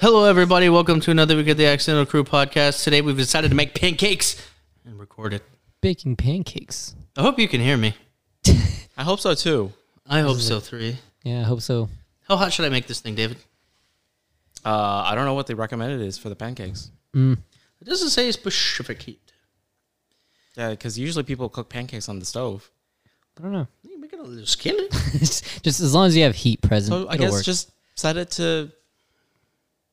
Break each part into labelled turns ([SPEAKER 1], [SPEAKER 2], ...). [SPEAKER 1] Hello, everybody. Welcome to another week of the Accidental Crew podcast. Today, we've decided to make pancakes and record it.
[SPEAKER 2] baking pancakes.
[SPEAKER 1] I hope you can hear me.
[SPEAKER 3] I hope so too.
[SPEAKER 1] I hope so. Three.
[SPEAKER 2] Yeah, I hope so.
[SPEAKER 1] How hot should I make this thing, David?
[SPEAKER 3] Uh, I don't know what they recommended is for the pancakes.
[SPEAKER 1] It doesn't say specific heat.
[SPEAKER 3] Yeah, because usually people cook pancakes on the stove.
[SPEAKER 2] I don't know.
[SPEAKER 1] You make it a little skillet.
[SPEAKER 2] just as long as you have heat present,
[SPEAKER 3] So I
[SPEAKER 2] it'll
[SPEAKER 3] guess
[SPEAKER 2] work.
[SPEAKER 3] just set it to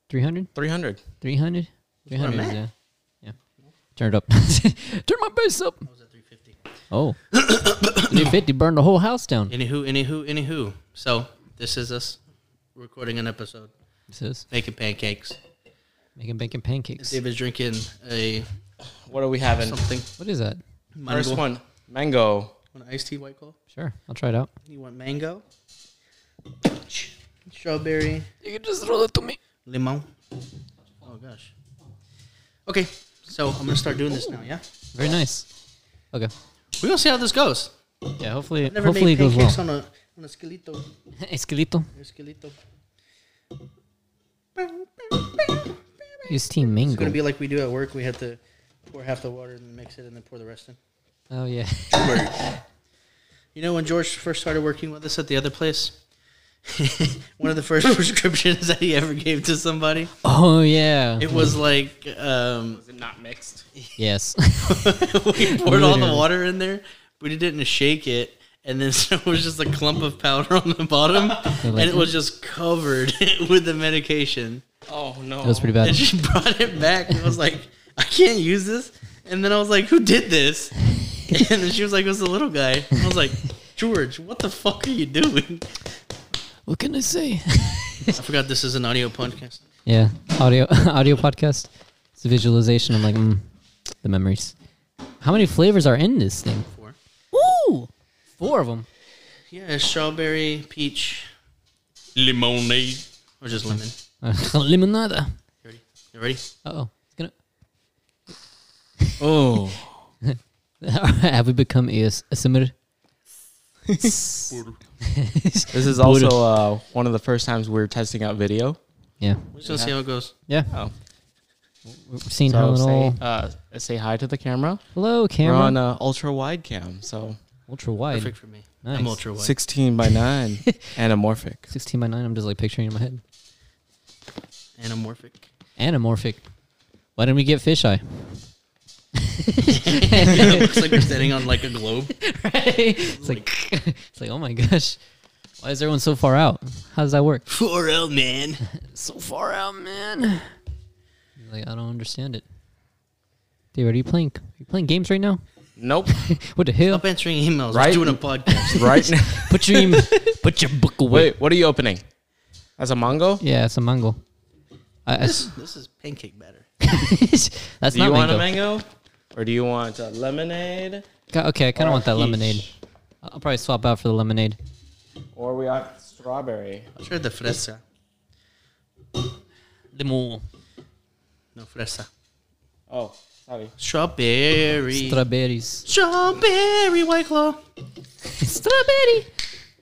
[SPEAKER 2] 300?
[SPEAKER 3] 300.
[SPEAKER 2] 300?
[SPEAKER 1] what I'm
[SPEAKER 2] 300 is,
[SPEAKER 1] at.
[SPEAKER 2] yeah. Yeah. Turn it up. Turn my bass up.
[SPEAKER 1] I was at 350.
[SPEAKER 2] Oh. 350 burned the whole house down.
[SPEAKER 1] Anywho, anywho, anywho. So, this is us recording an episode,
[SPEAKER 2] It says
[SPEAKER 1] making pancakes.
[SPEAKER 2] making bacon pancakes.
[SPEAKER 1] David's drinking a
[SPEAKER 3] What are we having?
[SPEAKER 1] something.
[SPEAKER 2] What is that?
[SPEAKER 1] Mango.
[SPEAKER 3] First one, mango.
[SPEAKER 1] Want an iced tea white claw?
[SPEAKER 2] Sure. I'll try it out.
[SPEAKER 1] You want mango? Strawberry.
[SPEAKER 2] You can just throw that to me.
[SPEAKER 1] Limon. Oh gosh. Okay, so I'm gonna start doing this now. Yeah,
[SPEAKER 2] Very nice. Okay.
[SPEAKER 1] we're gonna see how this goes.
[SPEAKER 2] Yeah, hopefully
[SPEAKER 1] I've never
[SPEAKER 2] hopefully it
[SPEAKER 1] made
[SPEAKER 2] goes well.
[SPEAKER 1] pancakes on a on a skeleto.
[SPEAKER 2] Esquelito.
[SPEAKER 1] A skeleto.
[SPEAKER 2] Use team
[SPEAKER 1] It's
[SPEAKER 2] mango.
[SPEAKER 1] gonna be like we do at work. We have to pour half the water and then mix it, and then pour the rest in.
[SPEAKER 2] oh yeah.
[SPEAKER 1] You know, when George first started working with us at the other place, one of the first prescriptions that he ever gave to somebody,
[SPEAKER 2] Oh yeah.
[SPEAKER 1] it was like um,
[SPEAKER 3] Is it not mixed?
[SPEAKER 2] yes.
[SPEAKER 1] we poured all the
[SPEAKER 2] Literally.
[SPEAKER 1] water in there, but he didn't shake it. And then so it was just a clump of powder on the bottom, and it was just covered with the medication.
[SPEAKER 3] Oh no.
[SPEAKER 2] That was pretty
[SPEAKER 1] And
[SPEAKER 2] bad.
[SPEAKER 1] she brought it back and was like, "I can't use this." And then I was like, "Who did this?" And then she was like, "It was the little guy." And I was like, "George, what the fuck are you doing?"
[SPEAKER 2] What can I say?
[SPEAKER 1] I forgot this is an audio podcast.
[SPEAKER 2] Yeah, audio audio podcast. It's a visualization. I'm like, mm, the memories. How many flavors are in this thing?
[SPEAKER 1] Four.
[SPEAKER 2] Ooh, four of them.
[SPEAKER 1] Yeah, strawberry, peach,
[SPEAKER 3] Limonade.
[SPEAKER 1] or just lemon.
[SPEAKER 2] Limonada.
[SPEAKER 1] You ready? You ready?
[SPEAKER 2] Oh, it's gonna.
[SPEAKER 3] Oh.
[SPEAKER 2] Have we become AS- ASMR?
[SPEAKER 3] This is also uh, one of the first times we're testing out video.
[SPEAKER 2] yeah,
[SPEAKER 1] We're just gonna see how it goes.
[SPEAKER 2] yeah.
[SPEAKER 3] Oh.
[SPEAKER 2] We've seen how
[SPEAKER 3] So
[SPEAKER 2] it
[SPEAKER 3] say,
[SPEAKER 2] all.
[SPEAKER 3] uh, say hi to the camera.
[SPEAKER 2] Hello, camera.
[SPEAKER 3] We're on uh, ultra wide cam, so
[SPEAKER 2] Ultra wide,
[SPEAKER 1] Perfect for me.
[SPEAKER 2] Nice.
[SPEAKER 1] I'm ultra wide.
[SPEAKER 3] 16 by 9 anamorphic.
[SPEAKER 2] sixteen by nine. I'm just like picturing it in my head.
[SPEAKER 1] Anamorphic.
[SPEAKER 2] Anamorphic. Why didn't we get fisheye?
[SPEAKER 1] it looks like we're standing on like a globe.
[SPEAKER 2] it's like, it's like, oh my gosh, why is everyone so far out? How does that work?
[SPEAKER 1] 4L man.
[SPEAKER 2] so far out, man. Like I don't understand it. Dude, are you playing? Are you playing games right now?
[SPEAKER 3] Nope.
[SPEAKER 2] What the hell?
[SPEAKER 1] Stop answering emails.
[SPEAKER 3] Right.
[SPEAKER 1] We're doing a podcast.
[SPEAKER 3] right now.
[SPEAKER 2] Put your em- put your book away.
[SPEAKER 3] Wait, what are you opening? As a mango?
[SPEAKER 2] Yeah, it's a mango. I, I s-
[SPEAKER 1] this is pancake batter.
[SPEAKER 2] that's
[SPEAKER 3] Do you
[SPEAKER 2] not
[SPEAKER 3] want
[SPEAKER 2] mango.
[SPEAKER 3] a mango? Or do you want a lemonade?
[SPEAKER 2] Ca- okay, I kind
[SPEAKER 3] or
[SPEAKER 2] of want that
[SPEAKER 3] peach?
[SPEAKER 2] lemonade. I- I'll probably swap out for the lemonade.
[SPEAKER 3] Or we want strawberry.
[SPEAKER 1] I'll try the fresa.
[SPEAKER 2] Limo.
[SPEAKER 1] No fresa.
[SPEAKER 3] Oh, sorry.
[SPEAKER 1] Strawberry.
[SPEAKER 2] Strawberries.
[SPEAKER 1] Strawberry white claw.
[SPEAKER 2] Strawberry.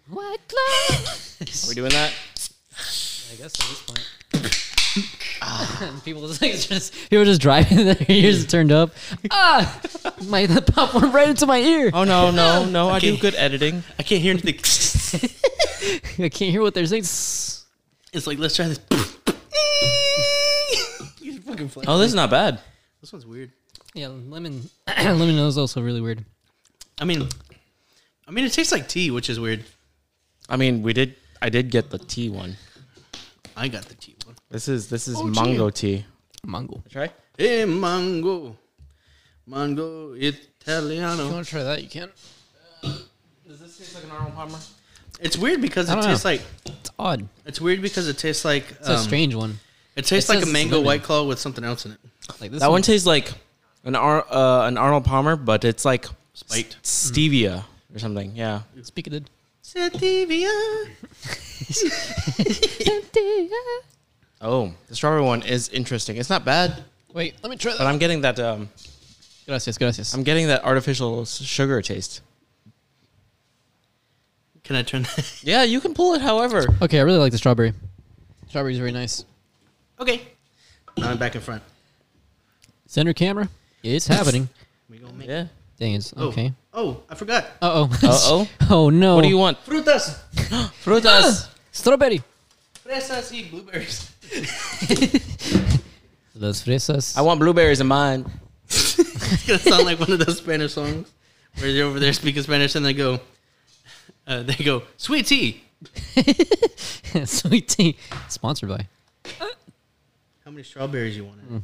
[SPEAKER 2] White claw.
[SPEAKER 3] Are we doing that?
[SPEAKER 2] I guess at this point. people just like just people just driving their ears turned up. Ah, my the pop went right into my ear.
[SPEAKER 3] Oh, no, no, no. I do
[SPEAKER 1] Okay.
[SPEAKER 3] good editing.
[SPEAKER 1] I can't hear anything.
[SPEAKER 2] I can't hear what they're saying. Sss.
[SPEAKER 1] it's like let's try this. you fucking fly.
[SPEAKER 3] Oh, this is not bad.
[SPEAKER 1] This one's weird.
[SPEAKER 2] Yeah, lemon lemon is also really weird.
[SPEAKER 1] I mean, I mean it tastes like tea, which is weird.
[SPEAKER 3] I mean, we did. I did get the tea one.
[SPEAKER 1] I got the tea one.
[SPEAKER 3] This is this is
[SPEAKER 1] Oh, gee.
[SPEAKER 3] mango tea.
[SPEAKER 2] Mango.
[SPEAKER 3] Try.
[SPEAKER 1] Hey mango, mango italiano.
[SPEAKER 2] If you want to try that, you can.
[SPEAKER 3] Does this taste like an Arnold Palmer?
[SPEAKER 1] It's weird because
[SPEAKER 2] I
[SPEAKER 1] it
[SPEAKER 2] don't
[SPEAKER 1] tastes
[SPEAKER 2] know.
[SPEAKER 1] like
[SPEAKER 2] It's odd.
[SPEAKER 1] it's weird because it tastes like
[SPEAKER 2] It's a
[SPEAKER 1] um,
[SPEAKER 2] strange one.
[SPEAKER 1] It tastes
[SPEAKER 2] It
[SPEAKER 1] like a
[SPEAKER 2] says it's
[SPEAKER 1] mango
[SPEAKER 2] lemon.
[SPEAKER 1] white claw with something else in it.
[SPEAKER 2] Like this
[SPEAKER 3] That one
[SPEAKER 2] one.
[SPEAKER 3] tastes like an Ar- uh, an Arnold Palmer, but it's like
[SPEAKER 1] Spiked.
[SPEAKER 3] s- stevia or something. Yeah.
[SPEAKER 2] Speak of
[SPEAKER 1] Sativia.
[SPEAKER 2] the.
[SPEAKER 3] Oh, the strawberry one is interesting. It's not bad,
[SPEAKER 2] Wait, let me try
[SPEAKER 3] but
[SPEAKER 2] that.
[SPEAKER 3] I'm getting that um,
[SPEAKER 2] Gracias, gracias.
[SPEAKER 3] I'm getting that artificial s- sugar taste.
[SPEAKER 1] Can I turn that?
[SPEAKER 3] Yeah, you can pull it however.
[SPEAKER 2] Okay, I really like the strawberry. Strawberry's very nice.
[SPEAKER 1] Okay. Now I'm back in front.
[SPEAKER 2] Center camera. It's happening.
[SPEAKER 1] We gonna make.
[SPEAKER 3] Yeah.
[SPEAKER 2] Dang it's
[SPEAKER 1] Oh,
[SPEAKER 2] okay.
[SPEAKER 1] Oh, I forgot.
[SPEAKER 2] Uh oh.
[SPEAKER 3] Uh-oh.
[SPEAKER 2] oh Ah. no.
[SPEAKER 3] What do you want?
[SPEAKER 1] Frutas,
[SPEAKER 3] Frutas.
[SPEAKER 2] Strawberry.
[SPEAKER 1] fresas, y blueberries.
[SPEAKER 2] Las fresas.
[SPEAKER 3] I want blueberries in mine.
[SPEAKER 1] It's gonna sound like one of those Spanish songs where they're over there speaking Spanish and they go, uh, they go, sweet tea.
[SPEAKER 2] Sweet tea. Sponsored by
[SPEAKER 1] How many strawberries you wanted?
[SPEAKER 2] Hmm.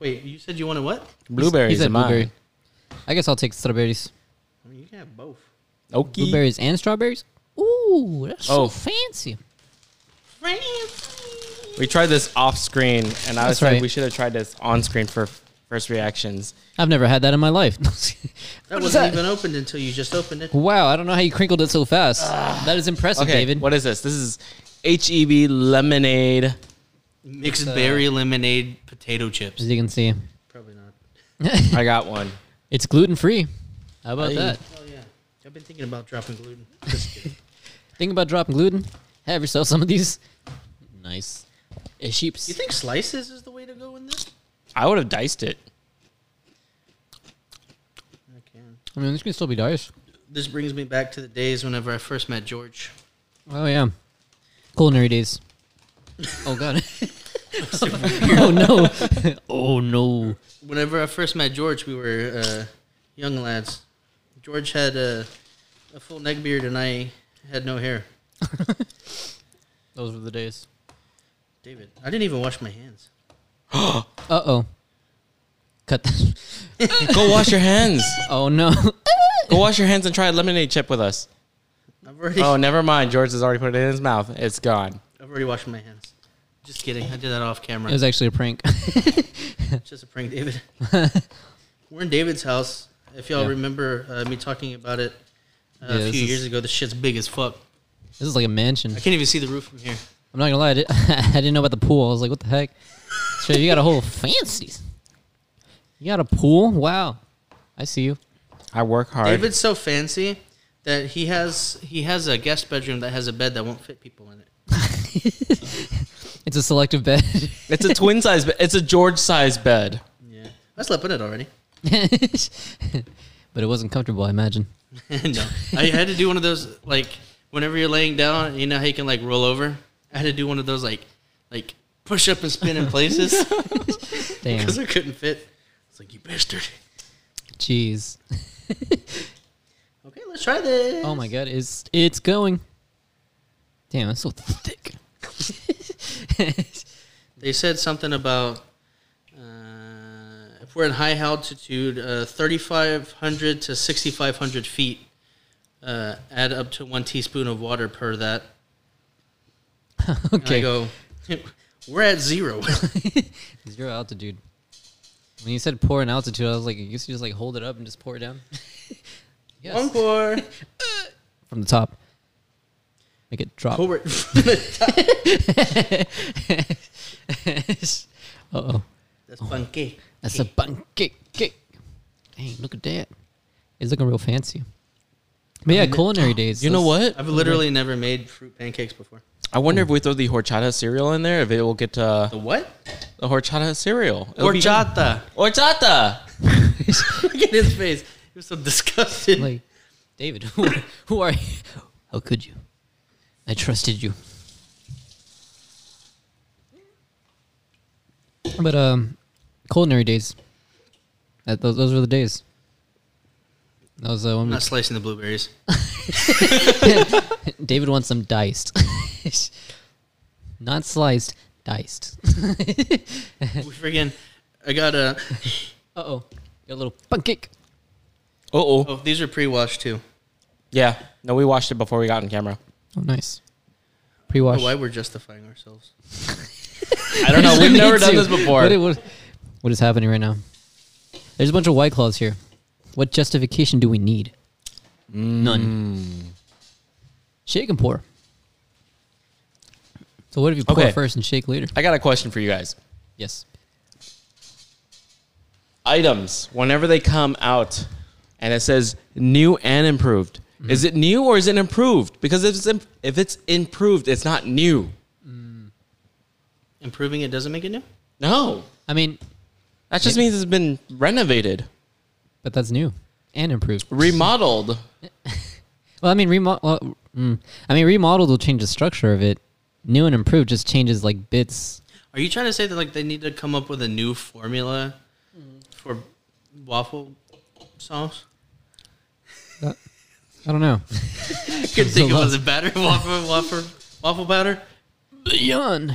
[SPEAKER 1] Wait, you said you wanted what?
[SPEAKER 3] Blueberries
[SPEAKER 2] He said
[SPEAKER 3] in mine.
[SPEAKER 2] blueberry. I guess I'll take strawberries.
[SPEAKER 1] I mean, you can have both.
[SPEAKER 3] Okay.
[SPEAKER 2] Blueberries and strawberries. Ooh, that's
[SPEAKER 3] Oh.
[SPEAKER 2] so fancy.
[SPEAKER 3] We tried this off screen, and I was
[SPEAKER 2] That's right.
[SPEAKER 3] like, we should have tried this on screen for f- first reactions.
[SPEAKER 2] I've never had that in my life.
[SPEAKER 1] That
[SPEAKER 2] What is
[SPEAKER 1] wasn't even opened until you just opened it.
[SPEAKER 2] Wow, I don't know how you crinkled it so fast. that is impressive,
[SPEAKER 3] Ah. Okay,
[SPEAKER 2] David.
[SPEAKER 3] what is this? This is HEB lemonade.
[SPEAKER 1] Mixed berry lemonade potato chips.
[SPEAKER 2] As you can see,
[SPEAKER 1] Probably not.
[SPEAKER 3] I got one.
[SPEAKER 2] it's gluten free. How about
[SPEAKER 3] Hey.
[SPEAKER 2] that?
[SPEAKER 1] Oh yeah, I've been thinking about dropping gluten. Just kidding.
[SPEAKER 2] Think about dropping gluten. Have yourself some of these. Nice. Uh, sheeps.
[SPEAKER 1] you think slices is the way to go in this?
[SPEAKER 3] I would have diced it.
[SPEAKER 1] I can.
[SPEAKER 2] I mean, this can still be diced.
[SPEAKER 1] This brings me back to the days whenever I first met George.
[SPEAKER 2] Oh yeah, culinary days. Oh god. oh no. oh no.
[SPEAKER 1] whenever I first met George, we were uh, young lads. George had a, a full neck beard, and I had no hair.
[SPEAKER 2] Those were the days.
[SPEAKER 1] David, I didn't even wash my hands.
[SPEAKER 2] Uh oh. Cut that.
[SPEAKER 3] Go wash your hands.
[SPEAKER 2] Oh no.
[SPEAKER 3] Go wash your hands and try a lemonade chip with us.
[SPEAKER 1] I've already,
[SPEAKER 3] Oh, never mind. George has already put it in his mouth. It's gone.
[SPEAKER 1] I've already washed my hands. Just kidding. I did that off
[SPEAKER 2] it
[SPEAKER 1] camera.
[SPEAKER 2] was actually a prank.
[SPEAKER 1] It's just a prank, David. we're in David's house. If y'all
[SPEAKER 2] Yeah.
[SPEAKER 1] remember uh, me talking about it uh,
[SPEAKER 2] Yeah,
[SPEAKER 1] a
[SPEAKER 2] this
[SPEAKER 1] few years
[SPEAKER 2] is-
[SPEAKER 1] ago, the shit's big as fuck.
[SPEAKER 2] this is like a mansion.
[SPEAKER 1] I can't even see the roof from here.
[SPEAKER 2] I'm not gonna lie, I, did, I didn't know about the pool. I was like, what the heck? Sure, you got a whole fancy. You got a pool? Wow. I see you.
[SPEAKER 3] I work hard.
[SPEAKER 1] David's so fancy that he has he has a guest bedroom that has a bed that won't fit people in it.
[SPEAKER 2] It's a selective bed.
[SPEAKER 3] It's a twin size bed. It's a George size bed.
[SPEAKER 1] Yeah, I slept in it already.
[SPEAKER 2] but it wasn't comfortable, I imagine.
[SPEAKER 1] no, I had to do one of those like whenever you're laying down, you know how you can like roll over. I had to do one of those like like push up and spin in places
[SPEAKER 2] Damn.
[SPEAKER 1] because I couldn't fit. It's like you bastard.
[SPEAKER 2] Jeez.
[SPEAKER 1] Okay, let's try this.
[SPEAKER 2] Oh my god, it's it's going. Damn, that's so thick.
[SPEAKER 1] They said something about uh, if we're in high altitude, uh, 3,500 to 6,500 feet. Uh, add up to one teaspoon of water per that. And I
[SPEAKER 2] okay.
[SPEAKER 1] go, we're at zero.
[SPEAKER 2] Zero altitude. When you said pour in altitude, I was like, you used to just like hold it up and just pour it down. yes.
[SPEAKER 1] One pour.
[SPEAKER 2] From the top. Make it drop.
[SPEAKER 1] Pour it.
[SPEAKER 2] uh oh.
[SPEAKER 1] That's funky.
[SPEAKER 2] That's a bun cake. Cake. Dang, look at that. It's looking real fancy. But yeah, culinary days.
[SPEAKER 3] You know
[SPEAKER 2] those-
[SPEAKER 3] what?
[SPEAKER 1] I've literally never made fruit pancakes before.
[SPEAKER 3] I wonder if we throw the horchata cereal in there, if it will get uh,
[SPEAKER 1] The what?
[SPEAKER 3] the horchata cereal. It'll be-
[SPEAKER 1] Horchata.
[SPEAKER 3] horchata.
[SPEAKER 1] Look at his face. He was so disgusted.
[SPEAKER 2] Like, David, who, who are you? How could you? I trusted you. But um, culinary days. That, those, those were the days. That was uh,
[SPEAKER 1] I'm
[SPEAKER 2] when
[SPEAKER 1] not slicing the blueberries.
[SPEAKER 2] we, David wants them diced, not sliced, diced.
[SPEAKER 1] we freaking. I got a.
[SPEAKER 2] Uh oh, got a little bun cake.
[SPEAKER 3] Uh oh.
[SPEAKER 1] Oh, these are pre-washed too.
[SPEAKER 3] Yeah. No, we watched it before we got on camera.
[SPEAKER 2] Oh, nice. Pre
[SPEAKER 1] Oh,
[SPEAKER 2] wash.
[SPEAKER 1] why we're justifying ourselves?
[SPEAKER 3] I don't know. We've never done this before.
[SPEAKER 2] What, what- what is happening right now? There's a bunch of white claws here. What justification do we need? None. Shake and pour. So what if you pour
[SPEAKER 3] Okay.
[SPEAKER 2] first and shake later?
[SPEAKER 3] I got a question for you guys.
[SPEAKER 2] Yes.
[SPEAKER 3] Items, whenever they come out and it says new and improved, is it new or is it improved? Because if it's, im- if it's improved, it's not new.
[SPEAKER 1] Improving it doesn't make it new.
[SPEAKER 3] No,
[SPEAKER 2] I mean,
[SPEAKER 3] that just means it's been renovated,
[SPEAKER 2] but that's new and improved.
[SPEAKER 3] remodeled.
[SPEAKER 2] Well, I mean, remodel. Well, mm, I mean, remodeled will change the structure of it. New and improved just changes like bits.
[SPEAKER 1] Are you trying to say that like they need to come up with a new formula for waffle sauce?
[SPEAKER 2] I don't know.
[SPEAKER 1] Could think it
[SPEAKER 2] lot.
[SPEAKER 1] was a batter waffle waffle waffle batter.
[SPEAKER 2] Beyond.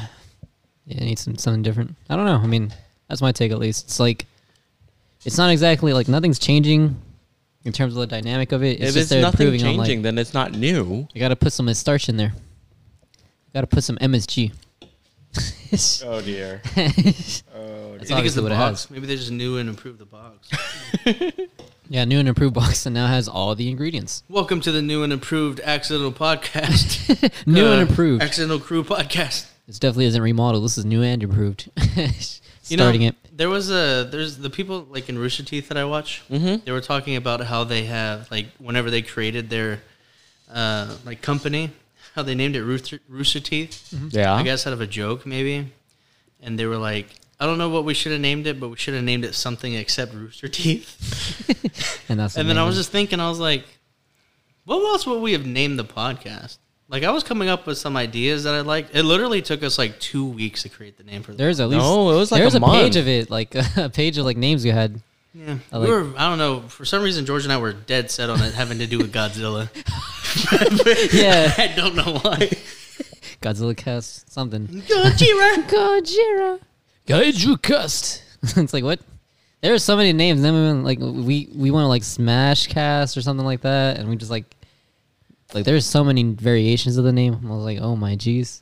[SPEAKER 2] Yeah, it needs some, something different. I don't know. I mean, that's my take at least. It's like, it's not exactly like nothing's changing in terms of the dynamic of it. It's
[SPEAKER 3] if
[SPEAKER 2] just
[SPEAKER 3] it's
[SPEAKER 2] they're
[SPEAKER 3] nothing
[SPEAKER 2] improving
[SPEAKER 3] changing,
[SPEAKER 2] on like
[SPEAKER 3] then it's not new.
[SPEAKER 2] you got to put some starch in there. You got to put some MSG. That's
[SPEAKER 3] Oh dear.
[SPEAKER 1] I think it's
[SPEAKER 2] obviously
[SPEAKER 1] the
[SPEAKER 2] what it
[SPEAKER 1] box.
[SPEAKER 2] has.
[SPEAKER 1] Maybe they just knew and improved the box.
[SPEAKER 2] Yeah, new and improved box, and now has all the ingredients.
[SPEAKER 1] Welcome to the new and improved Accidental Podcast.
[SPEAKER 2] New
[SPEAKER 1] Uh,
[SPEAKER 2] and improved.
[SPEAKER 1] Accidental Crew Podcast.
[SPEAKER 2] This definitely isn't remodeled. This is new and improved. Starting it.
[SPEAKER 1] There was a there's the people like in Rooster Teeth that I watch. Mm-hmm. They were talking about how they have like whenever they created their uh, like company, how they named it Rooster, Rooster Teeth.
[SPEAKER 3] Mm-hmm.
[SPEAKER 1] I
[SPEAKER 3] Yeah.
[SPEAKER 1] guess out of a joke maybe, and they were like, I don't know what we should have named it, but we should have named it something except Rooster Teeth.
[SPEAKER 2] And that's the
[SPEAKER 1] And then I
[SPEAKER 2] name
[SPEAKER 1] was
[SPEAKER 2] of
[SPEAKER 1] just thinking, I was like, what else would we have named the podcast? Like I was coming up with some ideas that I liked. It literally took us like two weeks to create the name for
[SPEAKER 2] it.
[SPEAKER 1] the
[SPEAKER 2] there's at least
[SPEAKER 3] No, it was like
[SPEAKER 2] there's
[SPEAKER 3] a
[SPEAKER 2] a,
[SPEAKER 3] month.
[SPEAKER 2] page of it, like a page of like names you had.
[SPEAKER 1] Yeah,
[SPEAKER 2] I
[SPEAKER 1] we were. I don't know. For some reason, George and I were dead set on it having to do with Godzilla.
[SPEAKER 2] Yeah,
[SPEAKER 1] I don't know why.
[SPEAKER 2] Godzilla cast something.
[SPEAKER 1] Gojira.
[SPEAKER 2] Gojira, Gaiju cast. it's like what? There are so many names. Then we went, like we we want to like smash cast or something like that, and we just like like there's so many variations of the name. I was like, oh my geez.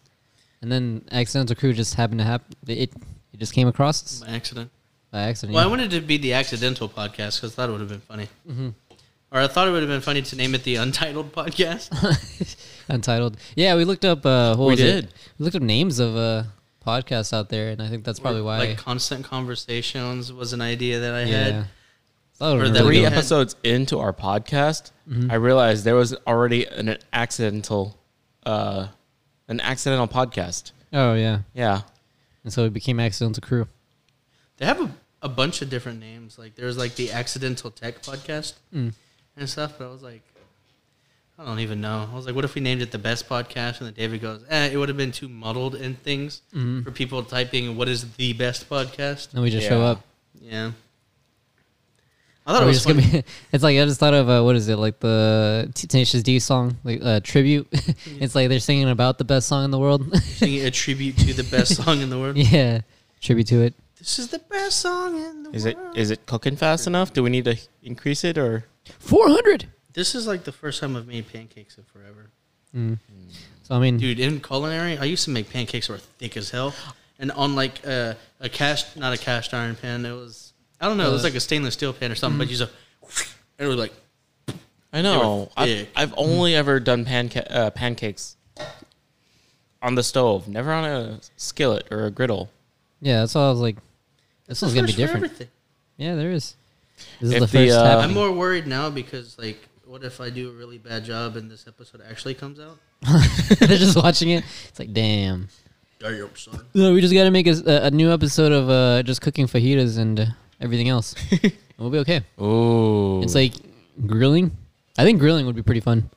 [SPEAKER 2] And then accidental crew just happened to happen. It it just came across us
[SPEAKER 1] By accident.
[SPEAKER 2] by accident.
[SPEAKER 1] Well, I
[SPEAKER 2] yeah.
[SPEAKER 1] wanted it to be the accidental podcast because I thought it would have been funny.
[SPEAKER 2] Mm-hmm.
[SPEAKER 1] Or I thought it would have been funny to name it the Untitled Podcast.
[SPEAKER 2] Untitled. Yeah, we looked up. Uh, what
[SPEAKER 3] We
[SPEAKER 2] was it?
[SPEAKER 3] did.
[SPEAKER 2] We looked up names of uh, podcasts out there, and I think that's probably why.
[SPEAKER 1] Like constant conversations was an idea that I
[SPEAKER 2] yeah.
[SPEAKER 1] had.
[SPEAKER 2] That would've
[SPEAKER 1] Or
[SPEAKER 2] been
[SPEAKER 1] that
[SPEAKER 2] really
[SPEAKER 1] we
[SPEAKER 3] Three
[SPEAKER 2] good.
[SPEAKER 1] had-
[SPEAKER 3] episodes into our podcast, I realized there was already an accidental, uh, an accidental podcast.
[SPEAKER 2] Oh yeah,
[SPEAKER 3] Yeah.
[SPEAKER 2] and so it became Accidental Crew.
[SPEAKER 1] They have a, a bunch of different names. Like there's like the Accidental Tech Podcast
[SPEAKER 2] Mm.
[SPEAKER 1] and stuff. But I was like, I don't even know. I was like, what if we named it the Best Podcast? And then David goes, eh, it would have been too muddled in things
[SPEAKER 2] Mm-hmm.
[SPEAKER 1] for people typing what is the best podcast.
[SPEAKER 2] And we just show
[SPEAKER 3] Yeah.
[SPEAKER 2] up.
[SPEAKER 1] Yeah. I thought
[SPEAKER 2] We're
[SPEAKER 1] it was
[SPEAKER 2] just gonna
[SPEAKER 1] funny.
[SPEAKER 2] be- it's like I just thought of uh, what is it like the T- Tenacious D song, like uh, tribute. it's like they're singing about the best song in the world.
[SPEAKER 1] singing a tribute to the best song in the world.
[SPEAKER 2] yeah, tribute to it.
[SPEAKER 1] This is the best song in the
[SPEAKER 3] Is it
[SPEAKER 1] world.
[SPEAKER 3] is it cooking fast enough? Do we need to increase it or?
[SPEAKER 2] Four hundred.
[SPEAKER 1] this is like the first time I've made pancakes in forever.
[SPEAKER 2] So I mean,
[SPEAKER 1] Dude, in culinary, I used to make pancakes that were thick as hell. And on like a, a cast, not a cast iron pan, it was, I don't know, it was
[SPEAKER 2] Uh, mm.
[SPEAKER 1] like a stainless steel pan or something, but you just, and it was like,
[SPEAKER 3] I know. I've,
[SPEAKER 1] thick.
[SPEAKER 3] I've only ever done panca- uh, pancakes on the stove, never on a skillet or a griddle.
[SPEAKER 2] yeah, that's why I was like,
[SPEAKER 1] "It's
[SPEAKER 2] this one's
[SPEAKER 1] the
[SPEAKER 2] gonna be
[SPEAKER 1] first for
[SPEAKER 2] different.
[SPEAKER 1] everything."
[SPEAKER 2] Yeah, there is. This is
[SPEAKER 3] If
[SPEAKER 2] the
[SPEAKER 3] the,
[SPEAKER 2] first
[SPEAKER 3] uh,
[SPEAKER 2] happening.
[SPEAKER 1] I'm more worried now because, like, what if I do a really bad job and this episode actually comes out?
[SPEAKER 2] They're just watching it. It's like, damn.
[SPEAKER 1] Damn, son.
[SPEAKER 2] No, we just got to make a, a new episode of uh, just cooking fajitas and uh, everything else. And we'll be okay.
[SPEAKER 3] Ooh.
[SPEAKER 2] It's like grilling. I think grilling would be pretty fun.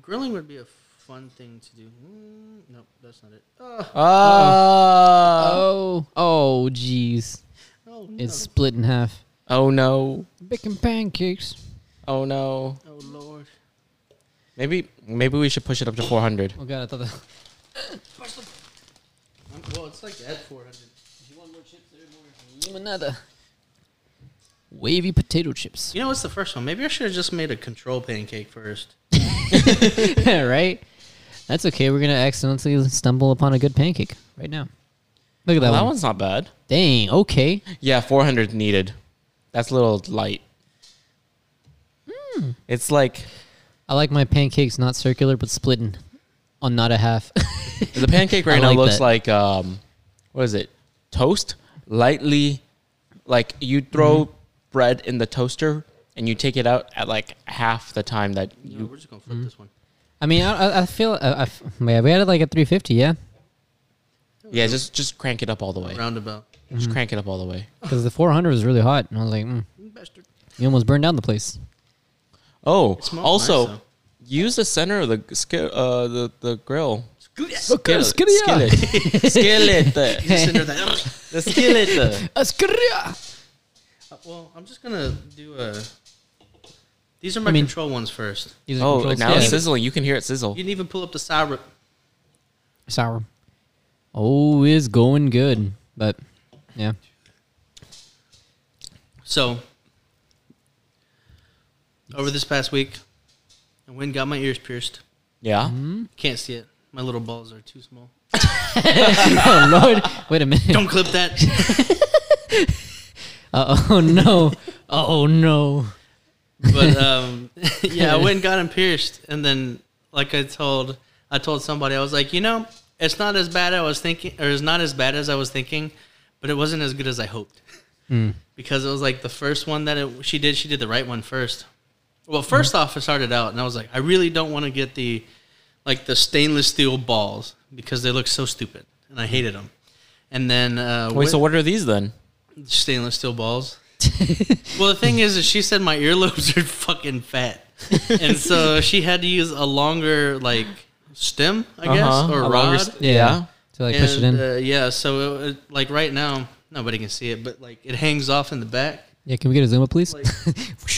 [SPEAKER 1] Grilling would be a fun thing to do. Mm, nope, that's not it. Oh,
[SPEAKER 3] Ah.
[SPEAKER 2] Oh, oh, jeez.
[SPEAKER 1] oh, no.
[SPEAKER 2] It's split in half.
[SPEAKER 3] oh no.
[SPEAKER 2] Baking pancakes.
[SPEAKER 3] Oh no.
[SPEAKER 1] oh, Lord.
[SPEAKER 3] Maybe maybe we should push it up to 400.
[SPEAKER 2] Oh god, I thought that.
[SPEAKER 1] I'm, well, it's like at 400.
[SPEAKER 2] Limonada. Wavy potato chips.
[SPEAKER 1] You know what's the first one? Maybe I should have just made a control pancake first.
[SPEAKER 2] right? That's okay. We're gonna accidentally stumble upon a good pancake right now. Look at that,
[SPEAKER 3] Well, that
[SPEAKER 2] one.
[SPEAKER 3] one's not bad.
[SPEAKER 2] Dang. Okay.
[SPEAKER 3] Yeah, 400 needed. That's a little light. It's like
[SPEAKER 2] I like my pancakes not circular but splitting on not a half.
[SPEAKER 3] the pancake
[SPEAKER 2] I
[SPEAKER 3] right now
[SPEAKER 2] like
[SPEAKER 3] looks
[SPEAKER 2] that.
[SPEAKER 3] like um what is it? Toast lightly like you throw bread in the toaster and you take it out at like half the time that
[SPEAKER 1] No,
[SPEAKER 3] you
[SPEAKER 1] we're just going to
[SPEAKER 2] Mm-hmm.
[SPEAKER 1] flip this one.
[SPEAKER 2] uh, I mean, I, I- I feel I, I f- yeah, we had it like at 350, yeah.
[SPEAKER 3] Yeah, just just crank it up all the way.
[SPEAKER 1] roundabout.
[SPEAKER 3] Just crank it up all the way.
[SPEAKER 2] because the 400 was really hot, and I was like, mm,
[SPEAKER 1] Bastard.
[SPEAKER 2] you almost burned down the place.
[SPEAKER 3] Oh,
[SPEAKER 1] smells
[SPEAKER 3] also
[SPEAKER 1] nice, though.
[SPEAKER 3] use the center of the sk- uh the the grill.
[SPEAKER 2] Okay,
[SPEAKER 3] skillet, skillet, the,
[SPEAKER 1] Just into that.
[SPEAKER 3] the skillet.
[SPEAKER 1] Uh, Well, I'm just gonna do a. These are my
[SPEAKER 2] I mean-
[SPEAKER 1] control ones first.
[SPEAKER 2] These are
[SPEAKER 3] Oh,
[SPEAKER 2] controlled
[SPEAKER 3] now it's
[SPEAKER 2] skillet.
[SPEAKER 3] sizzling. You can hear it sizzle.
[SPEAKER 1] You didn't even pull up the sour.
[SPEAKER 2] sour. Oh, is going good, but yeah,
[SPEAKER 1] So, over this past week, a wind got my ears pierced.
[SPEAKER 3] Yeah.
[SPEAKER 1] Can't see it. My little balls are too small.
[SPEAKER 2] oh lord, wait a minute.
[SPEAKER 1] Don't clip that.
[SPEAKER 2] Uh, oh no, oh no.
[SPEAKER 1] But um, yeah, I went and got him pierced, and then like I told, I told somebody, I was like, you know, it's not as bad I was thinking, or it's not as bad as I was thinking, but it wasn't as good as I hoped,
[SPEAKER 3] Hmm.
[SPEAKER 1] because it was like the first one that it, she did, she did the right one first. Well, first
[SPEAKER 3] Hmm.
[SPEAKER 1] off, I started out, and I was like, I really don't want to get the, like the stainless steel balls because they look so stupid, and I hated them. And then uh,
[SPEAKER 3] Wait,
[SPEAKER 1] went-
[SPEAKER 3] so what are these then?
[SPEAKER 1] stainless steel balls. well, the thing is, is she said my earlobes are fucking fat, and so she had to use a longer like stem, I guess,
[SPEAKER 3] Uh-huh,
[SPEAKER 1] or
[SPEAKER 3] a
[SPEAKER 1] rod.
[SPEAKER 3] longer s-
[SPEAKER 2] Yeah.
[SPEAKER 3] Yeah.
[SPEAKER 2] To like push it in.
[SPEAKER 1] And, uh, yeah, so it, it- like right now, nobody can see it, but like it hangs off in the back.
[SPEAKER 2] yeah, can we get a zoom up, please?
[SPEAKER 1] Like,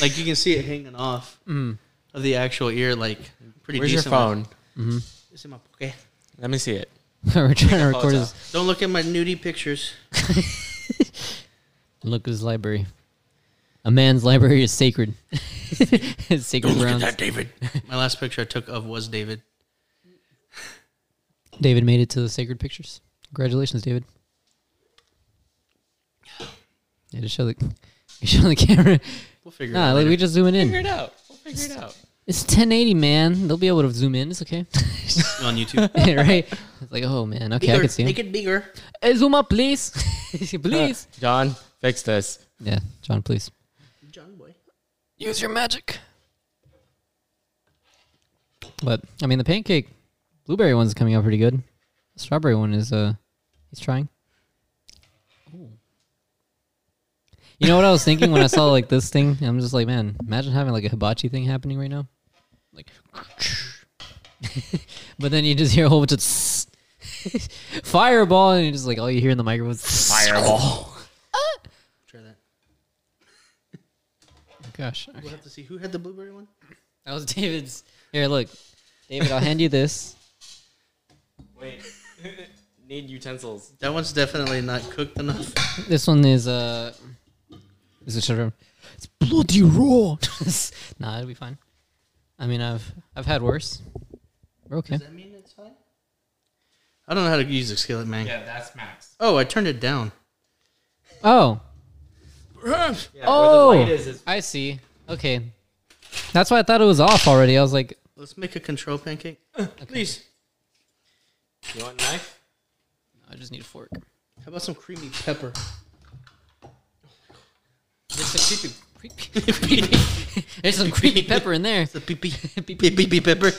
[SPEAKER 1] like you can see it hanging off
[SPEAKER 2] Mm.
[SPEAKER 1] of the actual ear, like pretty.
[SPEAKER 3] Where's your
[SPEAKER 1] decent one.
[SPEAKER 3] phone?
[SPEAKER 1] It's in my pocket.
[SPEAKER 3] Let me see it.
[SPEAKER 2] We're trying to record
[SPEAKER 3] photo.
[SPEAKER 2] his
[SPEAKER 1] Don't look at my nudie pictures.
[SPEAKER 2] look his library. A man's library is sacred. it's sacred grounds.
[SPEAKER 1] David. My last picture I took of was David.
[SPEAKER 2] David made it to the sacred pictures. Congratulations, David. Yeah, just show the show the camera.
[SPEAKER 1] We'll figure it
[SPEAKER 2] Nah,
[SPEAKER 1] out.
[SPEAKER 2] like
[SPEAKER 1] later.
[SPEAKER 2] we just zooming in.
[SPEAKER 3] it out. We'll figure it out.
[SPEAKER 2] It's 1080, man. They'll be able to zoom in. It's okay.
[SPEAKER 1] on YouTube.
[SPEAKER 2] right? It's like, oh man, okay, I
[SPEAKER 1] Bigger.
[SPEAKER 2] can see him.
[SPEAKER 1] Make it bigger.
[SPEAKER 2] Hey, zoom up, please. please.
[SPEAKER 3] John, fix this.
[SPEAKER 2] Yeah, John, please.
[SPEAKER 1] John Boy.
[SPEAKER 2] Use your magic. But I mean, the pancake, blueberry one's coming out pretty good. The strawberry one is uh, he's trying. You know what I was thinking when I saw like this thing? I'm just like, man, imagine having like a hibachi thing happening right now. Like, but then you just hear a whole bunch of fireball, and you just like all you hear in the microphone. is
[SPEAKER 3] Fireball.
[SPEAKER 1] Try that.
[SPEAKER 2] Gosh,
[SPEAKER 1] We'll have to see who had the blueberry one.
[SPEAKER 2] that was David's. Here, look, David, I'll hand you this.
[SPEAKER 3] Wait. Need utensils.
[SPEAKER 1] That one's definitely not cooked enough.
[SPEAKER 2] This one is uh, is it shut It's bloody raw. nah, it'll be fine. I mean, I've I've had worse. We're okay.
[SPEAKER 1] Does that mean it's fine? I don't know how to use the skillet, man.
[SPEAKER 3] that's max.
[SPEAKER 1] Oh, I turned it down.
[SPEAKER 2] Oh,
[SPEAKER 3] Yeah,
[SPEAKER 2] Oh! light is, I see. Okay, that's why I thought it was off already. I was like,
[SPEAKER 1] Let's make a control pancake.
[SPEAKER 2] Uh,
[SPEAKER 1] Please.
[SPEAKER 3] you want knife?
[SPEAKER 2] I just need a fork.
[SPEAKER 1] How about some creamy pepper?
[SPEAKER 2] There's some creepy, There's some creepy pepper in there.
[SPEAKER 1] It's a pee pee pee pee pee pepper.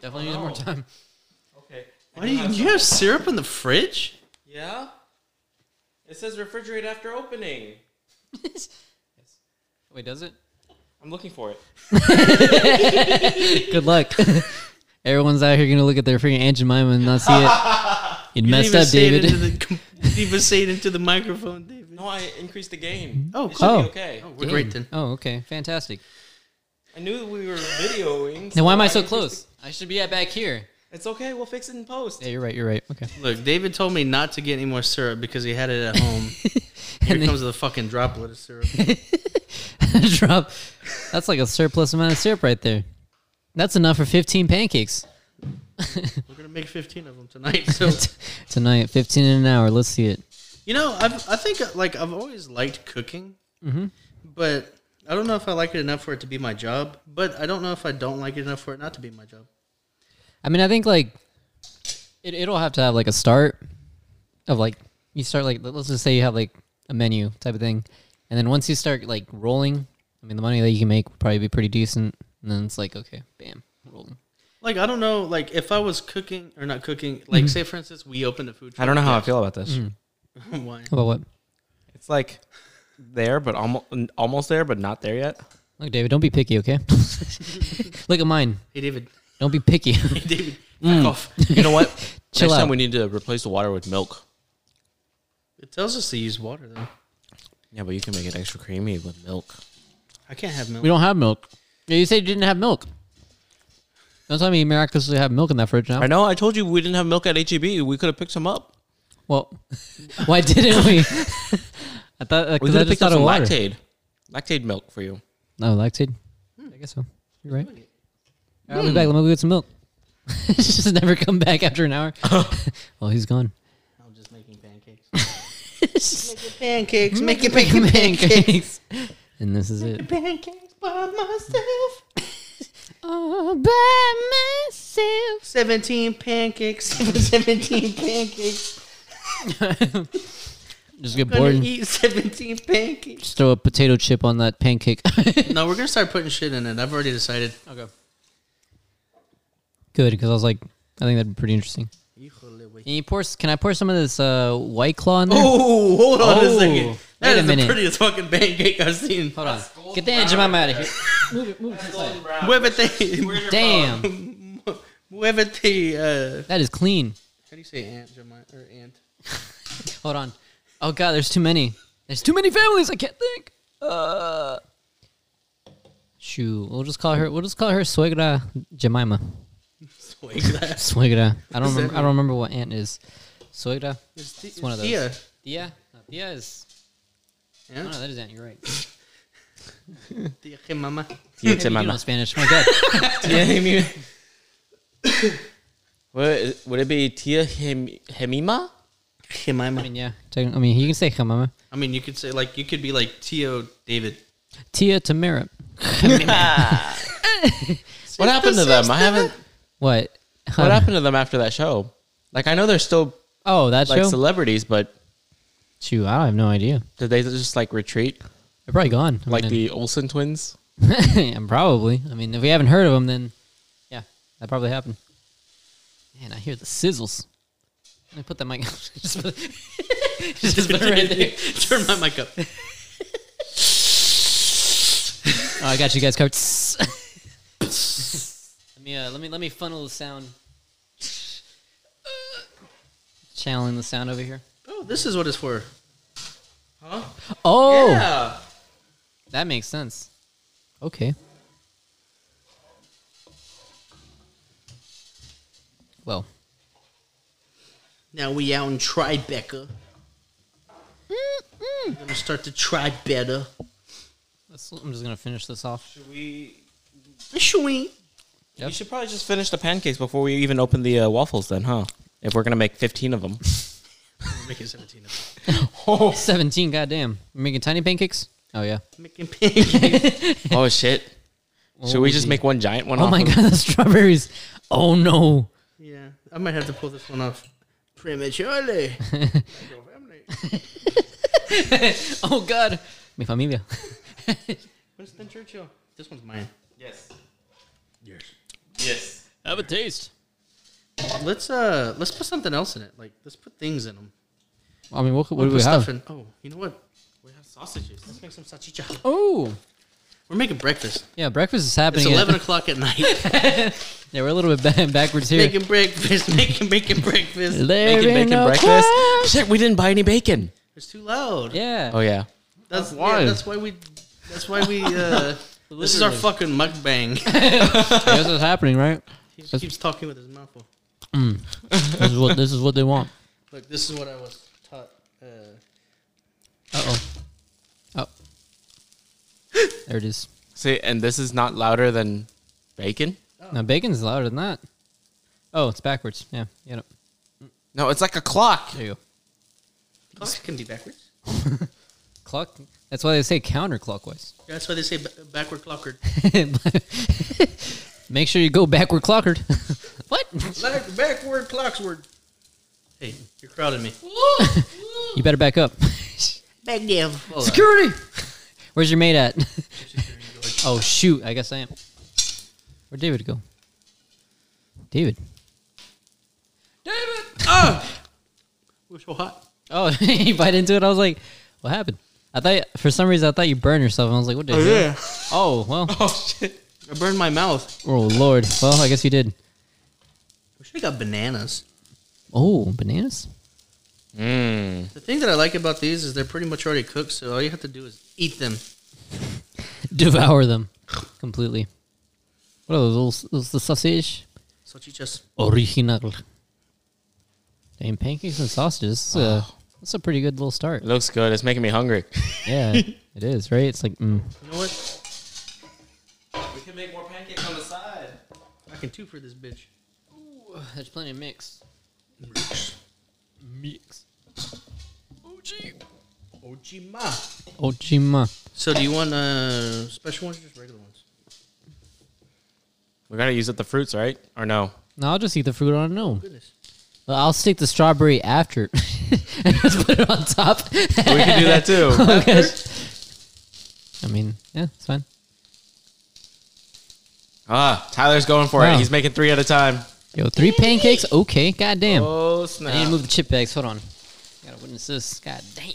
[SPEAKER 2] Definitely need more time.
[SPEAKER 3] Okay. Uh,
[SPEAKER 1] Why do you, you have syrup in the fridge?
[SPEAKER 3] Yeah. It says refrigerate after opening.
[SPEAKER 2] Wait, does it?
[SPEAKER 3] I'm looking for it.
[SPEAKER 2] Good luck. Everyone's out here gonna look at their freaking Aunt Jemima and not see it. It
[SPEAKER 1] You didn't
[SPEAKER 2] messed
[SPEAKER 1] even
[SPEAKER 2] up,
[SPEAKER 1] say it
[SPEAKER 2] David.
[SPEAKER 1] into the com- you didn't even say it into the microphone, David.
[SPEAKER 3] No, I increased the game.
[SPEAKER 1] Oh,
[SPEAKER 3] It should
[SPEAKER 1] cool.
[SPEAKER 2] Oh.
[SPEAKER 3] be okay.
[SPEAKER 1] Oh, we're great then.
[SPEAKER 2] Oh, okay, fantastic.
[SPEAKER 3] I knew we were videoing.
[SPEAKER 2] Then why am I so
[SPEAKER 3] increased
[SPEAKER 2] close? I should be at back here.
[SPEAKER 3] the- It's okay. We'll fix it in post.
[SPEAKER 2] Yeah, you're right. You're right. Okay.
[SPEAKER 1] Look, David told me not to get any more syrup because he had it at home. Here
[SPEAKER 2] And then-
[SPEAKER 1] comes the fucking droplet of syrup.
[SPEAKER 2] Drop. That's like a surplus amount of syrup right there. That's enough for 15 pancakes
[SPEAKER 1] We're gonna make fifteen of them tonight. So
[SPEAKER 2] tonight. 15 in an hour. Let's see it.
[SPEAKER 1] you know, I've, I think like I've always liked cooking,
[SPEAKER 3] Mm-hmm.
[SPEAKER 1] but I don't know if I like it enough for it to be my job. But I don't know if I don't like it enough for it not to be my job.
[SPEAKER 2] I mean, I think like it, it'll have to have like a start of like you start like let's just say you have like a menu type of thing, and then once you start like rolling, I mean the money that you can make would probably be pretty decent, and then it's like okay, bam, rolling.
[SPEAKER 1] Like I don't know, like if I was cooking or not cooking, like say for instance, we opened a food. Truck
[SPEAKER 3] Mm-hmm. I don't know how I feel about this.
[SPEAKER 1] feel. Why?
[SPEAKER 2] How about what?
[SPEAKER 3] It's like there, but almost almost there, but not there yet.
[SPEAKER 2] Look, David, don't be picky, okay? Look at mine.
[SPEAKER 1] Hey David,
[SPEAKER 2] Don't be picky.
[SPEAKER 1] hey David, back off.
[SPEAKER 3] Mm. You know what?
[SPEAKER 2] Chill
[SPEAKER 3] Next
[SPEAKER 2] out.
[SPEAKER 3] time we need to replace the water with milk.
[SPEAKER 1] It tells us to use water though.
[SPEAKER 3] Yeah, but you can make it extra creamy with milk.
[SPEAKER 1] I can't have milk.
[SPEAKER 2] we don't have milk. Yeah, you said you didn't have milk. Don't tell me you miraculously have milk in that fridge now.
[SPEAKER 3] I know. I told you we didn't have milk at HEB. We could have picked some up.
[SPEAKER 2] Well, why didn't we? I thought uh,
[SPEAKER 3] We
[SPEAKER 2] 'cause
[SPEAKER 3] could
[SPEAKER 2] I just
[SPEAKER 3] have picked
[SPEAKER 2] thought of
[SPEAKER 3] up some
[SPEAKER 2] water.
[SPEAKER 3] lactaid, lactaid milk for you.
[SPEAKER 2] No lactate. Hmm. I guess so. You're right. All right, I'll be back. Let me go get some milk. just never come back after an hour. well, he's gone.
[SPEAKER 1] I'm just making pancakes. making pancakes, making making
[SPEAKER 2] pancakes. and this is it.
[SPEAKER 1] pancakes by myself.
[SPEAKER 2] All by myself.
[SPEAKER 1] Seventeen pancakes, seventeen pancakes.
[SPEAKER 2] Just get
[SPEAKER 1] Gonna
[SPEAKER 2] bored. and
[SPEAKER 1] eat seventeen pancakes.
[SPEAKER 2] Just throw a potato chip on that pancake.
[SPEAKER 1] No, we're gonna start putting shit in it. I've already decided.
[SPEAKER 2] okay. Good, because I was like, I think that'd be pretty interesting. Can you pour? s- Can I pour some of this uh, white claw in there?
[SPEAKER 1] Oh, hold on
[SPEAKER 2] Oh,
[SPEAKER 1] a second.
[SPEAKER 2] wait
[SPEAKER 1] That
[SPEAKER 2] a
[SPEAKER 1] is the
[SPEAKER 2] minute.
[SPEAKER 1] prettiest fucking pancake I've seen.
[SPEAKER 2] Hold on. Get the Angemama out of here. move it. Move it to the side.
[SPEAKER 1] Muévete.
[SPEAKER 2] Damn.
[SPEAKER 1] Muévete. Uh,
[SPEAKER 2] That is clean.
[SPEAKER 1] how do you say ant? Jemima- Or ant?
[SPEAKER 2] Hold on. Oh god, there's too many. There's too many families. I can't think. Uh. Shoo. We'll just call her. We'll just call her Suegra Jemima.
[SPEAKER 1] Swig that.
[SPEAKER 2] Suegra. I don't.
[SPEAKER 1] Is that
[SPEAKER 2] Remember, I don't remember what aunt is. Suegra.
[SPEAKER 1] It's,
[SPEAKER 2] one of those.
[SPEAKER 1] Tia.
[SPEAKER 2] Tia. No, Tia is. Oh no,
[SPEAKER 1] Ant?
[SPEAKER 2] that is aunt. You're right.
[SPEAKER 1] Tia que mama.
[SPEAKER 3] Yeah,
[SPEAKER 2] You do know Spanish. My god.
[SPEAKER 3] Would would it be Tia Hem- Hemima?
[SPEAKER 2] I
[SPEAKER 1] Jemima.
[SPEAKER 2] mean, yeah. Techn- I mean, you can say Jemima.
[SPEAKER 1] I mean, you could say like you could be like Tio David.
[SPEAKER 2] Tia Tamara.
[SPEAKER 3] What happened to them? I haven't.
[SPEAKER 2] What?
[SPEAKER 3] What happened to them after that show? Like I know they're still
[SPEAKER 2] Oh, that
[SPEAKER 3] like
[SPEAKER 2] show.
[SPEAKER 3] celebrities, but
[SPEAKER 2] Shoo, I have no idea.
[SPEAKER 3] did they just like retreat
[SPEAKER 2] They're probably gone. I
[SPEAKER 3] like
[SPEAKER 2] mean,
[SPEAKER 3] the Olsen twins?
[SPEAKER 2] and probably. I mean, if we haven't heard of them, then yeah, that probably happened. Man, I hear the sizzles. Let me put that mic. just put, just put it right there.
[SPEAKER 1] Turn my mic up.
[SPEAKER 2] Oh, I got you guys covered. let me uh, let me let me funnel the sound. Channeling the sound over here.
[SPEAKER 1] Oh, this is what it's for. Huh?
[SPEAKER 2] Oh,
[SPEAKER 1] Yeah.
[SPEAKER 2] that makes sense. Okay. Well,
[SPEAKER 1] Now we out in Tribeca. We're gonna start to try better.
[SPEAKER 2] let's, I'm just gonna finish this off.
[SPEAKER 1] We. Shwing.
[SPEAKER 2] Yep.
[SPEAKER 3] We should probably just finish the pancakes before we even open the uh, waffles, then, huh? If we're gonna make fifteen of them,
[SPEAKER 1] Making 17 of them.
[SPEAKER 2] Seventeen, goddamn! We're making tiny pancakes. Oh yeah.
[SPEAKER 1] Making pancakes.
[SPEAKER 3] oh shit! Should we just
[SPEAKER 2] Holy-
[SPEAKER 3] make one giant one?
[SPEAKER 2] Oh
[SPEAKER 3] off
[SPEAKER 2] my
[SPEAKER 3] of-
[SPEAKER 2] god, the strawberries! Oh no!
[SPEAKER 1] yeah, I might have to pull this one off prematurely.
[SPEAKER 2] Oh god! Mi familia.
[SPEAKER 1] Winston Churchill. This one's mine.
[SPEAKER 3] Yes.
[SPEAKER 1] Yes.
[SPEAKER 3] Yes.
[SPEAKER 2] Have a taste.
[SPEAKER 1] Let's uh, let's put something else in it. Like let's put things in them.
[SPEAKER 2] I mean, what, what do we
[SPEAKER 1] stuff
[SPEAKER 2] have?
[SPEAKER 1] in. Oh, you know what?
[SPEAKER 3] We have sausages.
[SPEAKER 1] Let's make some salchicha.
[SPEAKER 2] Oh
[SPEAKER 1] We're making breakfast.
[SPEAKER 2] yeah, breakfast is
[SPEAKER 1] It's
[SPEAKER 2] happening.
[SPEAKER 1] eleven o'clock at night.
[SPEAKER 2] yeah, we're a little bit ba- backwards here.
[SPEAKER 1] making breakfast. Making making breakfast.
[SPEAKER 2] There
[SPEAKER 3] Bacon,
[SPEAKER 2] in
[SPEAKER 3] bacon,
[SPEAKER 2] a
[SPEAKER 3] breakfast.
[SPEAKER 2] crowd.
[SPEAKER 3] Shit, we didn't buy any bacon.
[SPEAKER 1] It's too loud.
[SPEAKER 2] Yeah.
[SPEAKER 3] Oh yeah.
[SPEAKER 1] That's why.
[SPEAKER 2] Why?
[SPEAKER 1] that's why we. That's why we. Uh, this is our fucking mukbang.
[SPEAKER 2] This is happening, right?
[SPEAKER 1] he just keeps talking with his mouth full.
[SPEAKER 2] This is what this is what they want.
[SPEAKER 1] Look, this is what I was taught. Uh,
[SPEAKER 2] Uh oh. Oh. There it is.
[SPEAKER 3] See, and this is not louder than bacon.
[SPEAKER 2] Now bacon's louder than that. Oh, it's backwards. Yeah. Get it.
[SPEAKER 3] No, it's like a clock.
[SPEAKER 2] There you go.
[SPEAKER 1] clocks Oh, can be backwards.
[SPEAKER 2] Clock. That's why they say counterclockwise.
[SPEAKER 1] That's why they say b- backward clocker.
[SPEAKER 2] Make sure you go backward clockered. what?
[SPEAKER 1] Back, backward clocksward. Hey, you're crowding me.
[SPEAKER 2] You better back up.
[SPEAKER 1] Back down. Hold on.
[SPEAKER 2] Security. Where's your mate at? oh shoot! I guess I am. Where'd David go? David.
[SPEAKER 1] oh, we're so hot.
[SPEAKER 2] Oh, he bite into it. I was like, what happened? I thought for some reason I thought you burned yourself. And I was like, what did? Oh, oh well.
[SPEAKER 3] Oh shit.
[SPEAKER 1] I burned my mouth.
[SPEAKER 2] Oh lord. Well, I guess you did.
[SPEAKER 1] We should have got bananas.
[SPEAKER 2] Oh, bananas.
[SPEAKER 3] Mmm.
[SPEAKER 1] The thing that I like about these is they're pretty much already cooked, so all you have to do is eat them.
[SPEAKER 2] Devour them completely. What are those? Little, those the sausage
[SPEAKER 1] So you just
[SPEAKER 2] original. Damn pancakes and sausages. That's, a, that's a pretty good little start.
[SPEAKER 3] It looks good. It's making me hungry.
[SPEAKER 2] Yeah, it is right. It's like mm.
[SPEAKER 1] you know what?
[SPEAKER 3] We can make more pancakes on the side.
[SPEAKER 1] I can two for this bitch.
[SPEAKER 2] there's plenty of mix. Mix.
[SPEAKER 1] Ojima.
[SPEAKER 2] Oh, Ochima.
[SPEAKER 1] So do you want uh, special ones or just regular ones?
[SPEAKER 3] We gotta use up the fruits, right? Or no?
[SPEAKER 2] No, I'll just eat the fruit on its own.
[SPEAKER 1] Goodness.
[SPEAKER 2] Well, I'll stick the strawberry after and just put it on top. we
[SPEAKER 3] We can do that too.
[SPEAKER 2] I mean, yeah, it's fine.
[SPEAKER 3] Ah, Tyler's going for
[SPEAKER 2] Wow.
[SPEAKER 3] it. He's making three at a time.
[SPEAKER 2] Yo, three pancakes? Okay, goddamn.
[SPEAKER 3] Oh
[SPEAKER 2] I need to
[SPEAKER 3] snap!
[SPEAKER 2] move the chip bags. Hold on. Gotta witness this. God damn.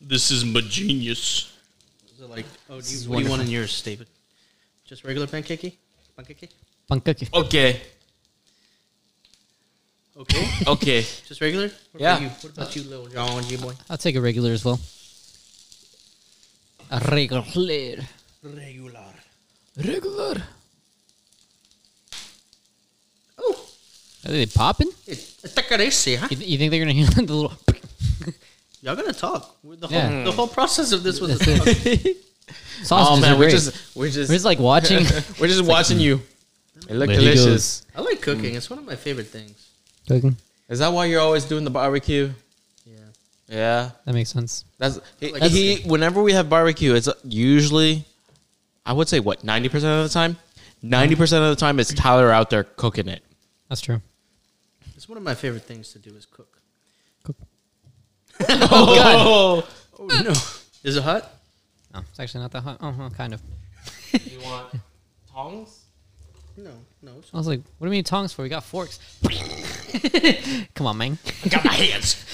[SPEAKER 1] This is my genius. Is it like, oh, do you, what do you want in yours, David? Just regular pancakey? Pancakey?
[SPEAKER 2] Pancake.
[SPEAKER 3] Okay,
[SPEAKER 1] Okay.
[SPEAKER 3] okay.
[SPEAKER 1] just regular? What
[SPEAKER 3] Yeah.
[SPEAKER 1] About you? What about you, little John, you boy?
[SPEAKER 2] I'll take a regular as well. A regular.
[SPEAKER 1] Regular.
[SPEAKER 2] Regular.
[SPEAKER 1] Oh,
[SPEAKER 2] Are they popping?
[SPEAKER 1] it's it's a crazy, huh?
[SPEAKER 2] You, th- you think they're gonna hear the little?
[SPEAKER 1] Y'all gotta talk. We're- The whole,
[SPEAKER 2] Yeah.
[SPEAKER 1] the whole process of this was a
[SPEAKER 2] That's
[SPEAKER 1] talk.
[SPEAKER 2] it. Sausages
[SPEAKER 3] oh man,
[SPEAKER 2] are
[SPEAKER 3] we're
[SPEAKER 2] great.
[SPEAKER 3] just we're
[SPEAKER 2] we're just
[SPEAKER 3] just
[SPEAKER 2] like watching.
[SPEAKER 3] we're just watching you. It looked
[SPEAKER 2] There he goes.
[SPEAKER 3] delicious.
[SPEAKER 1] I like cooking. It's one of my favorite things.
[SPEAKER 2] Cooking.
[SPEAKER 3] Is that why you're always doing the barbecue?
[SPEAKER 1] Yeah.
[SPEAKER 3] Yeah.
[SPEAKER 2] That makes sense.
[SPEAKER 3] That's he,
[SPEAKER 1] Like-
[SPEAKER 3] he- Whenever we have barbecue, it's usually, I would say, what ninety percent of the time, ninety percent of the time, it's Tyler out there cooking it.
[SPEAKER 2] That's true.
[SPEAKER 1] It's one of my favorite things to do is cook.
[SPEAKER 2] Cook.
[SPEAKER 3] Oh, God.
[SPEAKER 1] Oh, no. Is it hot?
[SPEAKER 2] No, it's actually not that hot. Oh, well, kind of.
[SPEAKER 3] You want tongs?
[SPEAKER 1] No, no. It's
[SPEAKER 2] I was like, what do we need tongs for? We got forks. Come on, man.
[SPEAKER 1] got my hands.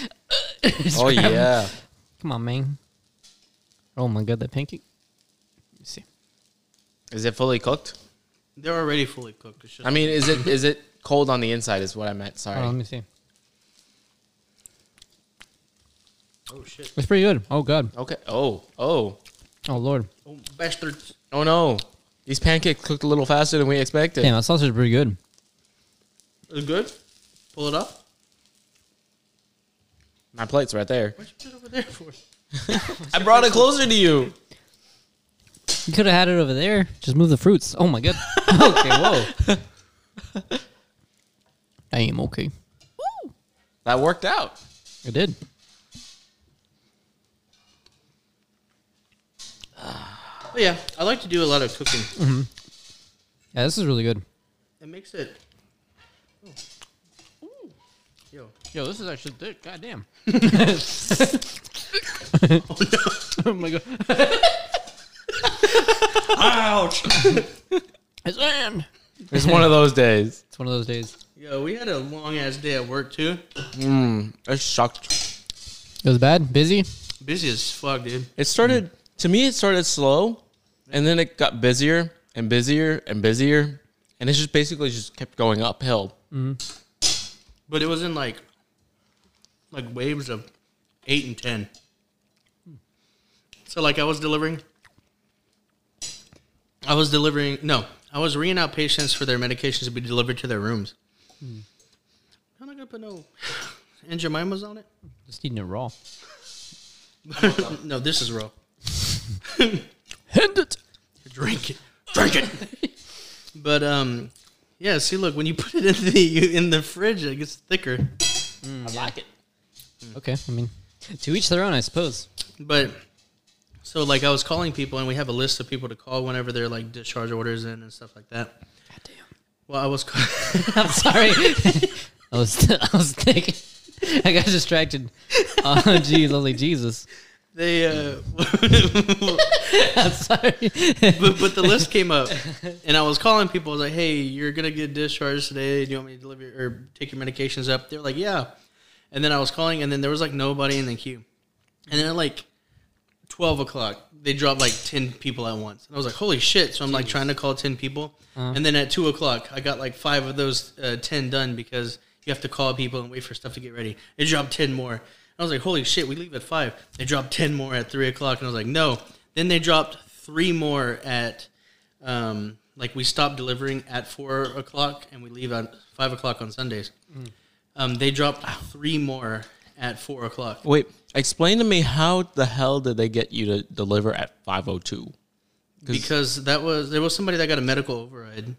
[SPEAKER 3] Oh yeah.
[SPEAKER 2] Come on, man. Oh my god, that pancake. Let me see.
[SPEAKER 3] Is it fully cooked?
[SPEAKER 1] They're already fully cooked. It's just
[SPEAKER 3] I mean, is it is it cold on the inside? Is what I meant. Sorry.
[SPEAKER 2] Oh, let me see.
[SPEAKER 1] oh shit.
[SPEAKER 2] It's pretty good. Oh god.
[SPEAKER 3] okay. Oh oh
[SPEAKER 2] Oh lord.
[SPEAKER 1] Oh bastards.
[SPEAKER 3] oh no! These pancakes cooked a little faster than we expected.
[SPEAKER 2] Damn, that sausage is pretty good.
[SPEAKER 1] Is it good? Pull it up.
[SPEAKER 3] My plate's right there.
[SPEAKER 1] What'd you put it over there for?
[SPEAKER 3] I brought it closer to you.
[SPEAKER 2] You could have had it over there. Just move the fruits. Oh my god. okay, whoa. I am okay.
[SPEAKER 3] That worked out.
[SPEAKER 2] It did.
[SPEAKER 1] Oh yeah, I like to do a lot of cooking.
[SPEAKER 2] Yeah, this is really good.
[SPEAKER 1] It makes it. Oh. Ooh.
[SPEAKER 2] Yo, this is actually thick. Goddamn.
[SPEAKER 1] Yo.
[SPEAKER 2] Oh my god.
[SPEAKER 1] Ouch.
[SPEAKER 2] It's in.
[SPEAKER 3] It's one of those days.
[SPEAKER 2] It's one of those days.
[SPEAKER 1] Yo, we had a long ass day at work too.
[SPEAKER 3] Mm, it sucked.
[SPEAKER 2] It was bad. Busy.
[SPEAKER 1] Busy as fuck, dude.
[SPEAKER 3] It started to me. It started slow, and then it got busier and busier and busier, and it just basically just kept going uphill.
[SPEAKER 1] But it was in like, like waves of eight and ten. So like I was delivering. I was delivering. No, I was reading out patients for their medications to be delivered to their rooms. Hmm. I'm not gonna put no Aunt Jemima's on it.
[SPEAKER 2] Just eating it raw.
[SPEAKER 1] no, this is raw.
[SPEAKER 2] Hand it.
[SPEAKER 1] Drink it. Drink it. but um, yeah. See, look, when you put it in the in the fridge, it gets thicker.
[SPEAKER 3] I like it.
[SPEAKER 2] Mm. Okay, I mean, to each their own, I suppose.
[SPEAKER 1] But so like I was calling people, and we have a list of people to call whenever they're like discharge orders in and stuff like that. Well, I was ca-
[SPEAKER 2] I'm sorry. I was I was thinking. I got distracted. Oh, jeez. I was like, Jesus.
[SPEAKER 1] they uh,
[SPEAKER 2] I'm sorry.
[SPEAKER 1] but, but the list came up, and I was calling people. I was like, "Hey, you're gonna get discharged today. Do you want me to deliver your, or take your medications up?" They're like, "Yeah," and then I was calling, and then there was like nobody in the queue, and then at like twelve o'clock, they dropped like ten people at once, and I was like, "Holy shit!" So I'm like trying to call ten people, and then at two o'clock, I got like five of those uh, ten done because you have to call people and wait for stuff to get ready. They dropped ten more. I was like, "Holy shit!" We leave at five. They dropped ten more at three o'clock, and I was like, "No." Then they dropped three more at um, like we stop delivering at four o'clock and we leave at five o'clock on Sundays. Um, they dropped three more at four o'clock.
[SPEAKER 3] Wait, explain to me how the hell did they get you to deliver at 502?
[SPEAKER 1] because that was there was somebody that got a medical override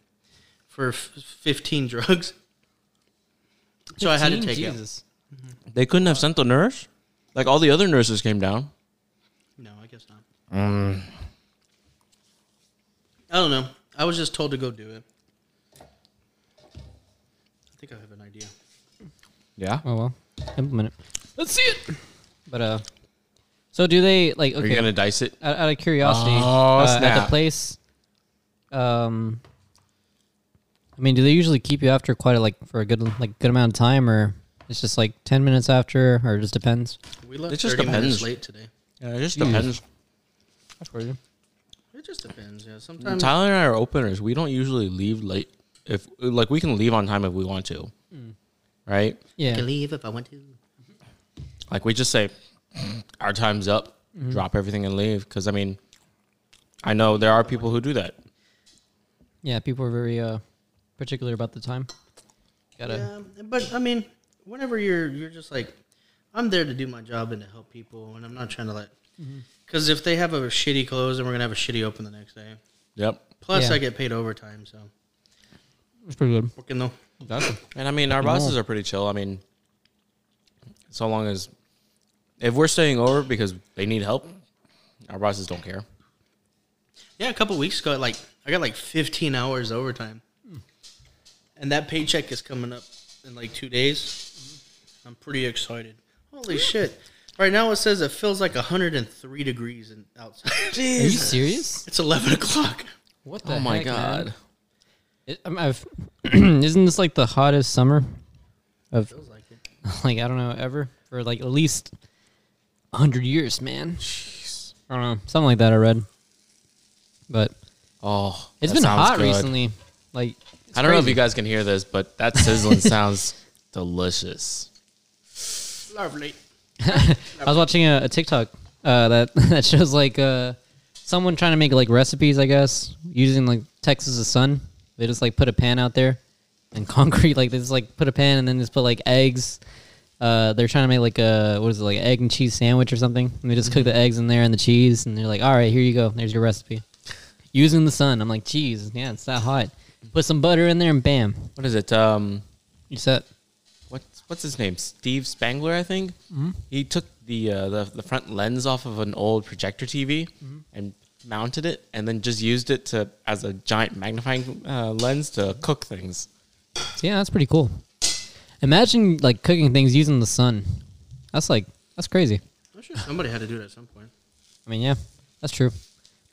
[SPEAKER 1] for f- 15 drugs so i had to take it
[SPEAKER 2] Jesus.
[SPEAKER 3] They couldn't have sent a nurse? Like all the other nurses came down.
[SPEAKER 1] no i guess not i don't know i was just told to go do it i think i have an idea
[SPEAKER 3] Yeah.
[SPEAKER 2] Oh well, implement it. Let's see it. But uh, so do they like?
[SPEAKER 3] Are
[SPEAKER 2] Okay,
[SPEAKER 3] you going to dice it?
[SPEAKER 2] out, out of curiosity,
[SPEAKER 3] Oh,
[SPEAKER 2] uh, at the
[SPEAKER 3] snap.
[SPEAKER 2] place, um, I mean, do they usually keep you after quite a, like for a good like good amount of time, or it's just like ten minutes after, or it just depends?
[SPEAKER 1] we left
[SPEAKER 3] It just
[SPEAKER 1] 30 minutes
[SPEAKER 3] depends.
[SPEAKER 1] late today
[SPEAKER 3] Yeah, it just
[SPEAKER 2] Jeez.
[SPEAKER 3] depends.
[SPEAKER 1] it just depends yeah sometimes
[SPEAKER 3] Um, Tyler and I are openers. We don't usually leave late. If like we can leave on time if we want to, right?
[SPEAKER 1] i can
[SPEAKER 2] Yeah,
[SPEAKER 1] leave if i want to
[SPEAKER 3] Like we just say our time's up, drop everything and leave. Because I mean, I know there are people who do that.
[SPEAKER 2] yeah. People are very uh particular about the time. Gotta
[SPEAKER 1] yeah but i mean whenever you're you're just like i'm there to do my job and to help people and i'm not trying to like
[SPEAKER 2] Mm-hmm.
[SPEAKER 1] because if they have a shitty close then we're gonna have a shitty open the next day
[SPEAKER 3] Yep.
[SPEAKER 1] plus
[SPEAKER 2] Yeah.
[SPEAKER 1] i get paid overtime so
[SPEAKER 2] it's pretty good.
[SPEAKER 1] working though
[SPEAKER 3] And I mean, our bosses are pretty chill. I mean, so long as if we're staying over because they need help, our bosses don't care.
[SPEAKER 1] yeah a couple weeks ago like i got like 15 hours overtime and that paycheck is coming up in like two days
[SPEAKER 2] Mm-hmm.
[SPEAKER 1] i'm pretty excited holy shit right now it says it feels like 103 degrees in outside
[SPEAKER 2] Are you serious?
[SPEAKER 1] it's 11 o'clock
[SPEAKER 2] What the?
[SPEAKER 3] Oh my
[SPEAKER 2] heck,
[SPEAKER 3] god.
[SPEAKER 2] man? It, I'm, I've, isn't this like the hottest summer of
[SPEAKER 1] feels like it
[SPEAKER 2] like I don't know ever for like at least hundred years, man. I don't know something like that. I read, but
[SPEAKER 3] Oh,
[SPEAKER 2] it's
[SPEAKER 3] that
[SPEAKER 2] been
[SPEAKER 3] sounds
[SPEAKER 2] hot
[SPEAKER 3] good.
[SPEAKER 2] recently. Like it's
[SPEAKER 3] I don't know if
[SPEAKER 2] crazy.
[SPEAKER 3] you guys can hear this, but that sizzling sounds delicious.
[SPEAKER 1] lovely
[SPEAKER 2] I was watching a, a TikTok uh, that that shows like uh, someone trying to make like recipes, I guess, using like Texas as the sun. They just like put a pan out there and concrete, like they just like put a pan and then just put like eggs. Uh, they're trying to make like a what is it like egg and cheese sandwich or something, and they just cook the eggs in there and the cheese, and they're like, all right, here you go, there's your recipe. Using the sun, I'm like, geez, yeah, it's that hot. Put some butter in there and bam,
[SPEAKER 3] What is it? Um,
[SPEAKER 2] you set.
[SPEAKER 3] what's what's his name? Steve Spangler, I think.
[SPEAKER 1] Mm-hmm.
[SPEAKER 3] He took the, uh, the the front lens off of an old projector TV
[SPEAKER 1] Mm-hmm.
[SPEAKER 3] and mounted it, and then just used it to as a giant magnifying uh, lens
[SPEAKER 1] Mm-hmm.
[SPEAKER 3] to cook things.
[SPEAKER 2] Yeah, that's pretty cool. Imagine like cooking things using the sun. That's like that's crazy.
[SPEAKER 1] i'm sure somebody had to do it at some point
[SPEAKER 2] I mean, yeah, that's true.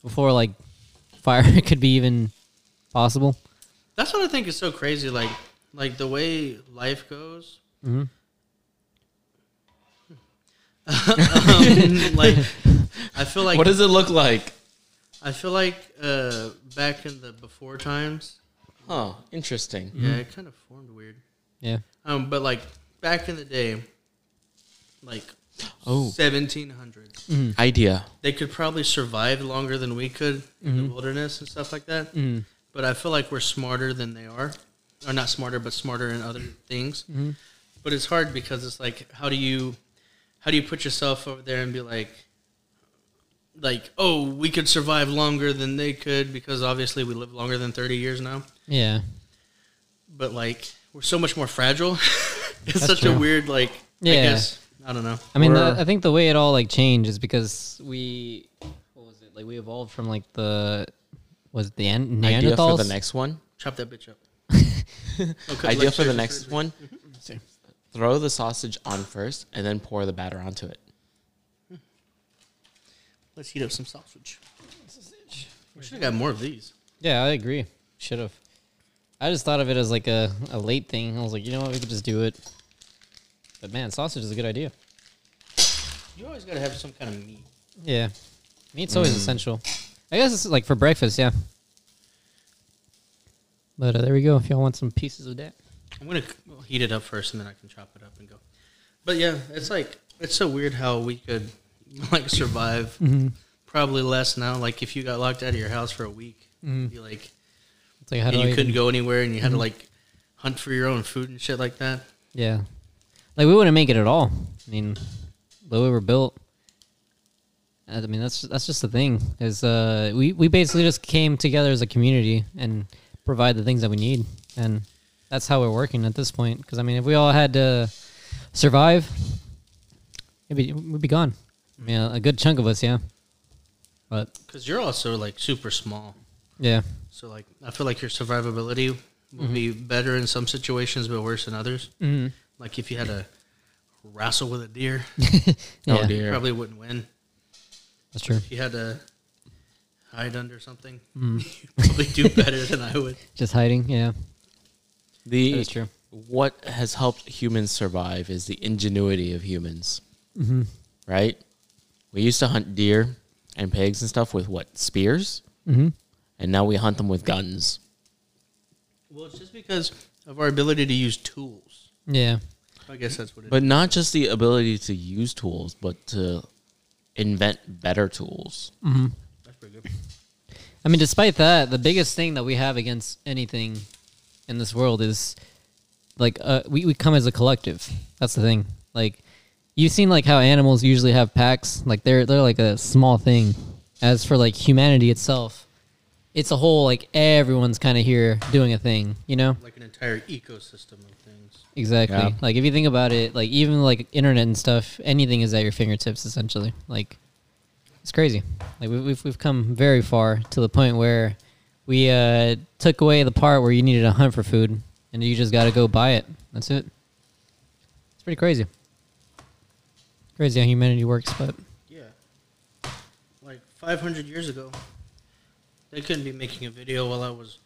[SPEAKER 2] Before like fire could be even possible.
[SPEAKER 1] That's what I think is so crazy. Like, like the way life goes. um, like, I feel like
[SPEAKER 3] what does it look like?
[SPEAKER 1] I feel like uh, back in the before times.
[SPEAKER 3] Huh? Interesting.
[SPEAKER 1] Yeah, it kind of formed weird.
[SPEAKER 2] Yeah.
[SPEAKER 1] Um, but like back in the day, like
[SPEAKER 3] Oh,
[SPEAKER 1] seventeen hundred,
[SPEAKER 3] idea.
[SPEAKER 1] they could probably survive longer than we could in the wilderness and stuff like that.
[SPEAKER 3] Mm-hmm.
[SPEAKER 2] Mm.
[SPEAKER 1] but I feel like we're smarter than they are, or not smarter, but smarter in other things.
[SPEAKER 2] Mm-hmm.
[SPEAKER 1] But it's hard because it's like, how do you, how do you put yourself over there and be like, like, oh, we could survive longer than they could because obviously we live longer than thirty years now.
[SPEAKER 2] Yeah.
[SPEAKER 1] But like, we're so much more fragile. it's
[SPEAKER 2] That's
[SPEAKER 1] such a
[SPEAKER 2] true.
[SPEAKER 1] weird like. I
[SPEAKER 2] Yeah.
[SPEAKER 1] guess I don't know.
[SPEAKER 2] I mean, the,
[SPEAKER 3] We're-
[SPEAKER 2] I think the way it all like changed is because we, what was it? Like we evolved from like the was it the An-
[SPEAKER 1] Mm-hmm.
[SPEAKER 2] Neanderthals.
[SPEAKER 3] Idea for the next one.
[SPEAKER 1] Chop that bitch up. Okay,
[SPEAKER 3] Idea
[SPEAKER 1] like
[SPEAKER 3] for the
[SPEAKER 1] surgery,
[SPEAKER 3] next
[SPEAKER 1] surgery. Mm-hmm.
[SPEAKER 3] one. Throw the sausage on first, and then pour the batter onto it.
[SPEAKER 1] Let's heat up some sausage. We should have got more of these.
[SPEAKER 2] Yeah, I agree. Should have. I just thought of it as like a, a late thing. I was like, you know what, we could just do it. But man, sausage is a good idea.
[SPEAKER 1] You always got to have some kind of meat.
[SPEAKER 2] Yeah, meat's always essential. I guess it's like for breakfast, yeah. But uh, there we go. If y'all want some pieces of that,
[SPEAKER 1] I'm gonna c- well, heat it up first, and then I can chop it up and go. But yeah, it's like it's so weird how we could like survive probably less now. Like if you got locked out of your house for a week, you'd be like,
[SPEAKER 2] it's like how
[SPEAKER 1] and
[SPEAKER 2] do
[SPEAKER 1] you
[SPEAKER 2] I
[SPEAKER 1] couldn't
[SPEAKER 2] even-
[SPEAKER 1] go anywhere, and you had to like hunt for your own food and shit like that.
[SPEAKER 2] Yeah, like we wouldn't make it at all. I mean, the way we're built. I mean, that's that's just the thing. Is uh, we we basically just came together as a community and provide the things that we need, and that's how we're working at this point. Because I mean, if we all had to survive, maybe we'd be gone. Yeah, a good chunk of us, yeah. But
[SPEAKER 1] Because you're also like super small,
[SPEAKER 2] yeah,
[SPEAKER 1] so like I feel like your survivability would be better in some situations, but worse in others.
[SPEAKER 2] mm-hmm.
[SPEAKER 1] Like if you had to wrestle with a deer,
[SPEAKER 2] yeah,
[SPEAKER 3] Oh
[SPEAKER 1] you
[SPEAKER 3] dear.
[SPEAKER 1] probably wouldn't win.
[SPEAKER 2] that's true.
[SPEAKER 1] If you had to hide under something,
[SPEAKER 2] Hmm.
[SPEAKER 1] you'd probably do better than I would.
[SPEAKER 2] Just hiding, yeah,
[SPEAKER 3] The
[SPEAKER 2] that is true.
[SPEAKER 3] what has helped humans survive is the ingenuity of humans,
[SPEAKER 2] Mm-hmm.
[SPEAKER 3] right? We used to hunt deer and pigs and stuff with what spears,
[SPEAKER 2] Mm-hmm.
[SPEAKER 3] and now we hunt them with guns.
[SPEAKER 1] Well, it's just because of our ability to use tools.
[SPEAKER 2] Yeah,
[SPEAKER 1] I guess that's what it is.
[SPEAKER 3] But not just the ability to use tools, but to invent better tools.
[SPEAKER 1] That's pretty good.
[SPEAKER 2] I mean, despite that, the biggest thing that we have against anything in this world is like uh, we we come as a collective. That's the thing. Like you've seen like how animals usually have packs. Like they're they're like a small thing. As for like humanity itself, it's a whole like everyone's kind of here doing a thing. You know.
[SPEAKER 1] Like an entire ecosystem of things.
[SPEAKER 2] Exactly.
[SPEAKER 3] Yeah.
[SPEAKER 2] Like if you think about it, like even like internet and stuff, anything is at your fingertips essentially. Like it's crazy. Like we- we've we've come very far to the point where we uh, took away the part where you needed to hunt for food, and you just got to go buy it. That's it. It's pretty crazy. Crazy how humanity works, but
[SPEAKER 1] Yeah. Like 500 years ago, they couldn't be making a video while I was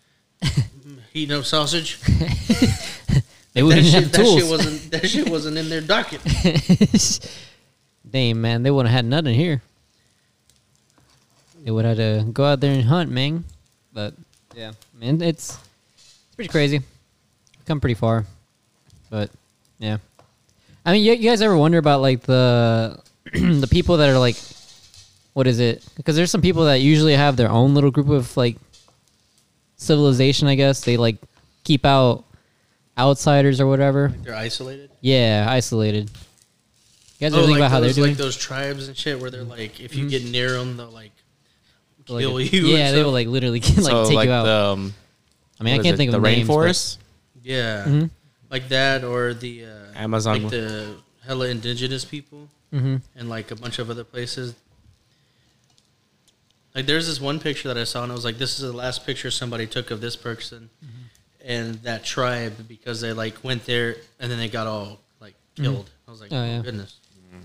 [SPEAKER 1] mm, heating up sausage.
[SPEAKER 2] they
[SPEAKER 1] That
[SPEAKER 2] wouldn't
[SPEAKER 1] shit,
[SPEAKER 2] have
[SPEAKER 1] that shit
[SPEAKER 2] tools.
[SPEAKER 1] wasn't that shit wasn't in their docket.
[SPEAKER 2] Damn man, they wouldn't have had nothing here. They would have had to go out there and hunt, man. But yeah, man, it's it's pretty crazy. Come pretty far, but yeah. I mean, you, you guys ever wonder about like the the people that are like, what is it? Because there's some people that usually have their own little group of like civilization. I guess they like keep out outsiders or whatever.
[SPEAKER 1] They're isolated.
[SPEAKER 2] Yeah, isolated. You guys ever think about how they're
[SPEAKER 1] those,
[SPEAKER 2] doing?
[SPEAKER 1] Oh,
[SPEAKER 2] Mm.
[SPEAKER 1] like those tribes and shit where they're like, if you get near them, they'll like
[SPEAKER 2] Like
[SPEAKER 1] kill
[SPEAKER 2] a-
[SPEAKER 1] you.
[SPEAKER 2] Yeah,
[SPEAKER 1] and
[SPEAKER 2] they
[SPEAKER 1] stuff.
[SPEAKER 2] will like literally like take you out.
[SPEAKER 3] The, um,
[SPEAKER 2] I mean, I
[SPEAKER 3] what is
[SPEAKER 2] can't
[SPEAKER 3] it,
[SPEAKER 2] think of
[SPEAKER 3] the
[SPEAKER 2] names, but-
[SPEAKER 3] rainforest.
[SPEAKER 1] Yeah,
[SPEAKER 2] Mhm.
[SPEAKER 1] like that, or the uh,
[SPEAKER 3] Amazon
[SPEAKER 1] like
[SPEAKER 3] one.
[SPEAKER 1] the hella indigenous people,
[SPEAKER 2] Mhm.
[SPEAKER 1] and like a bunch of other places. Like there's this one picture that I saw, and I was like, "This is the last picture somebody took of this person
[SPEAKER 2] Mm-hmm.
[SPEAKER 1] and that tribe because they like went there and then they got all like killed." I was like,
[SPEAKER 2] Oh,
[SPEAKER 1] "Oh,
[SPEAKER 2] yeah.
[SPEAKER 1] goodness."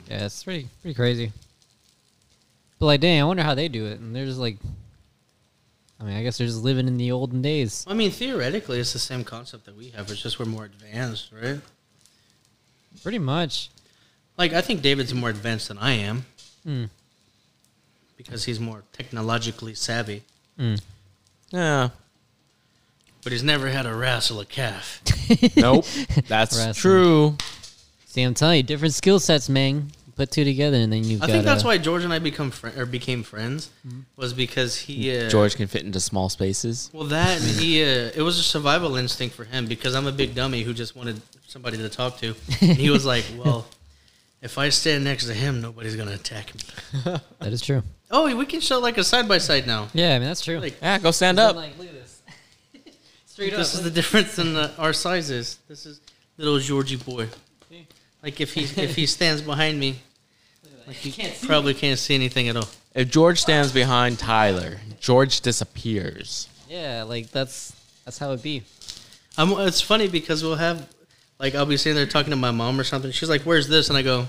[SPEAKER 2] Yeah, it's pretty pretty crazy. But like, dang, I wonder how they do it. And they're just like, I mean, I guess they're just living in the olden days.
[SPEAKER 1] I mean, theoretically, it's the same concept that we have. It's just we're more advanced, right?
[SPEAKER 2] Pretty much.
[SPEAKER 1] Like I think David's more advanced than I am
[SPEAKER 2] Mm.
[SPEAKER 1] because he's more technologically savvy.
[SPEAKER 2] Mm.
[SPEAKER 3] Yeah.
[SPEAKER 1] But he's never had a wrestle a calf.
[SPEAKER 3] Nope. That's
[SPEAKER 2] Wrestling.
[SPEAKER 3] true.
[SPEAKER 2] See, I'm telling you, different skill sets, man. Put two together, and then you've
[SPEAKER 1] I
[SPEAKER 2] got.
[SPEAKER 1] think that's
[SPEAKER 2] a-
[SPEAKER 1] why George and I become fri or became friends
[SPEAKER 2] Mm-hmm.
[SPEAKER 1] was because he uh,
[SPEAKER 3] George can fit into small spaces.
[SPEAKER 1] Well, that and he uh, it was a survival instinct for him because I'm a big dummy who just wanted somebody to talk to. And he was like, "Well, if I stand next to him, nobody's gonna attack me."
[SPEAKER 2] that is true.
[SPEAKER 1] Oh, we can show like a side by side now.
[SPEAKER 2] Yeah, I mean, that's true.
[SPEAKER 1] Like,
[SPEAKER 3] Yeah, go stand
[SPEAKER 2] I'm
[SPEAKER 3] up.
[SPEAKER 2] like, look at this. Straight
[SPEAKER 1] This
[SPEAKER 2] up.
[SPEAKER 1] is the difference in the, our sizes. This is little Georgie boy. Like if he if he stands behind me, like you
[SPEAKER 2] Can't see.
[SPEAKER 1] probably can't see anything at all.
[SPEAKER 3] If George stands behind Tyler, George disappears.
[SPEAKER 2] yeah, like that's that's how it be.
[SPEAKER 1] I'm, it's funny because we'll have, like, I'll be sitting there talking to my mom or something. She's like, "Where's this?" And I go,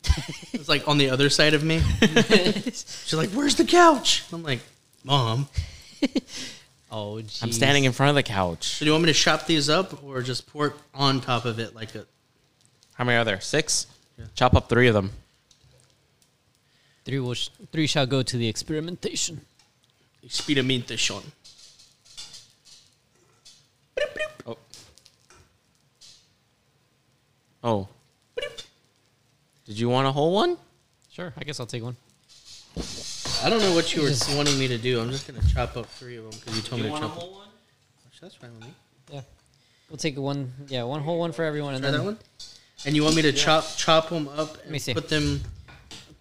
[SPEAKER 1] "It's like on the other side of me." She's like, "Where's the couch?" I'm like, Mom,
[SPEAKER 2] Oh, jeez.
[SPEAKER 3] I'm standing in front of the couch.
[SPEAKER 1] so do you want me to chop these up or just pour it on top of it like a?
[SPEAKER 3] How many are there? Six. Chop up three of them.
[SPEAKER 2] Three will sh- three shall go to the experimentation.
[SPEAKER 1] Experimentation.
[SPEAKER 3] Oh. Oh. Did you want a whole one?
[SPEAKER 2] Sure, I guess I'll take one.
[SPEAKER 1] I don't know what you were
[SPEAKER 2] Just-
[SPEAKER 1] wanting me to do. I'm just gonna chop up three of them because you told me to chop. Them.
[SPEAKER 3] one?
[SPEAKER 1] That's fine with me.
[SPEAKER 2] Yeah, we'll take one. Yeah, one whole one for everyone, and
[SPEAKER 1] Try
[SPEAKER 2] then
[SPEAKER 1] that one. And you want me to chop chop them up and
[SPEAKER 2] me see.
[SPEAKER 1] put them,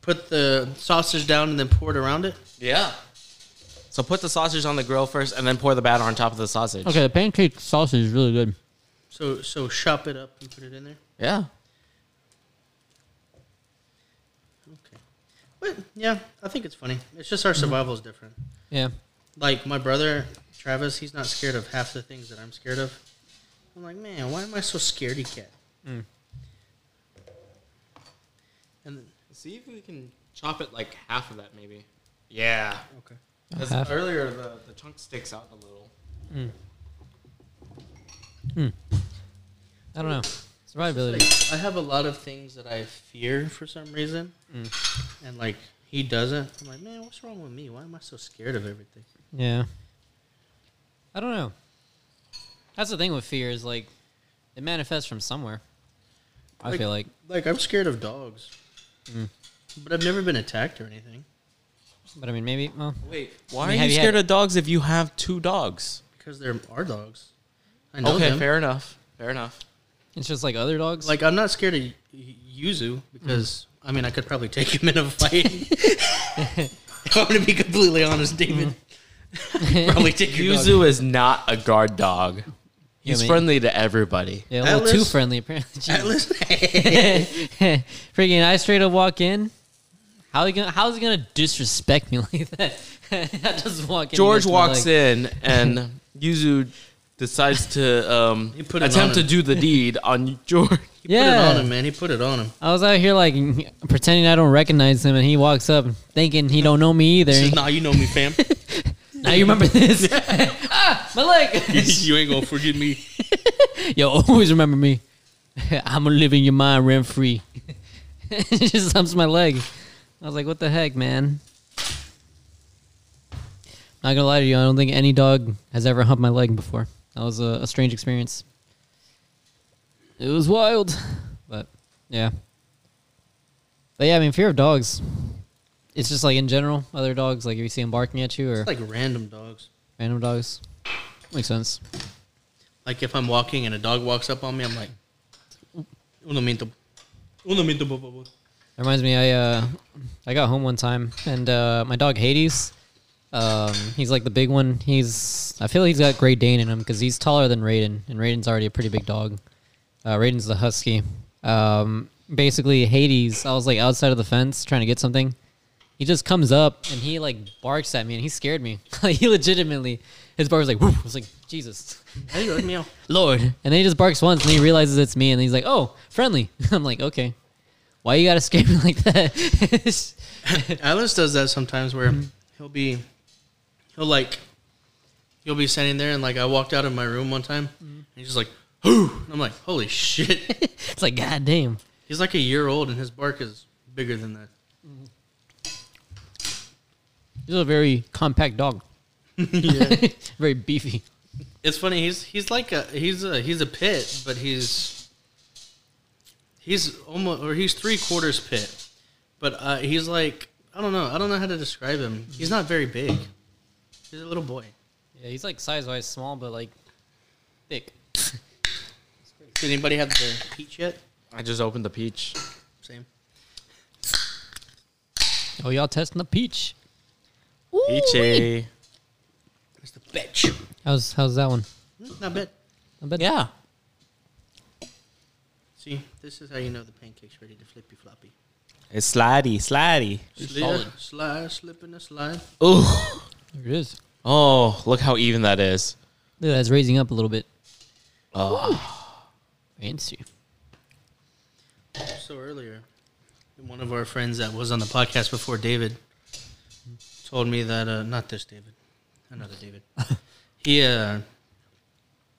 [SPEAKER 1] put the sausage down and then pour it around it.
[SPEAKER 3] Yeah. So put the sausage on the grill first, and then pour the batter on top of the sausage.
[SPEAKER 2] Okay, the pancake sausage is really good.
[SPEAKER 1] So so chop it up and put it in there.
[SPEAKER 3] Yeah.
[SPEAKER 1] Okay. But yeah, I think it's funny. It's just our survival is different.
[SPEAKER 2] Yeah,
[SPEAKER 1] Like my brother Travis, he's not scared of half the things that I'm scared of. I'm like, man, why am I so scaredy cat?
[SPEAKER 2] Mm.
[SPEAKER 1] And then,
[SPEAKER 3] See if we can chop it like half of that, maybe. Yeah.
[SPEAKER 1] okay.
[SPEAKER 3] Because
[SPEAKER 2] Half.
[SPEAKER 3] earlier the, the chunk sticks out a little.
[SPEAKER 2] I don't know. Survivability.
[SPEAKER 1] Like, I have a lot of things that I fear for some reason, and like he doesn't. I'm like, man, what's wrong with me? Why am I so scared of everything?
[SPEAKER 2] Yeah. I don't know. That's the thing with fear is like it manifests from somewhere. I
[SPEAKER 1] Like-
[SPEAKER 2] feel like
[SPEAKER 1] Like I'm scared of dogs,
[SPEAKER 2] Mm.
[SPEAKER 1] but I've never been attacked or anything
[SPEAKER 2] but I mean maybe well
[SPEAKER 3] Wait,
[SPEAKER 2] I
[SPEAKER 3] why
[SPEAKER 2] mean,
[SPEAKER 3] are
[SPEAKER 2] have
[SPEAKER 3] you
[SPEAKER 2] you had-
[SPEAKER 3] scared of dogs if you have two dogs?
[SPEAKER 1] because they're our dogs. I know
[SPEAKER 3] Okay,
[SPEAKER 1] them.
[SPEAKER 3] fair enough. Fair enough.
[SPEAKER 2] it's just like other dogs.
[SPEAKER 1] Like I'm not scared of y- y- Yuzu because I mean I could probably take him in a fight. if I'm gonna be completely honest, David. probably take your dog.
[SPEAKER 3] Yuzu is not a guard dog.
[SPEAKER 2] Yeah,
[SPEAKER 3] He's
[SPEAKER 2] man.
[SPEAKER 3] friendly to everybody.
[SPEAKER 2] yeah, a little too
[SPEAKER 1] Atlas-
[SPEAKER 2] friendly apparently. Jesus.
[SPEAKER 1] Atlas.
[SPEAKER 2] Freaking I straight up walk in. How you gonna how's he gonna disrespect me like that? I just walk in.
[SPEAKER 3] George walks in and Yuzu decides to um,
[SPEAKER 1] He put it
[SPEAKER 3] attempt
[SPEAKER 1] on
[SPEAKER 3] to
[SPEAKER 1] him.
[SPEAKER 3] do the deed on George.
[SPEAKER 1] Put it
[SPEAKER 2] Yeah.
[SPEAKER 1] on him, man. He put it on him.
[SPEAKER 2] I was out here like pretending I don't recognize him and he walks up thinking he don't know me either.
[SPEAKER 1] He says, nah, you know me, fam.
[SPEAKER 2] now you remember this. ah, my leg.
[SPEAKER 1] you ain't gonna forget me.
[SPEAKER 2] Yo, always remember me. I'm gonna live in your mind rent free. it just humps my leg. I was like, what the heck, man? Not gonna lie to you, I don't think any dog has ever humped my leg before. That was a, a strange experience. It was wild. But yeah. But yeah, I mean fear of dogs. It's just like in general, other dogs, like if you see them barking at you or
[SPEAKER 1] It's like random dogs.
[SPEAKER 2] random dogs. Makes sense.
[SPEAKER 1] Like if I'm walking and a dog walks up on me, I'm like, un momento, un momento, por favor."
[SPEAKER 2] That reminds me, I uh, I got home one time, and uh, my dog Hades, um, he's like the big one. He's I feel he's got Great Dane in him because he's taller than Raiden, and Raiden's already a pretty big dog. Uh, Raiden's the husky. Um, basically, Hades, I was like outside of the fence trying to get something. He just comes up and he like barks at me, and he scared me. Like, he legitimately, his bark was like, "Woof!" I was like, Jesus.
[SPEAKER 1] Hey, let me out.
[SPEAKER 2] Lord. And then he just barks once and he realizes it's me and he's like, oh, friendly. I'm like, okay. Why you gotta scare me like that?
[SPEAKER 1] Alice does that sometimes where he'll be, he'll like, he'll be standing there and like I walked out of my room one time and he's just like, who? I'm like, holy shit.
[SPEAKER 2] it's like, god damn.
[SPEAKER 1] he's like a year old and his bark is bigger than that.
[SPEAKER 2] He's a very compact dog.
[SPEAKER 1] yeah.
[SPEAKER 2] very beefy.
[SPEAKER 1] It's funny. He's he's like a he's a he's a pit, but he's he's almost or he's three quarters pit, but uh, he's like I don't know. I don't know how to describe him. He's not very big. He's a little boy.
[SPEAKER 2] Yeah, he's like size wise small, but like thick.
[SPEAKER 1] Did anybody have the peach yet?
[SPEAKER 3] I just opened the peach.
[SPEAKER 1] Same.
[SPEAKER 2] Oh, y'all testing the peach.
[SPEAKER 3] Peachy.
[SPEAKER 1] It's the bitch.
[SPEAKER 2] How's how's that one?
[SPEAKER 1] Not bad.
[SPEAKER 2] I bet
[SPEAKER 3] Yeah.
[SPEAKER 1] See, this is how you know the pancake's ready to flippy floppy.
[SPEAKER 3] It's slidey, slidey.
[SPEAKER 1] Slide, slide, slip and a slide.
[SPEAKER 3] Ooh.
[SPEAKER 2] there it is.
[SPEAKER 3] Oh, look how even that is.
[SPEAKER 2] Look, that's raising up a little bit.
[SPEAKER 3] Oh.
[SPEAKER 2] Fancy.
[SPEAKER 1] So earlier, one of our friends that was on the podcast before David told me that uh, not this David, another David. he uh,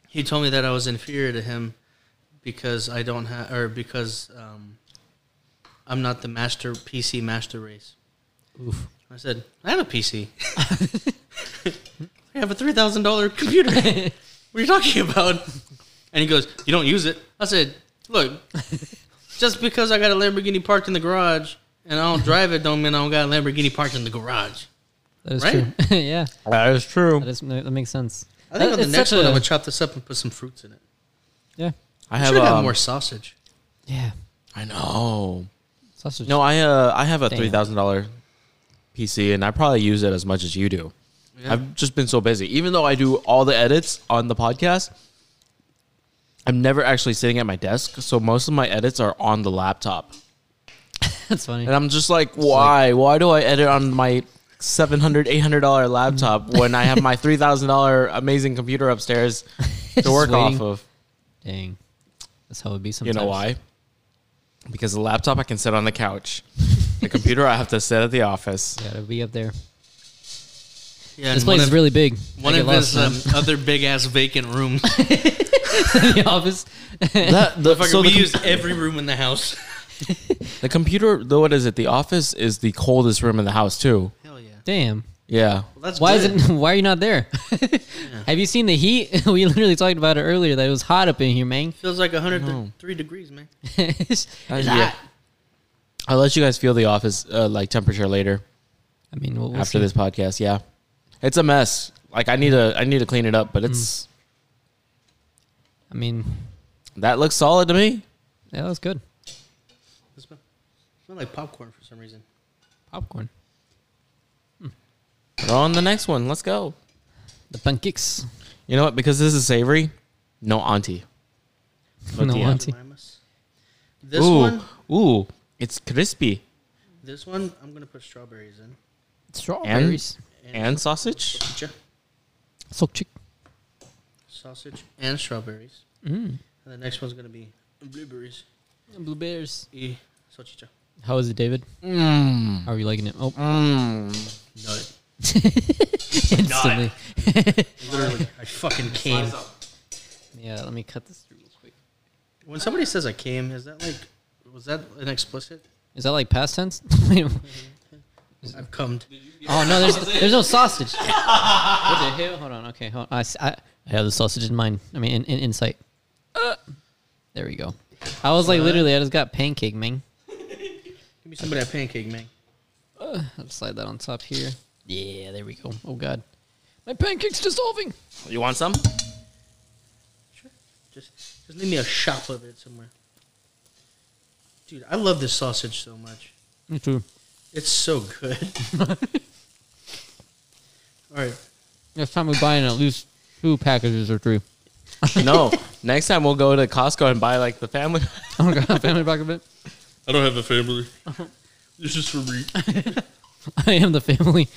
[SPEAKER 1] he told me that I was inferior to him because I don't have or because um, I'm not the master PC master race.
[SPEAKER 2] Oof.
[SPEAKER 1] I said I have a PC. I have a three thousand dollar computer. what are you talking about? And he goes, "You don't use it." I said, "Look, just because I got a Lamborghini parked in the garage and I don't drive it, don't mean I don't got a Lamborghini parked in the garage."
[SPEAKER 2] That is
[SPEAKER 1] Right?
[SPEAKER 2] true. yeah,
[SPEAKER 3] That is true.
[SPEAKER 2] that, is, that makes sense.
[SPEAKER 1] I think
[SPEAKER 2] That-
[SPEAKER 1] on the
[SPEAKER 2] it's
[SPEAKER 1] next
[SPEAKER 2] such
[SPEAKER 1] one,
[SPEAKER 2] a-
[SPEAKER 1] I'm gonna chop this up and put some fruits in it.
[SPEAKER 2] Yeah,
[SPEAKER 3] I
[SPEAKER 1] I
[SPEAKER 3] have
[SPEAKER 1] should have
[SPEAKER 3] um,
[SPEAKER 1] more sausage.
[SPEAKER 2] yeah.
[SPEAKER 3] I know.
[SPEAKER 2] Sausage.
[SPEAKER 3] No, I uh, I have a
[SPEAKER 2] Damn.
[SPEAKER 3] three thousand dollar PC, and I probably use it as much as you do.
[SPEAKER 1] Yeah.
[SPEAKER 3] I've just been so busy. Even though I do all the edits on the podcast, I'm never actually sitting at my desk. So most of my edits are on the laptop,
[SPEAKER 2] that's funny.
[SPEAKER 3] and I'm just like, why? why do I edit on my 700 800 dollar laptop when I have my three thousand dollar amazing computer upstairs to
[SPEAKER 2] Just
[SPEAKER 3] work off
[SPEAKER 2] waiting.
[SPEAKER 3] of?
[SPEAKER 2] Dang, that's how it would be
[SPEAKER 3] You
[SPEAKER 2] sometimes.
[SPEAKER 3] know why? Because the laptop I can sit on the couch. The computer I have to sit at the office.
[SPEAKER 2] Yeah, it'd be up there.
[SPEAKER 1] Yeah, and
[SPEAKER 2] This
[SPEAKER 1] one
[SPEAKER 2] place is
[SPEAKER 1] of-
[SPEAKER 2] really big.
[SPEAKER 1] one
[SPEAKER 2] I get
[SPEAKER 1] of his um,
[SPEAKER 2] lost
[SPEAKER 1] other big ass vacant rooms.
[SPEAKER 2] in the office.
[SPEAKER 3] That, the,
[SPEAKER 1] Fucking
[SPEAKER 3] so
[SPEAKER 1] we
[SPEAKER 3] the, com-
[SPEAKER 1] use every room in the house.
[SPEAKER 3] the computer, the, what is it? The office is the coldest room in the house too.
[SPEAKER 1] Hell yeah.
[SPEAKER 2] Damn.
[SPEAKER 3] Yeah,
[SPEAKER 1] Well, that's
[SPEAKER 2] Why
[SPEAKER 1] good.
[SPEAKER 2] is it? Why are you not there? Have you seen the heat? we literally talked about it earlier that it was hot up in here, man.
[SPEAKER 1] Feels like 103 degrees, man.
[SPEAKER 2] It's-
[SPEAKER 3] Uh,
[SPEAKER 2] it's
[SPEAKER 3] yeah.
[SPEAKER 2] hot.
[SPEAKER 3] I'll let you guys feel the office uh, like temperature later
[SPEAKER 2] I mean, we'll, we'll see.
[SPEAKER 3] after this podcast. Yeah, it's a mess. Like I need to, I need to clean it up. But it's
[SPEAKER 2] I mean,
[SPEAKER 3] that looks solid to me.
[SPEAKER 2] yeah, that was good.
[SPEAKER 1] It smell, it smell like popcorn for some reason.
[SPEAKER 2] Popcorn,
[SPEAKER 3] We're on the next one. Let's go.
[SPEAKER 2] the pancakes.
[SPEAKER 3] You know what? Because this is savory. No auntie.
[SPEAKER 2] No
[SPEAKER 3] Tortilla.
[SPEAKER 2] auntie.
[SPEAKER 1] Limas. This
[SPEAKER 3] ooh,
[SPEAKER 1] one,
[SPEAKER 3] ooh, it's crispy
[SPEAKER 1] this one, I'm gonna put strawberries in.
[SPEAKER 2] Strawberries,
[SPEAKER 3] and sausage.
[SPEAKER 1] Sriracha,
[SPEAKER 2] sok chick.
[SPEAKER 1] sausage and strawberries.
[SPEAKER 2] Mm.
[SPEAKER 1] And the next one's gonna be blueberries.
[SPEAKER 2] Blueberries.
[SPEAKER 1] E salchicha.
[SPEAKER 2] How is it, David?
[SPEAKER 3] Mmm.
[SPEAKER 2] How are you liking it? Oh,
[SPEAKER 3] Mmm.
[SPEAKER 1] Nut it.
[SPEAKER 2] instantly.
[SPEAKER 1] Literally, I fucking came.
[SPEAKER 2] Yeah, let me cut this through real quick.
[SPEAKER 1] When somebody says I came, is that like, was that an explicit?
[SPEAKER 2] Is that like past tense?
[SPEAKER 1] I've cummed.
[SPEAKER 2] Oh no, there's there's no sausage. what the hell? Hold on. Okay, hold on. I, s- I- I have the sausage in mind. I mean, in, in insight. Uh, there we go. I was like, literally, I just got pancake, man.
[SPEAKER 1] Give me somebody a pancake, man.
[SPEAKER 2] Uh, I'll slide that on top here. Yeah, there we go. Oh god, my pancake's dissolving.
[SPEAKER 3] You want some?
[SPEAKER 1] Sure. Just, just leave me a shop of it somewhere. Dude, I love this sausage so much.
[SPEAKER 2] Me too.
[SPEAKER 1] It's so good. All right.
[SPEAKER 2] Next time we buy in at least two packages or three.
[SPEAKER 3] no. Next time we'll go to Costco and buy like the family.
[SPEAKER 2] Oh god, family back a bit.
[SPEAKER 1] I don't have a family. This is for me.
[SPEAKER 2] I am the family.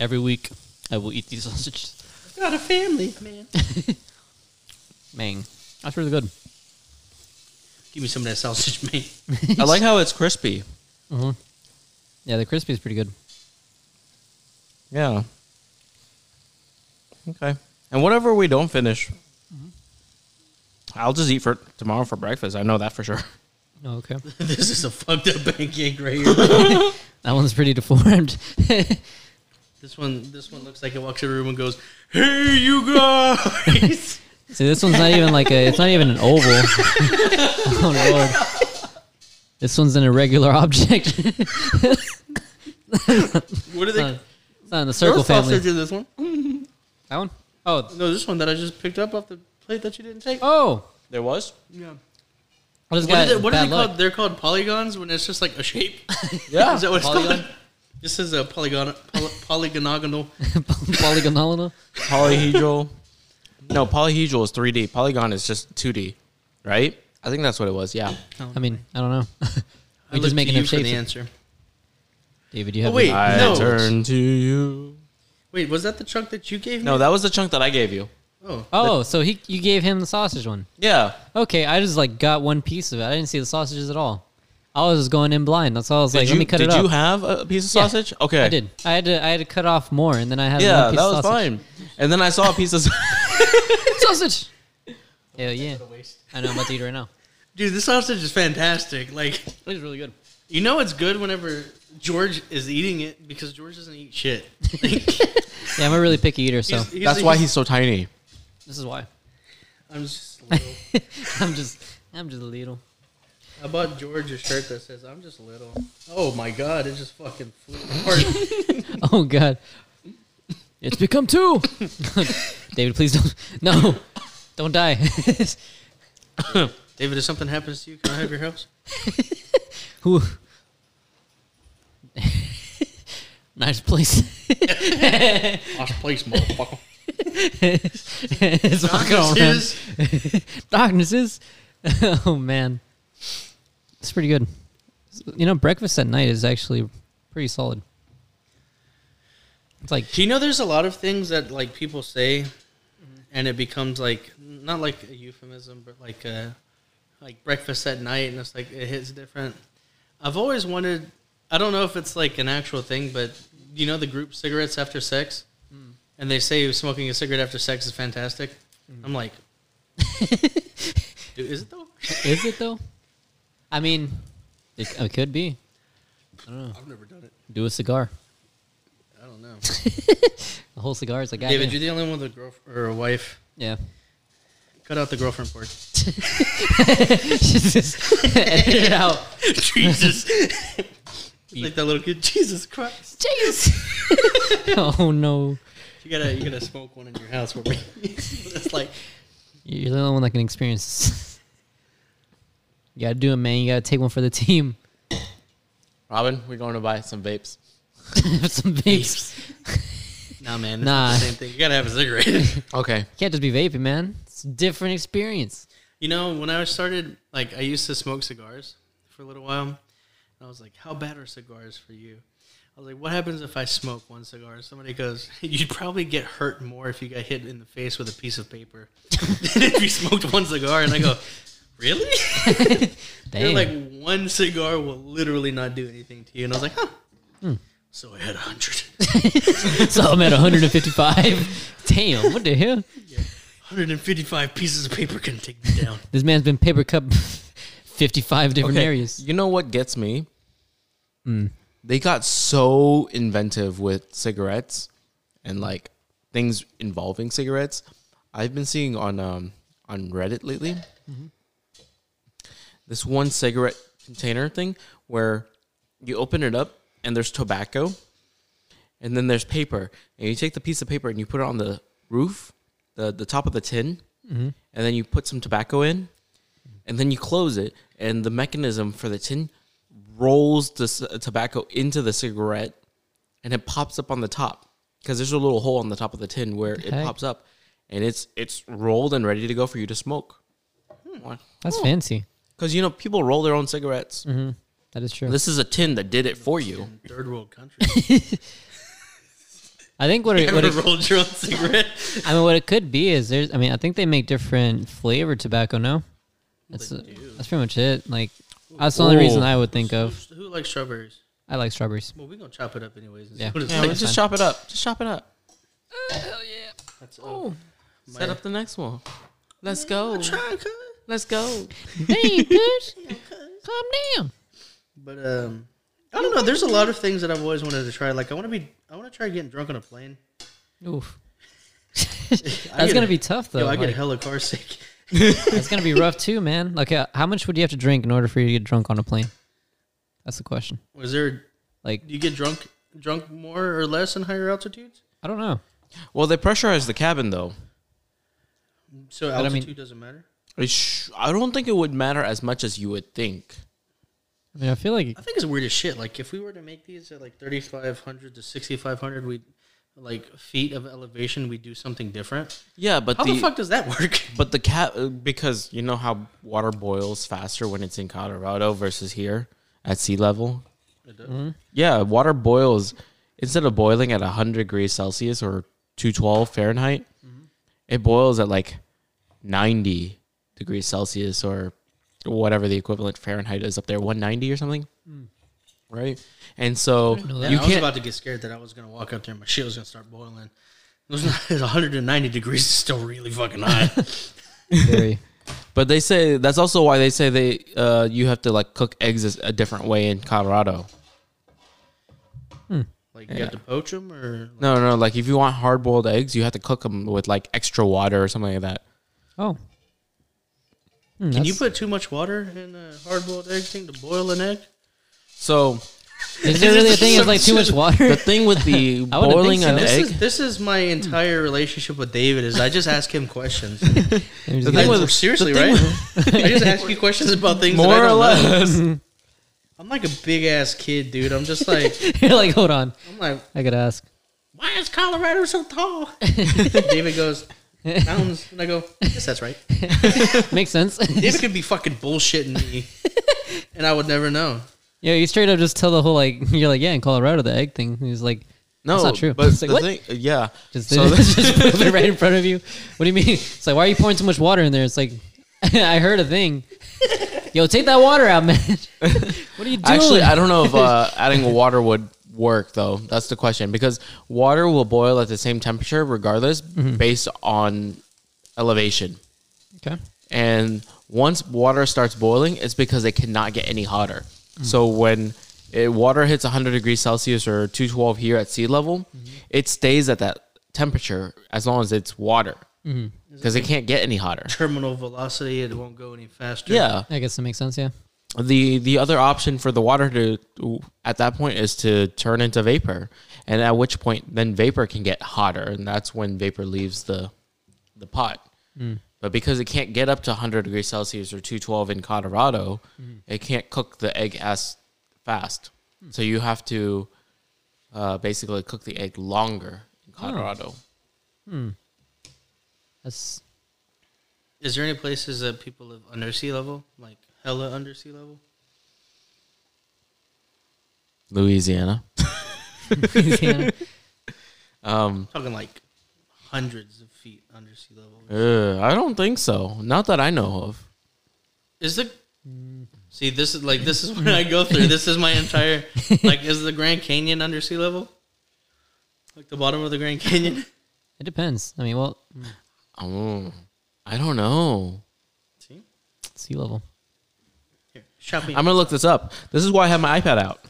[SPEAKER 2] Every week, I will eat these sausages.
[SPEAKER 1] Got a family, man.
[SPEAKER 2] Mang, that's really good.
[SPEAKER 1] Give me some of that sausage, man.
[SPEAKER 3] I like how it's crispy.
[SPEAKER 2] Uh-huh. Yeah, the crispy is pretty good.
[SPEAKER 3] Yeah. Okay. And whatever we don't finish, I'll just eat for tomorrow for breakfast. I know that for sure.
[SPEAKER 2] Oh, okay.
[SPEAKER 1] this is a fucked up pancake right here.
[SPEAKER 2] That one's pretty deformed.
[SPEAKER 1] this one, this one looks like it walks in the room and goes, "Hey, you guys."
[SPEAKER 2] See, this one's not even like a. It's not even an oval. oh lord. This one's an irregular object. it's
[SPEAKER 1] What are
[SPEAKER 2] not,
[SPEAKER 1] they?
[SPEAKER 2] it's not in the
[SPEAKER 1] There
[SPEAKER 2] circle
[SPEAKER 1] was
[SPEAKER 2] family.
[SPEAKER 1] sausage in this one.
[SPEAKER 2] That one? Oh. th-
[SPEAKER 1] No, this one that I just picked up off the plate that you didn't take.
[SPEAKER 2] Oh.
[SPEAKER 3] There was?
[SPEAKER 1] Yeah.
[SPEAKER 2] I just
[SPEAKER 1] What are
[SPEAKER 2] got
[SPEAKER 1] they, what are
[SPEAKER 2] bad
[SPEAKER 1] they
[SPEAKER 2] luck.
[SPEAKER 1] called? They're called polygons when it's just like a shape.
[SPEAKER 3] Yeah.
[SPEAKER 1] is that what it's
[SPEAKER 2] Polygon?
[SPEAKER 1] called? This is a polygon, poly, polygonagonal.
[SPEAKER 2] Polygonal.
[SPEAKER 3] Polyhedral. no, polyhedral is 3D. Polygon is just 2D, right? I think that's what it was. Yeah.
[SPEAKER 2] I mean, I don't know.
[SPEAKER 1] I
[SPEAKER 2] We
[SPEAKER 1] look
[SPEAKER 2] just
[SPEAKER 1] to
[SPEAKER 2] making
[SPEAKER 1] you
[SPEAKER 2] up
[SPEAKER 1] for the
[SPEAKER 2] shapes.
[SPEAKER 1] answer.
[SPEAKER 2] David, you have.
[SPEAKER 1] Oh, wait.
[SPEAKER 3] I
[SPEAKER 1] No.
[SPEAKER 3] turn to you.
[SPEAKER 1] Wait, was that the chunk that you gave me?
[SPEAKER 3] No, that was the chunk that I gave you.
[SPEAKER 1] Oh,
[SPEAKER 2] Oh, so he you gave him the sausage one.
[SPEAKER 3] Yeah.
[SPEAKER 2] Okay, I just like got one piece of it. I didn't see the sausages at all. I was just going in blind. That's all. I was
[SPEAKER 3] Did
[SPEAKER 2] like,
[SPEAKER 3] you,
[SPEAKER 2] let me cut
[SPEAKER 3] did
[SPEAKER 2] it up.
[SPEAKER 3] you have a piece of
[SPEAKER 2] Yeah,
[SPEAKER 3] sausage? okay.
[SPEAKER 2] I did. I had to. I had to cut off more, and then I had one
[SPEAKER 3] Yeah, that
[SPEAKER 2] piece
[SPEAKER 3] was
[SPEAKER 2] of sausage.
[SPEAKER 3] fine. And then I saw a piece of
[SPEAKER 2] sausage. Hell yeah! I know. I'm about to eat right now.
[SPEAKER 1] Dude, this sausage is fantastic. Like,
[SPEAKER 2] It's really good.
[SPEAKER 1] you know it's good whenever George is eating it because George doesn't eat shit. Like,
[SPEAKER 2] Yeah, I'm a really picky eater, so
[SPEAKER 1] he's- he's-
[SPEAKER 3] That's why he's so tiny.
[SPEAKER 2] this is why.
[SPEAKER 1] I'm just little.
[SPEAKER 2] I'm just. I'm just a little.
[SPEAKER 1] I bought George a shirt that says "I'm just little." Oh my god, it just fucking flew apart.
[SPEAKER 2] Oh god. It's become two. David, please don't. No, don't die.
[SPEAKER 1] David, if something happens to you, can I have your house?
[SPEAKER 2] Who? nice place.
[SPEAKER 1] Lost place, motherfucker.
[SPEAKER 2] it's walking
[SPEAKER 1] Darkness
[SPEAKER 2] around.
[SPEAKER 1] is-
[SPEAKER 2] Darkness is. oh man, it's pretty good. You know, breakfast at night is actually pretty solid. It's like
[SPEAKER 1] Do you know there's a lot of things that like people say, and it becomes like not like a euphemism, but like a like breakfast at night, and it's like it hits different. I've always wanted. I don't know if it's like an actual thing, but you know the group cigarettes after sex, and they say smoking a cigarette after sex is fantastic. I'm like, dude, is it though?
[SPEAKER 2] Is it though? I mean, it, it could be.
[SPEAKER 1] I've never done it.
[SPEAKER 2] Do a cigar.
[SPEAKER 1] I don't know.
[SPEAKER 2] The whole cigar is like,
[SPEAKER 1] David,
[SPEAKER 2] goddamn.
[SPEAKER 1] you're the only one with a girlfriend or a wife.
[SPEAKER 2] yeah.
[SPEAKER 1] Cut out the girlfriend part.
[SPEAKER 2] Just edit it out.
[SPEAKER 1] Jesus. like that little kid. Jesus Christ.
[SPEAKER 2] Jeez. oh no,
[SPEAKER 1] You gotta you gotta smoke one in your house where it's like
[SPEAKER 2] you're the only one that can experience this. You gotta do it, man. You gotta take one for the team.
[SPEAKER 3] Robin, we're going to buy some vapes.
[SPEAKER 2] Some vapes.
[SPEAKER 1] nah man,
[SPEAKER 2] Nah.
[SPEAKER 1] nah. the same thing. You gotta have a cigarette.
[SPEAKER 3] Okay.
[SPEAKER 2] Can't just be vaping, man. It's a different experience.
[SPEAKER 1] you know, when I started like I used to smoke cigars for a little while. And I was like, How bad are cigars for you? I was like, What happens if I smoke one cigar? And somebody goes, You'd probably get hurt more if you got hit in the face with a piece of paper than if you smoked one cigar and I go, Really?
[SPEAKER 2] Dang.
[SPEAKER 1] They're like one cigar will literally not do anything to you, and I was like, huh. So I had a hundred.
[SPEAKER 2] so I'm at 155. Damn, what the hell?
[SPEAKER 1] 155 pieces of paper couldn't take me down.
[SPEAKER 2] This man's been paper cup 55 different
[SPEAKER 3] Okay,
[SPEAKER 2] areas.
[SPEAKER 3] You know what gets me?
[SPEAKER 2] Mm.
[SPEAKER 3] They got so inventive with cigarettes and like things involving cigarettes. I've been seeing on um, on Reddit lately
[SPEAKER 2] Mm-hmm.
[SPEAKER 3] this one cigarette container thing where you open it up and there's tobacco and then there's paper and you take the piece of paper and you put it on the roof, the the top of the tin, and then you put some tobacco in and then you close it, and the mechanism for the tin rolls the c- uh, tobacco into the cigarette, and it pops up on the top because there's a little hole on the top of the tin where it
[SPEAKER 2] heck?
[SPEAKER 3] pops up, and it's it's rolled and ready to go for you to smoke.
[SPEAKER 2] That's fancy.
[SPEAKER 3] Because you know people roll their own cigarettes.
[SPEAKER 2] That is true.
[SPEAKER 3] This is a tin that did it for you.
[SPEAKER 1] Third world country.
[SPEAKER 2] I think what it, what
[SPEAKER 1] Ever
[SPEAKER 2] it,
[SPEAKER 1] rolled your own cigarette?
[SPEAKER 2] I mean, what it could be is there's. I mean, I think they make different flavored tobacco. No, that's uh, that's pretty much it. Like that's the only reason
[SPEAKER 3] Ooh.
[SPEAKER 2] I would think of.
[SPEAKER 1] Who likes strawberries?
[SPEAKER 2] I like strawberries.
[SPEAKER 1] Well, we gonna chop it up anyways. and see
[SPEAKER 2] Yeah.
[SPEAKER 1] what it's
[SPEAKER 3] Yeah,
[SPEAKER 1] like.
[SPEAKER 3] let's just chop it up. Just chop it up.
[SPEAKER 1] That's uh, all.
[SPEAKER 3] Set up the next one. Let's go.
[SPEAKER 1] Try, cuz.
[SPEAKER 3] Let's go.
[SPEAKER 2] Dang, dude, calm down.
[SPEAKER 1] But um, I don't know. There's a lot of things that I've always wanted to try. Like I want to be, I want to try getting drunk on a plane.
[SPEAKER 2] Oof,
[SPEAKER 1] I
[SPEAKER 2] that's
[SPEAKER 1] get-
[SPEAKER 2] gonna be tough though.
[SPEAKER 1] Yo, I get
[SPEAKER 2] Like,
[SPEAKER 1] hella car sick.
[SPEAKER 2] that's gonna be rough too, man. Like, uh, how much would you have to drink in order for you to get drunk on a plane? That's the question.
[SPEAKER 1] Was there?
[SPEAKER 2] Like,
[SPEAKER 1] Do you get drunk, drunk more or less in higher altitudes?
[SPEAKER 2] I don't know.
[SPEAKER 3] Well, they pressurized the cabin though.
[SPEAKER 1] So
[SPEAKER 2] I mean-
[SPEAKER 1] altitude doesn't matter.
[SPEAKER 3] It sh- I don't think it would matter as much as you would think.
[SPEAKER 2] I mean, I feel like
[SPEAKER 1] I think it's weird as shit. Like if we were to make these at like thirty five hundred to sixty five hundred, we like feet of elevation, we do something different.
[SPEAKER 3] Yeah, but
[SPEAKER 1] How the, fuck does that work?
[SPEAKER 3] but the cat because you know how water boils faster when it's in Colorado versus here at sea level. Yeah, water boils instead of boiling at 100 degrees Celsius or 212 Fahrenheit, it boils at like 90 degrees Celsius or whatever the equivalent Fahrenheit is up there, 190 or something, right? And so
[SPEAKER 1] Yeah,
[SPEAKER 3] you
[SPEAKER 1] I was
[SPEAKER 3] can't.
[SPEAKER 1] about to get scared that I was going to walk out there and my shit was going to start boiling. It was not, it's 190 degrees. It's still really fucking hot.
[SPEAKER 2] Very.
[SPEAKER 3] But they say that's also why they say they uh, you have to like cook eggs as- a different way in Colorado.
[SPEAKER 1] like, you have to poach them or.
[SPEAKER 3] No, no, like if you want hard boiled eggs, you have to cook them with like extra water or something like that.
[SPEAKER 2] Oh. Hmm,
[SPEAKER 1] Can
[SPEAKER 2] that's-
[SPEAKER 1] you put too much water in a hard boiled egg thing to boil an egg?
[SPEAKER 3] So
[SPEAKER 2] Is there really a thing? It's like too much water.
[SPEAKER 3] the thing with the
[SPEAKER 2] I wouldn't
[SPEAKER 3] boiling
[SPEAKER 2] think
[SPEAKER 3] an
[SPEAKER 2] so.
[SPEAKER 1] This
[SPEAKER 3] egg,
[SPEAKER 1] is, this is my entire relationship with David is I just ask him questions.
[SPEAKER 2] There's
[SPEAKER 3] the
[SPEAKER 2] the-
[SPEAKER 3] thing
[SPEAKER 1] I-
[SPEAKER 3] with-
[SPEAKER 1] seriously,
[SPEAKER 3] the thing
[SPEAKER 1] right? I just ask you questions about things. that I
[SPEAKER 3] more or
[SPEAKER 1] don't know.
[SPEAKER 3] less,
[SPEAKER 1] I'm like a big ass kid, dude. I'm just like
[SPEAKER 2] You're like, hold on.
[SPEAKER 1] I'm like,
[SPEAKER 2] I gotta ask.
[SPEAKER 1] why is Colorado so tall? David goes mountains, and I go, I guess that's right.
[SPEAKER 2] Makes sense.
[SPEAKER 1] David could be fucking bullshitting me, and I would never know.
[SPEAKER 2] yeah, you straight up just tell the whole like you're like yeah in Colorado the egg thing. He's like,
[SPEAKER 3] no,
[SPEAKER 2] That's not true.
[SPEAKER 3] But
[SPEAKER 2] It's like,
[SPEAKER 3] the
[SPEAKER 2] what?
[SPEAKER 3] thing, yeah.
[SPEAKER 2] just,
[SPEAKER 3] so
[SPEAKER 2] just put it right in front of you. What do you mean? It's like why are you pouring so much water in there? It's like I heard a thing. Yo, take that water out, man. what are you doing?
[SPEAKER 3] Actually, I don't know if uh, adding water would work though. That's the question because water will boil at the same temperature regardless,
[SPEAKER 2] Mm-hmm.
[SPEAKER 3] based on elevation.
[SPEAKER 2] okay.
[SPEAKER 3] And once water starts boiling, it's because it cannot get any hotter.
[SPEAKER 2] Mm.
[SPEAKER 3] So when it, water hits 100 degrees Celsius or 212 here at sea level,
[SPEAKER 2] Mm-hmm.
[SPEAKER 3] it stays at that temperature as long as it's water
[SPEAKER 2] Mm-hmm.
[SPEAKER 3] because it can't get any hotter.
[SPEAKER 1] Terminal velocity, it won't go any faster.
[SPEAKER 3] Yeah.
[SPEAKER 2] I guess that makes sense. Yeah.
[SPEAKER 3] the the other option for the water to at that point is to turn into vapor and at which point then vapor can get hotter and that's when vapor leaves the the pot but because it can't get up to 100 degrees celsius or 212 in colorado it can't cook the egg as fast so you have to uh, basically cook the egg longer in colorado
[SPEAKER 2] That's
[SPEAKER 1] Is there any places that people live under sea level, like hella under sea level?
[SPEAKER 3] louisiana
[SPEAKER 2] Louisiana.
[SPEAKER 3] um,
[SPEAKER 1] talking like hundreds of feet under sea level.
[SPEAKER 3] uh, i don't think so not that i know of
[SPEAKER 1] Is the see this is like this is what I go through. This is my entire like is the Grand Canyon under sea level? Like the bottom of the Grand Canyon.
[SPEAKER 2] it depends. I mean, well,
[SPEAKER 3] oh, i don't know
[SPEAKER 1] See,
[SPEAKER 2] sea level.
[SPEAKER 1] Here, shopping.
[SPEAKER 3] I'm gonna look this up. This is why I have my iPad out.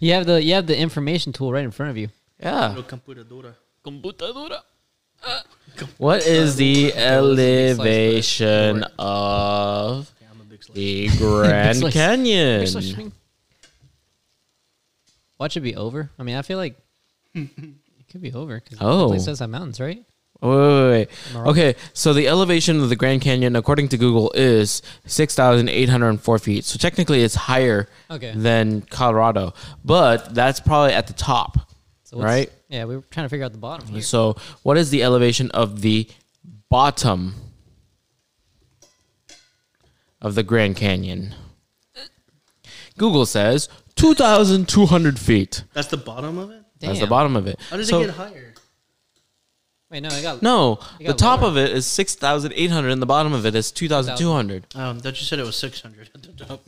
[SPEAKER 2] You have the you have the information tool right in front of you.
[SPEAKER 3] Yeah.
[SPEAKER 1] No computadora.
[SPEAKER 3] What is the elevation
[SPEAKER 1] Right.
[SPEAKER 3] of
[SPEAKER 1] Yeah, I'm a big slut.
[SPEAKER 3] the Grand
[SPEAKER 2] Slice.
[SPEAKER 3] Canyon?
[SPEAKER 2] Watch it be over. I mean, I feel like it could be over because
[SPEAKER 3] Oh.
[SPEAKER 2] it says have mountains, right?
[SPEAKER 3] Wait, wait, wait. Okay, so the elevation of the Grand Canyon, according to Google, is 6,804 feet. So technically it's higher
[SPEAKER 2] Okay.
[SPEAKER 3] than Colorado, but that's probably at the top,
[SPEAKER 2] So what's-
[SPEAKER 3] right?
[SPEAKER 2] Yeah, we were trying to figure out the bottom. Here.
[SPEAKER 3] So what is the elevation of the bottom of the Grand Canyon? Google says 2,200 feet.
[SPEAKER 1] That's the bottom of it.
[SPEAKER 2] Damn.
[SPEAKER 3] That's the bottom of it.
[SPEAKER 1] How does
[SPEAKER 3] So-
[SPEAKER 1] it get higher?
[SPEAKER 2] Wait, no, I got
[SPEAKER 3] No,
[SPEAKER 2] It
[SPEAKER 3] the
[SPEAKER 2] got
[SPEAKER 3] top
[SPEAKER 2] lower.
[SPEAKER 3] of it is 6,800 and the bottom of it is 2,200.
[SPEAKER 1] Um, that you said it was 600 at the top.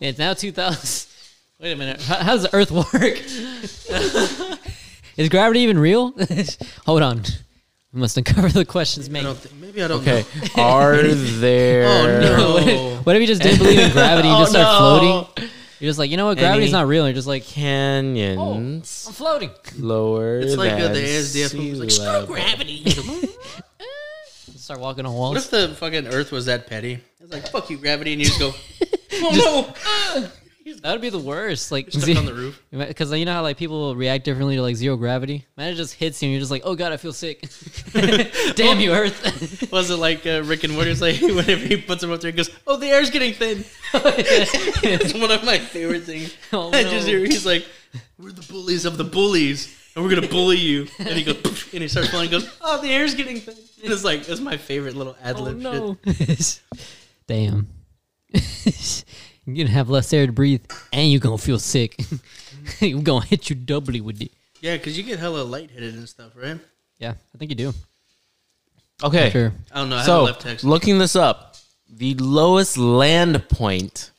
[SPEAKER 2] It's now two thousand. Wait a minute. How, how does the Earth work? Is gravity even real? Hold on. We must uncover the questions,
[SPEAKER 1] I
[SPEAKER 2] mate.
[SPEAKER 1] don't think, maybe I don't.
[SPEAKER 3] Okay,
[SPEAKER 1] know.
[SPEAKER 3] are there
[SPEAKER 1] Oh, no.
[SPEAKER 2] what, if, what if you just didn't believe in gravity? You
[SPEAKER 1] Oh,
[SPEAKER 2] just start
[SPEAKER 1] no.
[SPEAKER 2] floating. You're just like, you know what? Gravity's
[SPEAKER 3] Any-
[SPEAKER 2] not real. And you're just like,
[SPEAKER 3] canyons
[SPEAKER 2] I'm floating.
[SPEAKER 3] lower
[SPEAKER 1] Oh. It's like uh,
[SPEAKER 3] than
[SPEAKER 1] the ASDF
[SPEAKER 3] sea
[SPEAKER 1] movie's like screw
[SPEAKER 3] level?
[SPEAKER 1] gravity.
[SPEAKER 2] Start walking on
[SPEAKER 1] what
[SPEAKER 2] walls.
[SPEAKER 1] if the fucking Earth was that petty? It's like fuck you, gravity, and you just go. Oh no!
[SPEAKER 2] That would be the worst. Like
[SPEAKER 1] Stuck on the roof.
[SPEAKER 2] Because you know how like people react differently to like zero gravity. Man, it just hits you, and you're just like, "Oh god, I feel sick." Damn you, Earth!
[SPEAKER 1] Was it like uh, Rick and Morty's like whenever he puts him up there, he goes, "Oh, the air's getting thin." It's one of my favorite things.
[SPEAKER 2] Oh,
[SPEAKER 1] I just
[SPEAKER 2] no.
[SPEAKER 1] hear he's like, "We're the bullies of the bullies, and we're gonna bully you." And he goes, "Poof," and he starts flying. Goes, "Oh, the air's getting thin." And it's like that's my favorite little ad
[SPEAKER 2] oh
[SPEAKER 1] lib
[SPEAKER 2] no! Damn. you're gonna have less air to breathe, and you're gonna feel sick. We're gonna hit you doubly with it.
[SPEAKER 1] shit. Yeah, because you get hella lightheaded and stuff, right?
[SPEAKER 2] Yeah, I think you do.
[SPEAKER 3] Okay,
[SPEAKER 2] Sure.
[SPEAKER 1] I don't know. I haven't
[SPEAKER 3] so
[SPEAKER 1] left text.
[SPEAKER 3] looking this up, the lowest land point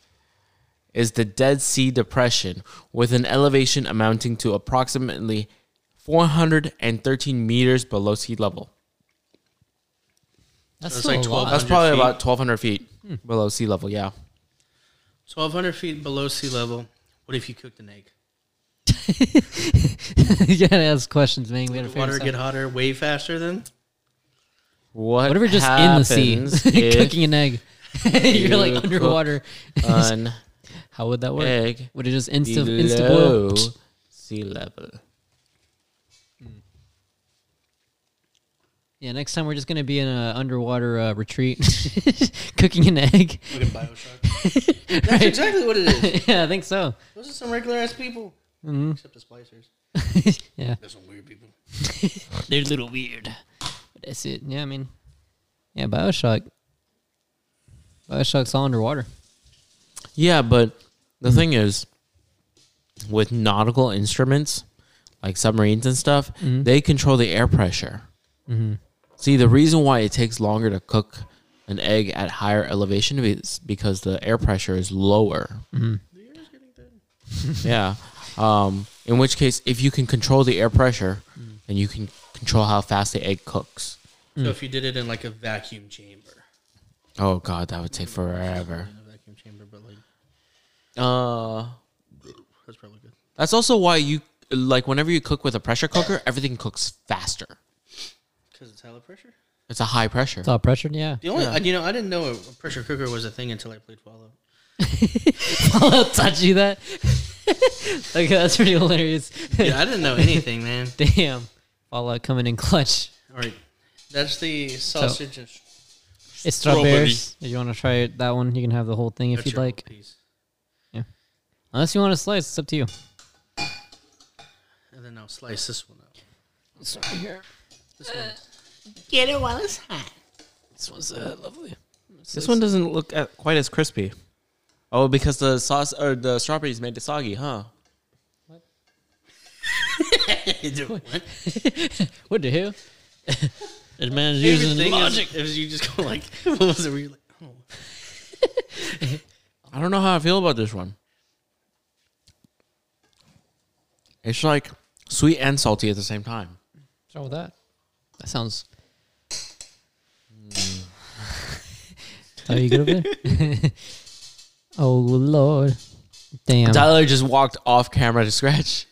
[SPEAKER 3] is the Dead Sea Depression, with an elevation amounting to approximately 413 meters below sea level.
[SPEAKER 2] That's
[SPEAKER 1] So it's
[SPEAKER 2] still
[SPEAKER 1] like
[SPEAKER 2] a
[SPEAKER 1] 12
[SPEAKER 2] lot.
[SPEAKER 3] That's
[SPEAKER 1] 100
[SPEAKER 3] probably
[SPEAKER 1] feet.
[SPEAKER 3] about 1,200 feet
[SPEAKER 2] Hmm.
[SPEAKER 3] below sea level. Yeah.
[SPEAKER 1] 1,200 feet below sea level. What if you cooked an egg?
[SPEAKER 2] you gotta ask questions, man. We gotta
[SPEAKER 1] Would the
[SPEAKER 2] figure
[SPEAKER 1] water
[SPEAKER 2] this out.
[SPEAKER 1] get hotter way faster then?
[SPEAKER 3] What
[SPEAKER 2] Whatever, just in the
[SPEAKER 3] happens
[SPEAKER 2] sea,
[SPEAKER 3] if
[SPEAKER 2] cooking an egg. You're
[SPEAKER 3] you cook
[SPEAKER 2] like underwater.
[SPEAKER 3] an
[SPEAKER 2] How would that work?
[SPEAKER 3] egg
[SPEAKER 2] Would it just insta insta
[SPEAKER 3] below
[SPEAKER 2] boil?
[SPEAKER 3] sea level?
[SPEAKER 2] Yeah, next time we're just gonna be in an underwater uh, retreat, cooking an egg.
[SPEAKER 1] Look at Bioshock. That's
[SPEAKER 2] Right.
[SPEAKER 1] exactly what it is.
[SPEAKER 2] yeah, I think so.
[SPEAKER 1] Those are some regular ass people.
[SPEAKER 2] Mm-hmm.
[SPEAKER 1] Except the splicers.
[SPEAKER 2] Yeah,
[SPEAKER 1] There's some weird people.
[SPEAKER 2] they're a little weird. But that's it. Yeah, I mean, yeah, Bioshock. Bioshock's all underwater.
[SPEAKER 3] Yeah, but the thing is, with nautical instruments like submarines and stuff, they control the air pressure. See, the reason why it takes longer to cook an egg at higher elevation is because the air pressure is lower. yeah. Um, in which case, if you can control the air pressure, then you can control how fast the egg cooks.
[SPEAKER 1] So if you did it in like a vacuum chamber.
[SPEAKER 3] Oh God, that would take forever.
[SPEAKER 1] Not a vacuum chamber, but like
[SPEAKER 3] Uh,
[SPEAKER 1] that's probably good.
[SPEAKER 3] that's also why you like whenever you cook with a pressure cooker, everything cooks faster.
[SPEAKER 1] Because it's hella pressure.
[SPEAKER 3] It's a high pressure.
[SPEAKER 2] It's all pressured. Yeah,
[SPEAKER 1] The only, you know, I didn't know a pressure cooker was a thing until I played Fallout.
[SPEAKER 2] I'll touch you that. okay, that's pretty hilarious.
[SPEAKER 1] Yeah, I didn't know anything, man.
[SPEAKER 2] Damn, Fallout coming in clutch.
[SPEAKER 1] All right, that's the sausage. and sh-
[SPEAKER 2] It's
[SPEAKER 1] Strawberry.
[SPEAKER 2] strawberries. If you want to try it, that one, you can have the whole thing if
[SPEAKER 1] that's
[SPEAKER 2] you'd
[SPEAKER 1] your
[SPEAKER 2] like.
[SPEAKER 1] piece.
[SPEAKER 2] Unless you want to slice, it's up to you.
[SPEAKER 1] And then I'll slice this one up. This one.
[SPEAKER 2] This one's uh, lovely.
[SPEAKER 3] This one doesn't look at quite as crispy. Oh, because the sauce or the strawberries made it soggy, huh?
[SPEAKER 2] What the hell? this man's
[SPEAKER 1] Favorite
[SPEAKER 2] using
[SPEAKER 1] thing
[SPEAKER 2] logic.
[SPEAKER 1] Is, is you just go like, what was it? Where you like, oh.
[SPEAKER 3] I don't know how I feel about this one. It's like sweet and salty at the same time.
[SPEAKER 2] What's wrong with that? That sounds. Hmm. Are you good over there? oh lord, damn!
[SPEAKER 3] Tyler just walked off camera to scratch.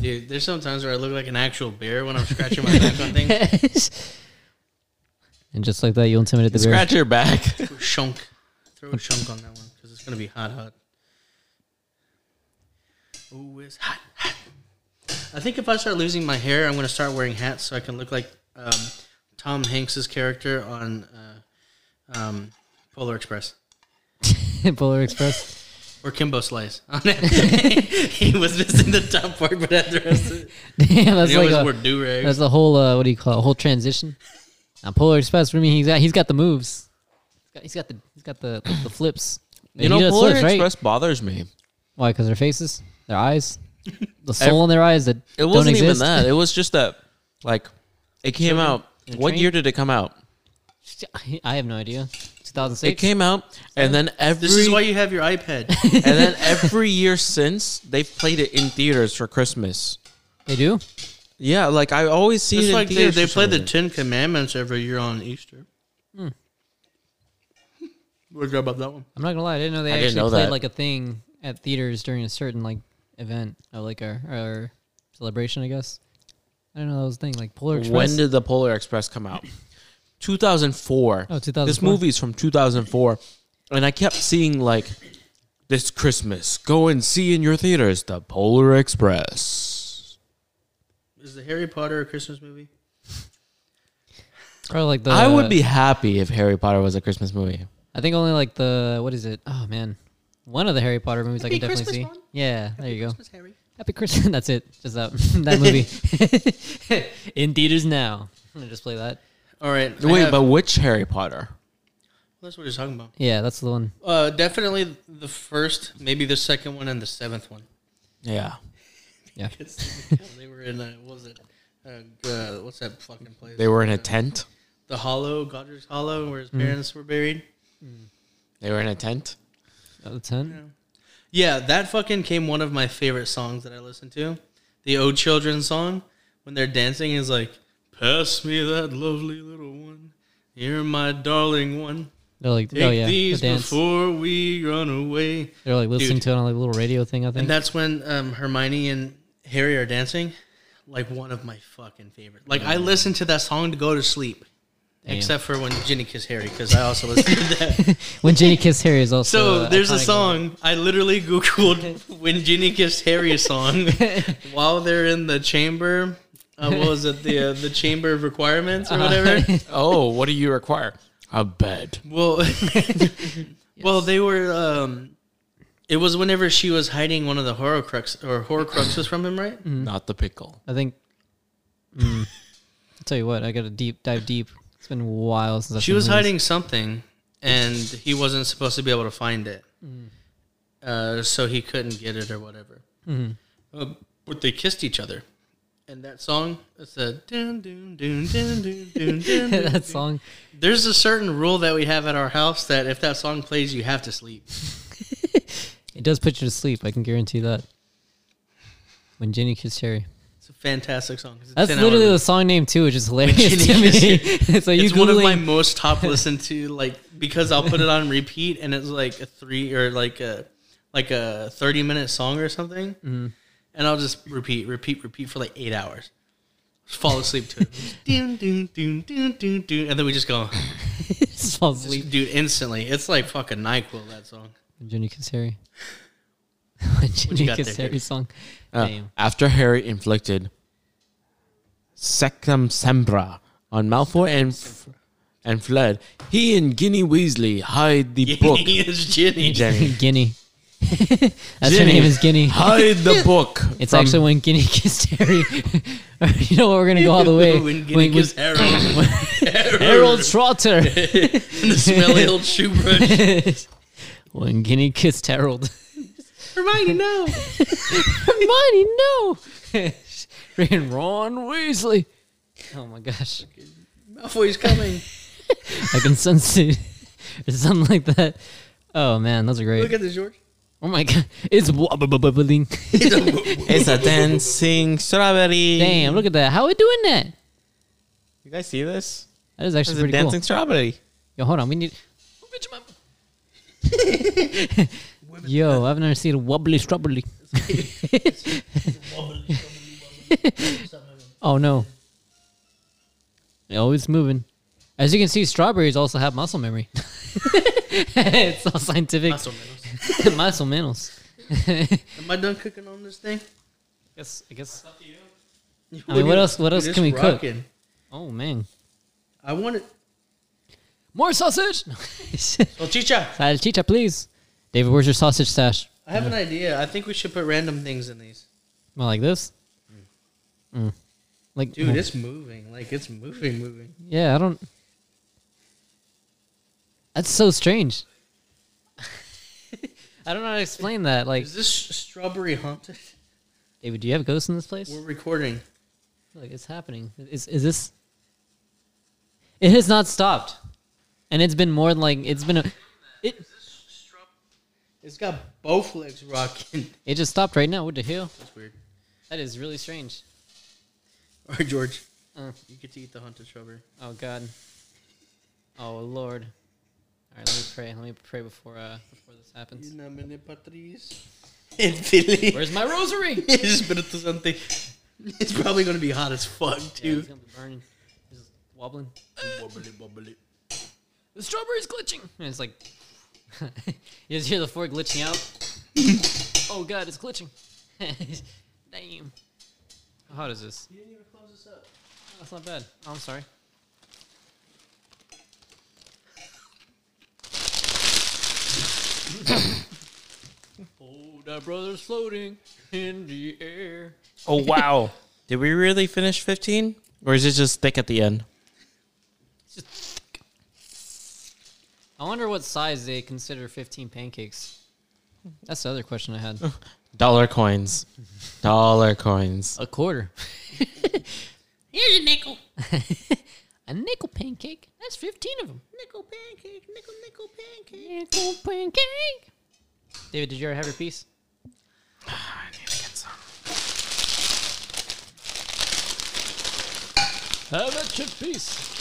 [SPEAKER 1] Dude, there's some times where I look like an actual bear when I'm scratching my back on things.
[SPEAKER 2] and just like that, you intimidate the bear.
[SPEAKER 3] Scratch your back.
[SPEAKER 1] Shunk. Throw a shunk on that one because it's going to be hot, hot. Ooh, it's hot, hot. I think if I start losing my hair, I'm going to start wearing hats so I can look like um, Tom Hanks's character on uh, um, Polar Express.
[SPEAKER 2] Polar Express.
[SPEAKER 1] Or Kimbo Slice. he was missing the top part, but had the rest of it.
[SPEAKER 2] Damn, that's
[SPEAKER 1] He
[SPEAKER 2] like
[SPEAKER 1] always
[SPEAKER 2] a,
[SPEAKER 1] wore do rags.
[SPEAKER 2] that's the whole uh, what do you call it? Whole transition. Now Polar Express. What do you mean? He's got he's got the moves. He's got, he's got the he's got the the flips.
[SPEAKER 3] You know, Polar Express bothers me.
[SPEAKER 2] Why? Because their faces, their eyes, the soul in their eyes that
[SPEAKER 3] It wasn't
[SPEAKER 2] don't
[SPEAKER 3] even
[SPEAKER 2] exist.
[SPEAKER 3] that. It was just that, like, it came out. What
[SPEAKER 2] train?
[SPEAKER 3] year did it come out?
[SPEAKER 2] I- I have no idea. 2006.
[SPEAKER 3] It came out, and then every
[SPEAKER 1] This is why you have your iPad.
[SPEAKER 3] and then every year since they've played it in theaters for Christmas.
[SPEAKER 2] They do.
[SPEAKER 3] Yeah, like I always see it
[SPEAKER 1] It's
[SPEAKER 3] in
[SPEAKER 1] like they,
[SPEAKER 3] theaters.
[SPEAKER 1] they
[SPEAKER 3] for
[SPEAKER 1] play
[SPEAKER 3] some
[SPEAKER 1] the
[SPEAKER 3] reason. Hmm.
[SPEAKER 1] Ten Commandments every year on Easter. What about that one?
[SPEAKER 2] I'm not gonna lie. I didn't know they
[SPEAKER 3] I didn't
[SPEAKER 2] actually
[SPEAKER 3] know
[SPEAKER 2] played
[SPEAKER 3] that.
[SPEAKER 2] like a thing at theaters during a certain like event or like our, our celebration. I guess. I don't know that was a thing like Polar Express.
[SPEAKER 3] When did the Polar Express come out? 2004.
[SPEAKER 2] Oh,
[SPEAKER 3] This
[SPEAKER 2] 2004.
[SPEAKER 3] movie's from 2004, and I kept seeing like this Christmas. Go and see in your theaters the Polar Express.
[SPEAKER 1] Is the Harry Potter a Christmas movie?
[SPEAKER 2] Probably like the.
[SPEAKER 3] I would be happy if Harry Potter was a Christmas movie.
[SPEAKER 2] I think only like the what is it? Oh man, one of the Harry Potter movies I
[SPEAKER 1] Happy
[SPEAKER 2] can definitely
[SPEAKER 1] Christmas,
[SPEAKER 2] see.
[SPEAKER 1] Mom.
[SPEAKER 2] Yeah, there you go.
[SPEAKER 1] Christmas Harry.
[SPEAKER 2] Happy Christmas. That's it. Just that that movie in theaters now. I'm gonna just play that.
[SPEAKER 1] All right. I
[SPEAKER 3] Wait,
[SPEAKER 1] have-
[SPEAKER 3] but which Harry Potter?
[SPEAKER 1] that's what he's talking about.
[SPEAKER 2] Yeah, that's the one.
[SPEAKER 1] Uh, definitely the first, maybe the second one, and the seventh one.
[SPEAKER 3] Yeah.
[SPEAKER 2] Yeah.
[SPEAKER 1] 'Cause they were in a what was it? Uh, uh, what's that fucking place?
[SPEAKER 3] They were in a Hmm. tent.
[SPEAKER 1] the Hollow, Godric's Hollow, where his parents were buried.
[SPEAKER 3] They were in a tent.
[SPEAKER 2] Out of Oh, ten.
[SPEAKER 1] Yeah, that fucking came one of my favorite songs that I listen to. The Old Children song when they're dancing is like, "Pass me that lovely little one, you're my darling one.
[SPEAKER 2] They're like,
[SPEAKER 1] Take
[SPEAKER 2] oh yeah, the
[SPEAKER 1] these
[SPEAKER 2] dance.
[SPEAKER 1] before we run away."
[SPEAKER 2] They're like listening
[SPEAKER 1] Dude.
[SPEAKER 2] to it on like a little radio thing. I think.
[SPEAKER 1] And that's when um, Hermione and Harry are dancing. Like one of my fucking favorite. Like
[SPEAKER 2] Mm.
[SPEAKER 1] I listen to that song to go to sleep, except for when Ginny kissed Harry because I also listen to that.
[SPEAKER 2] when Jenny kissed Harry is also.
[SPEAKER 1] So
[SPEAKER 2] an
[SPEAKER 1] there's a
[SPEAKER 2] iconic
[SPEAKER 1] song
[SPEAKER 2] moment.
[SPEAKER 1] I literally googled when Ginny kissed Harry song while they're in the chamber. Uh, what was it the uh, the chamber of requirements or whatever?
[SPEAKER 3] Oh, what do you require? A bed.
[SPEAKER 1] Well, well they were. Um, it was whenever she was hiding one of the horcrux or horcruxes from him, right?
[SPEAKER 3] Not the pickle.
[SPEAKER 2] I think. Mm. I'll tell you what, I got to deep dive deep. It's been a while since I've
[SPEAKER 1] She
[SPEAKER 2] seen
[SPEAKER 1] was
[SPEAKER 2] movies.
[SPEAKER 1] hiding something, and he wasn't supposed to be able to find it,
[SPEAKER 2] Mm-hmm.
[SPEAKER 1] uh, so he couldn't get it or whatever.
[SPEAKER 2] Mm-hmm.
[SPEAKER 1] Uh, but they kissed each other, and that song it's a dun dun dun dun dun dun. dun, dun.
[SPEAKER 2] that song.
[SPEAKER 1] There's a certain rule that we have at our house that if that song plays, you have to sleep.
[SPEAKER 2] It does put you to sleep. I can guarantee that. When Jenny kissed Harry.
[SPEAKER 1] It's a fantastic song. It's a
[SPEAKER 2] That's
[SPEAKER 1] 10 hour
[SPEAKER 2] literally
[SPEAKER 1] loop.
[SPEAKER 2] the song name too, which is hilarious to
[SPEAKER 1] Jenny
[SPEAKER 2] me.
[SPEAKER 1] kissed
[SPEAKER 2] it's like
[SPEAKER 1] it's
[SPEAKER 2] you
[SPEAKER 1] one of my
[SPEAKER 2] Googling-
[SPEAKER 1] most top listened to like because I'll put it on repeat and it's like a three or like a like a thirty minute song or something,
[SPEAKER 2] Mm-hmm.
[SPEAKER 1] and I'll just repeat, repeat, repeat for like eight hours. Fall asleep to it, Dun, dun, dun, dun, dun, dun. and then we just go,
[SPEAKER 2] just fall asleep.
[SPEAKER 1] dude, instantly. It's like fucking Nyquil that song.
[SPEAKER 2] When Jenny kissed Harry. when Jenny
[SPEAKER 1] got
[SPEAKER 2] kissed
[SPEAKER 1] there,
[SPEAKER 2] Harry
[SPEAKER 1] Harry?
[SPEAKER 2] song.
[SPEAKER 3] Uh,
[SPEAKER 2] Damn.
[SPEAKER 3] after Harry inflicted Sectum Sembra on Malfoy and f- and fled, he and Ginny Weasley hide the book.
[SPEAKER 1] He is Ginny.
[SPEAKER 3] Jenny.
[SPEAKER 2] Guinea. That's her
[SPEAKER 3] Ginny.
[SPEAKER 2] name is Guinea.
[SPEAKER 3] Hide the book.
[SPEAKER 2] It's
[SPEAKER 3] from-
[SPEAKER 2] actually when Guinea kissed Harry. you know what? We're gonna go all the way.
[SPEAKER 1] When Ginny
[SPEAKER 2] When-
[SPEAKER 1] gets
[SPEAKER 2] with
[SPEAKER 1] Harold,
[SPEAKER 2] Harold Trotter.
[SPEAKER 1] and the smelly old shoe brush.
[SPEAKER 2] when Guinea kissed Harold.
[SPEAKER 1] Hermione, no.
[SPEAKER 2] Hermione, no. Freaking Ron Weasley. Oh my gosh,
[SPEAKER 1] Malfoy's coming.
[SPEAKER 2] I can sense it. or something like that. Oh man, those are
[SPEAKER 1] Look
[SPEAKER 2] great.
[SPEAKER 1] at this, George.
[SPEAKER 2] Oh my god, it's wobbling.
[SPEAKER 3] It's a dancing strawberry.
[SPEAKER 2] Damn, look at that. How we doing that?
[SPEAKER 3] You guys see this?
[SPEAKER 2] That is
[SPEAKER 3] It's
[SPEAKER 2] actually
[SPEAKER 3] a
[SPEAKER 2] pretty
[SPEAKER 3] dancing
[SPEAKER 2] cool.
[SPEAKER 3] strawberry.
[SPEAKER 2] Yo, hold on, we need. Yo, I've never seen a wobbly strawberry. Oh no. Oh, it's moving. As you can see, strawberries also have muscle memory. it's all scientific
[SPEAKER 1] Muscle memories.
[SPEAKER 2] muscle memories.
[SPEAKER 1] Am I done cooking on this thing?
[SPEAKER 2] guess, I guess. I mean, what else? What else
[SPEAKER 1] Dude,
[SPEAKER 2] can we
[SPEAKER 1] it's
[SPEAKER 2] cook?
[SPEAKER 1] rocking.
[SPEAKER 2] Oh man,
[SPEAKER 1] I want it.
[SPEAKER 2] more sausage. Oh,
[SPEAKER 1] Salchicha.
[SPEAKER 2] Salchicha, please. David, where's your sausage stash?
[SPEAKER 1] I have an idea. I think we should put random things in these.
[SPEAKER 2] Well, like this. Mm. Like,
[SPEAKER 1] Dude, it's moving. Like it's moving, moving.
[SPEAKER 2] yeah, I don't. That's so strange. I don't know how to explain that. Like,
[SPEAKER 1] Is this strawberry haunted?
[SPEAKER 2] David, do you have ghosts in this place?
[SPEAKER 1] We're recording.
[SPEAKER 2] Like it's happening. Is is this? It has not stopped, and it's been more than like it's been a. It
[SPEAKER 1] It's got both legs rocking.
[SPEAKER 2] it just stopped right now. What the hell?
[SPEAKER 1] That's weird.
[SPEAKER 2] That is really strange.
[SPEAKER 1] All right, George.
[SPEAKER 2] Uh.
[SPEAKER 1] You get to eat the haunted strawberry.
[SPEAKER 2] Oh God. Oh Lord. All right, let me pray. Let me pray before uh before this happens.
[SPEAKER 1] In nomine Patris et Filii
[SPEAKER 2] Where's my rosary?
[SPEAKER 1] et Spiritus Sancti. It's probably gonna be hot as fuck,
[SPEAKER 2] Yeah, it's
[SPEAKER 1] too.
[SPEAKER 2] gonna be burning. It's wobbling.
[SPEAKER 1] Wobbly, wobbly.
[SPEAKER 2] The strawberry's glitching. And it's like you just hear the fork glitching out. oh God, it's glitching. Damn. How hot is this?
[SPEAKER 1] You didn't even close this up.
[SPEAKER 2] That's not bad. Oh, I'm sorry. oh, that brother's floating in the air.
[SPEAKER 3] Oh wow! Did we really finish fifteen, or is it just thick at the end?
[SPEAKER 2] I wonder what size they consider 15 pancakes. That's the other question I had.
[SPEAKER 3] Dollar coins, dollar coins.
[SPEAKER 2] A quarter. Here's a nickel. a nickel pancake. That's 15 of them.
[SPEAKER 3] Nickel pancake, nickel nickel pancake.
[SPEAKER 2] Nickel pancake. David, did you ever have your piece? Ah,
[SPEAKER 3] I need to get some.
[SPEAKER 2] How about your piece?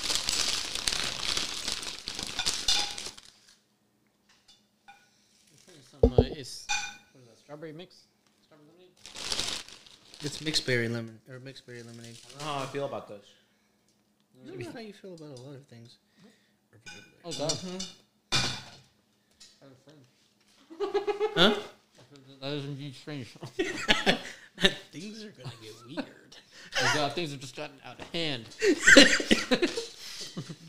[SPEAKER 2] Some, uh, it's, what is that, strawberry mix? Strawberry lemonade?
[SPEAKER 1] It's mixed berry lemon or mixed berry lemonade.
[SPEAKER 3] I don't know how I feel about this.
[SPEAKER 1] I don't know how you feel about a lot of things.
[SPEAKER 2] Oh, God.
[SPEAKER 1] Huh?
[SPEAKER 2] That is indeed strange.
[SPEAKER 1] things are gonna get weird.
[SPEAKER 2] oh, God, things have just gotten out of hand.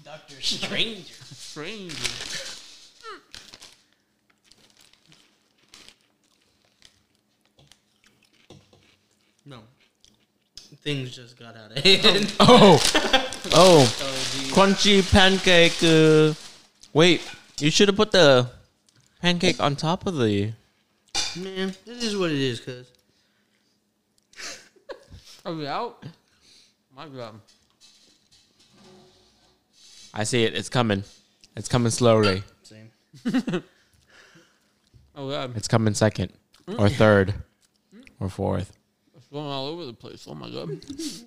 [SPEAKER 1] Doctor Stranger.
[SPEAKER 2] Strange.
[SPEAKER 1] No. Things just got out of hand.
[SPEAKER 3] Oh, oh,
[SPEAKER 2] So the,
[SPEAKER 3] crunchy pancake. Uh, wait, you should have put the pancake on top of the.
[SPEAKER 1] Man, this is what it is, cuz.
[SPEAKER 2] are we out? My God.
[SPEAKER 3] I see it. It's coming. It's coming slowly.
[SPEAKER 1] Same.
[SPEAKER 2] Oh, God.
[SPEAKER 3] It's coming second, or third, or fourth.
[SPEAKER 2] It's going all over the place. Oh, my God.
[SPEAKER 1] It's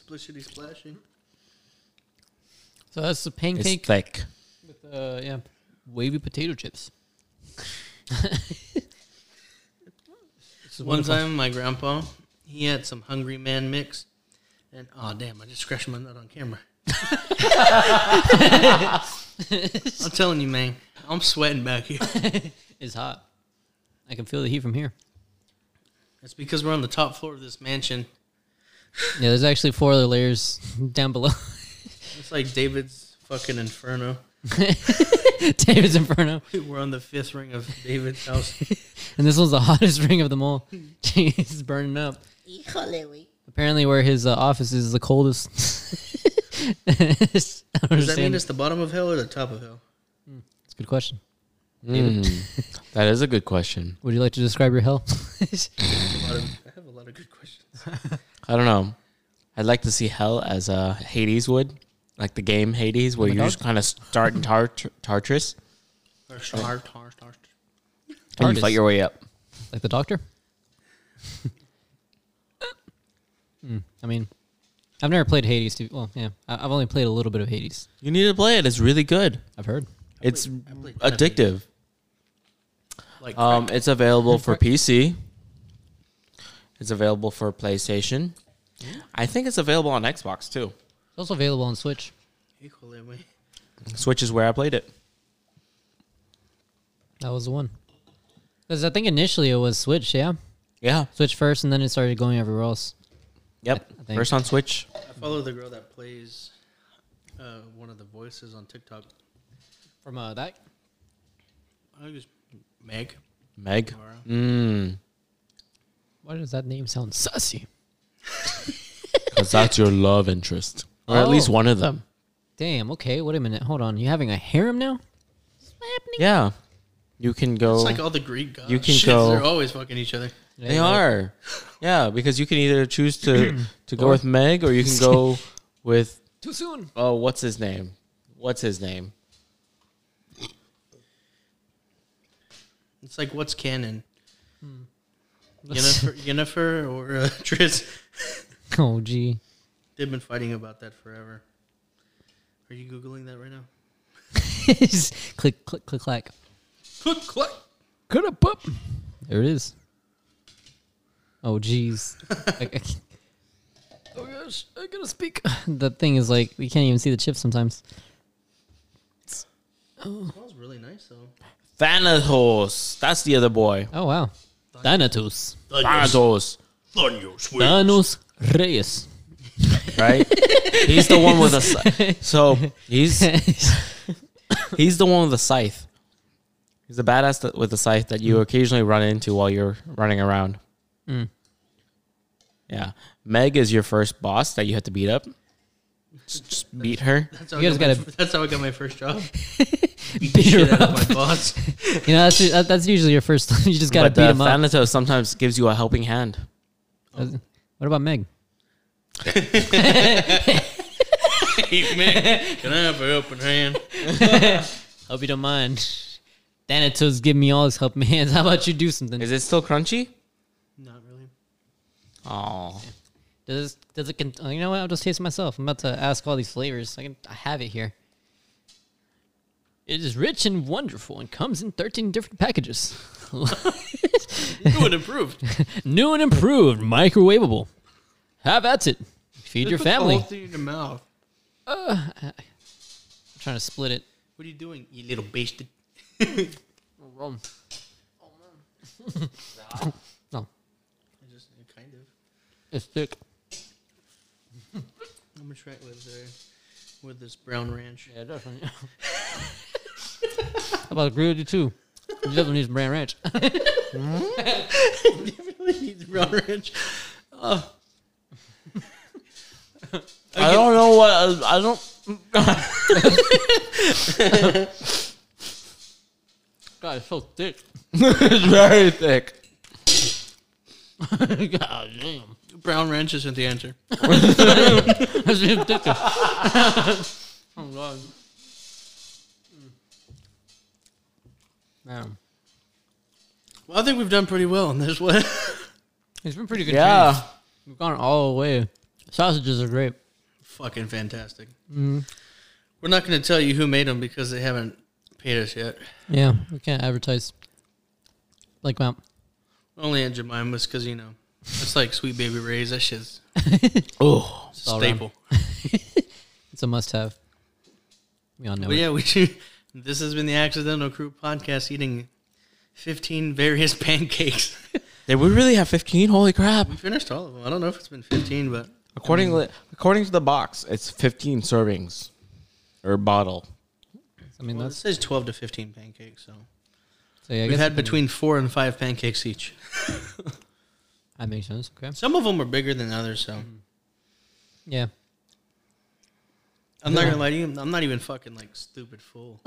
[SPEAKER 1] splishity splashing.
[SPEAKER 2] So that's the
[SPEAKER 3] It's
[SPEAKER 2] pancake
[SPEAKER 3] thick.
[SPEAKER 2] with, uh, yeah, wavy potato chips. It's
[SPEAKER 1] One
[SPEAKER 2] wonderful.
[SPEAKER 1] time, my grandpa, he had some Hungry Man mix, and oh damn, I just scratched my nut on camera. I'm telling you, man, I'm sweating back here.
[SPEAKER 2] It's hot. I can feel the heat from here.
[SPEAKER 1] It's because we're on the top floor of this mansion.
[SPEAKER 2] Yeah, there's actually four other layers down below.
[SPEAKER 1] It's like David's fucking inferno.
[SPEAKER 2] David's Inferno.
[SPEAKER 1] We're on the fifth ring of David's house.
[SPEAKER 2] And this one's the hottest ring of them all. Jeez, it's burning up. Apparently, where his uh, office is the coldest. I don't
[SPEAKER 1] Does that mean
[SPEAKER 2] understand.
[SPEAKER 1] it's the bottom of hell or the top of hell?
[SPEAKER 2] It's a good question.
[SPEAKER 3] Mm, that is a good question.
[SPEAKER 2] Would you like to describe your hell?
[SPEAKER 1] A lot of- I have a lot of good questions.
[SPEAKER 3] I don't know. I'd like to see hell as uh, Hades would, like the game Hades, where
[SPEAKER 2] Like
[SPEAKER 3] you
[SPEAKER 2] that?
[SPEAKER 3] just kind of start in Tart- Tartarus
[SPEAKER 1] Harsh, harsh, harsh, harsh.
[SPEAKER 3] and
[SPEAKER 2] Tartus.
[SPEAKER 3] you fight your way up.
[SPEAKER 2] like the doctor? Hmm, I mean, I've never played Hades. To, well, yeah, I- I've only played a little bit of Hades.
[SPEAKER 3] You need to play it. It's really good.
[SPEAKER 2] I've heard.
[SPEAKER 3] It's
[SPEAKER 1] played- I played ton of
[SPEAKER 3] addictive.
[SPEAKER 1] Like
[SPEAKER 3] Um, it's available for PC. It's available for PlayStation. I think it's available on Xbox too.
[SPEAKER 2] It's also available on Switch.
[SPEAKER 1] equally, we-
[SPEAKER 3] Switch is where I played it.
[SPEAKER 2] That was the one. Because I think initially it was Switch, yeah?
[SPEAKER 3] Yeah.
[SPEAKER 2] Switch first, and then it started going everywhere else.
[SPEAKER 3] Yep.
[SPEAKER 2] I think-
[SPEAKER 3] First on Switch.
[SPEAKER 1] I follow the girl that plays uh, one of the voices on TikTok.
[SPEAKER 2] From uh, that?
[SPEAKER 1] I just Meg.
[SPEAKER 3] Meg.
[SPEAKER 1] Laura.
[SPEAKER 3] Mmm.
[SPEAKER 2] Why does that name sound sussy?
[SPEAKER 3] Because that's your love interest, or at least
[SPEAKER 2] Oh.
[SPEAKER 3] one of them.
[SPEAKER 2] Damn, okay, wait a minute. Hold on. You having a harem now? What's happening?
[SPEAKER 3] Yeah. You can go.
[SPEAKER 1] It's like all the Greek gods.
[SPEAKER 3] Mm. You can
[SPEAKER 1] Shit,
[SPEAKER 3] go-
[SPEAKER 1] They're always fucking each other.
[SPEAKER 3] They are. Yeah, because you can either choose to to go with Meg or you can go with
[SPEAKER 2] Too soon.
[SPEAKER 3] oh, what's his name? What's his name?
[SPEAKER 1] It's like what's canon, Hmm. Yennefer, Yennefer or uh, Triss?
[SPEAKER 2] oh, gee.
[SPEAKER 1] They've been fighting about that forever. Are you googling that right now?
[SPEAKER 2] click, click, click, clack.
[SPEAKER 1] Click click.
[SPEAKER 2] Could have put. There it is. Oh, jeez. I- I- oh, gosh. I gotta speak. The thing is, like, we can't even see the chip sometimes.
[SPEAKER 1] Smells really nice though.
[SPEAKER 3] Thanatos. That's the other boy.
[SPEAKER 2] Oh, wow. Thanatos.
[SPEAKER 3] Thanatos,
[SPEAKER 2] Thanos Reyes.
[SPEAKER 3] right? he's the one with a scythe. so he's he's the one with a scythe. He's the badass that, with the scythe that
[SPEAKER 2] Mm.
[SPEAKER 3] you occasionally run into while you're running around. Yeah, Meg is your first boss that you have to beat up. Just, just beat her.
[SPEAKER 1] That's how,
[SPEAKER 2] You
[SPEAKER 1] I
[SPEAKER 2] guys
[SPEAKER 1] got my,
[SPEAKER 2] gotta-
[SPEAKER 1] that's how I got my first job. Beat the
[SPEAKER 2] Beat her
[SPEAKER 1] shit out of my boss.
[SPEAKER 2] You know, that's, that- that's usually your first. you just gotta
[SPEAKER 3] but
[SPEAKER 2] beat
[SPEAKER 3] uh,
[SPEAKER 2] him up.
[SPEAKER 3] Thanatos sometimes gives you a helping hand.
[SPEAKER 2] What about Meg?
[SPEAKER 1] keep me. Can I have an open hand?
[SPEAKER 2] Hope you don't mind. Thanatos give me all his help hands. How about you do something?
[SPEAKER 3] Is it still crunchy?
[SPEAKER 1] Not really.
[SPEAKER 3] Oh,
[SPEAKER 2] does does it? Con- oh, you know what? I'll just taste it myself. I'm about to ask all these flavors. I can. I have it here. It is rich and wonderful and comes in 13 different packages.
[SPEAKER 1] You would improve.
[SPEAKER 2] New and improved, microwavable. Have at it. Feed your family.
[SPEAKER 1] through your mouth.
[SPEAKER 2] I'm trying to split it.
[SPEAKER 1] What are you doing, you little bastard?
[SPEAKER 2] Rum. no,
[SPEAKER 1] Just kind of.
[SPEAKER 2] it's thick.
[SPEAKER 1] I'm gonna try it with uh, with this brown ranch.
[SPEAKER 2] Yeah, definitely. How about agree with you too? You definitely need some brand ranch.
[SPEAKER 1] Definitely needs brown ranch. Oh,
[SPEAKER 3] I don't know what I, I don't.
[SPEAKER 2] God, it's so thick.
[SPEAKER 3] it's very thick.
[SPEAKER 2] God damn.
[SPEAKER 1] brown ranch isn't the answer.
[SPEAKER 2] That's even thicker.
[SPEAKER 1] Oh God.
[SPEAKER 2] Mm. Damn.
[SPEAKER 1] Well, I think we've done pretty well on this one.
[SPEAKER 2] It's been pretty good.
[SPEAKER 3] Yeah.
[SPEAKER 2] training. We've gone all the way. Sausages are great.
[SPEAKER 1] Fucking fantastic.
[SPEAKER 2] Mm-hmm.
[SPEAKER 1] We're not gonna tell you who made them because they haven't paid us yet.
[SPEAKER 2] Yeah, we can't advertise. Like Mount.
[SPEAKER 1] Only at Jemima's because you know it's like Sweet Baby Ray's. That shit's
[SPEAKER 3] Oh,
[SPEAKER 1] a
[SPEAKER 2] all around.
[SPEAKER 1] staple.
[SPEAKER 2] It's a must have. We all know
[SPEAKER 1] But
[SPEAKER 2] it.
[SPEAKER 1] yeah, we should. This has been the Accidental Crew podcast eating 15 various pancakes.
[SPEAKER 3] did we really have fifteen? Holy crap!
[SPEAKER 1] we finished all of them. I don't know if it's been 15, but
[SPEAKER 3] According according to the box, it's fifteen servings or bottle.
[SPEAKER 2] I mean,
[SPEAKER 1] well, it
[SPEAKER 2] that's.
[SPEAKER 1] says 12 to 15 pancakes. So
[SPEAKER 2] So yeah, I
[SPEAKER 1] we've
[SPEAKER 2] guess
[SPEAKER 1] had
[SPEAKER 2] it
[SPEAKER 1] between four and five pancakes each.
[SPEAKER 2] That makes sense. Okay.
[SPEAKER 1] Some of them are bigger than others. So
[SPEAKER 2] Yeah.
[SPEAKER 1] I'm not gonna lie to you. I'm not even fucking like stupid fool,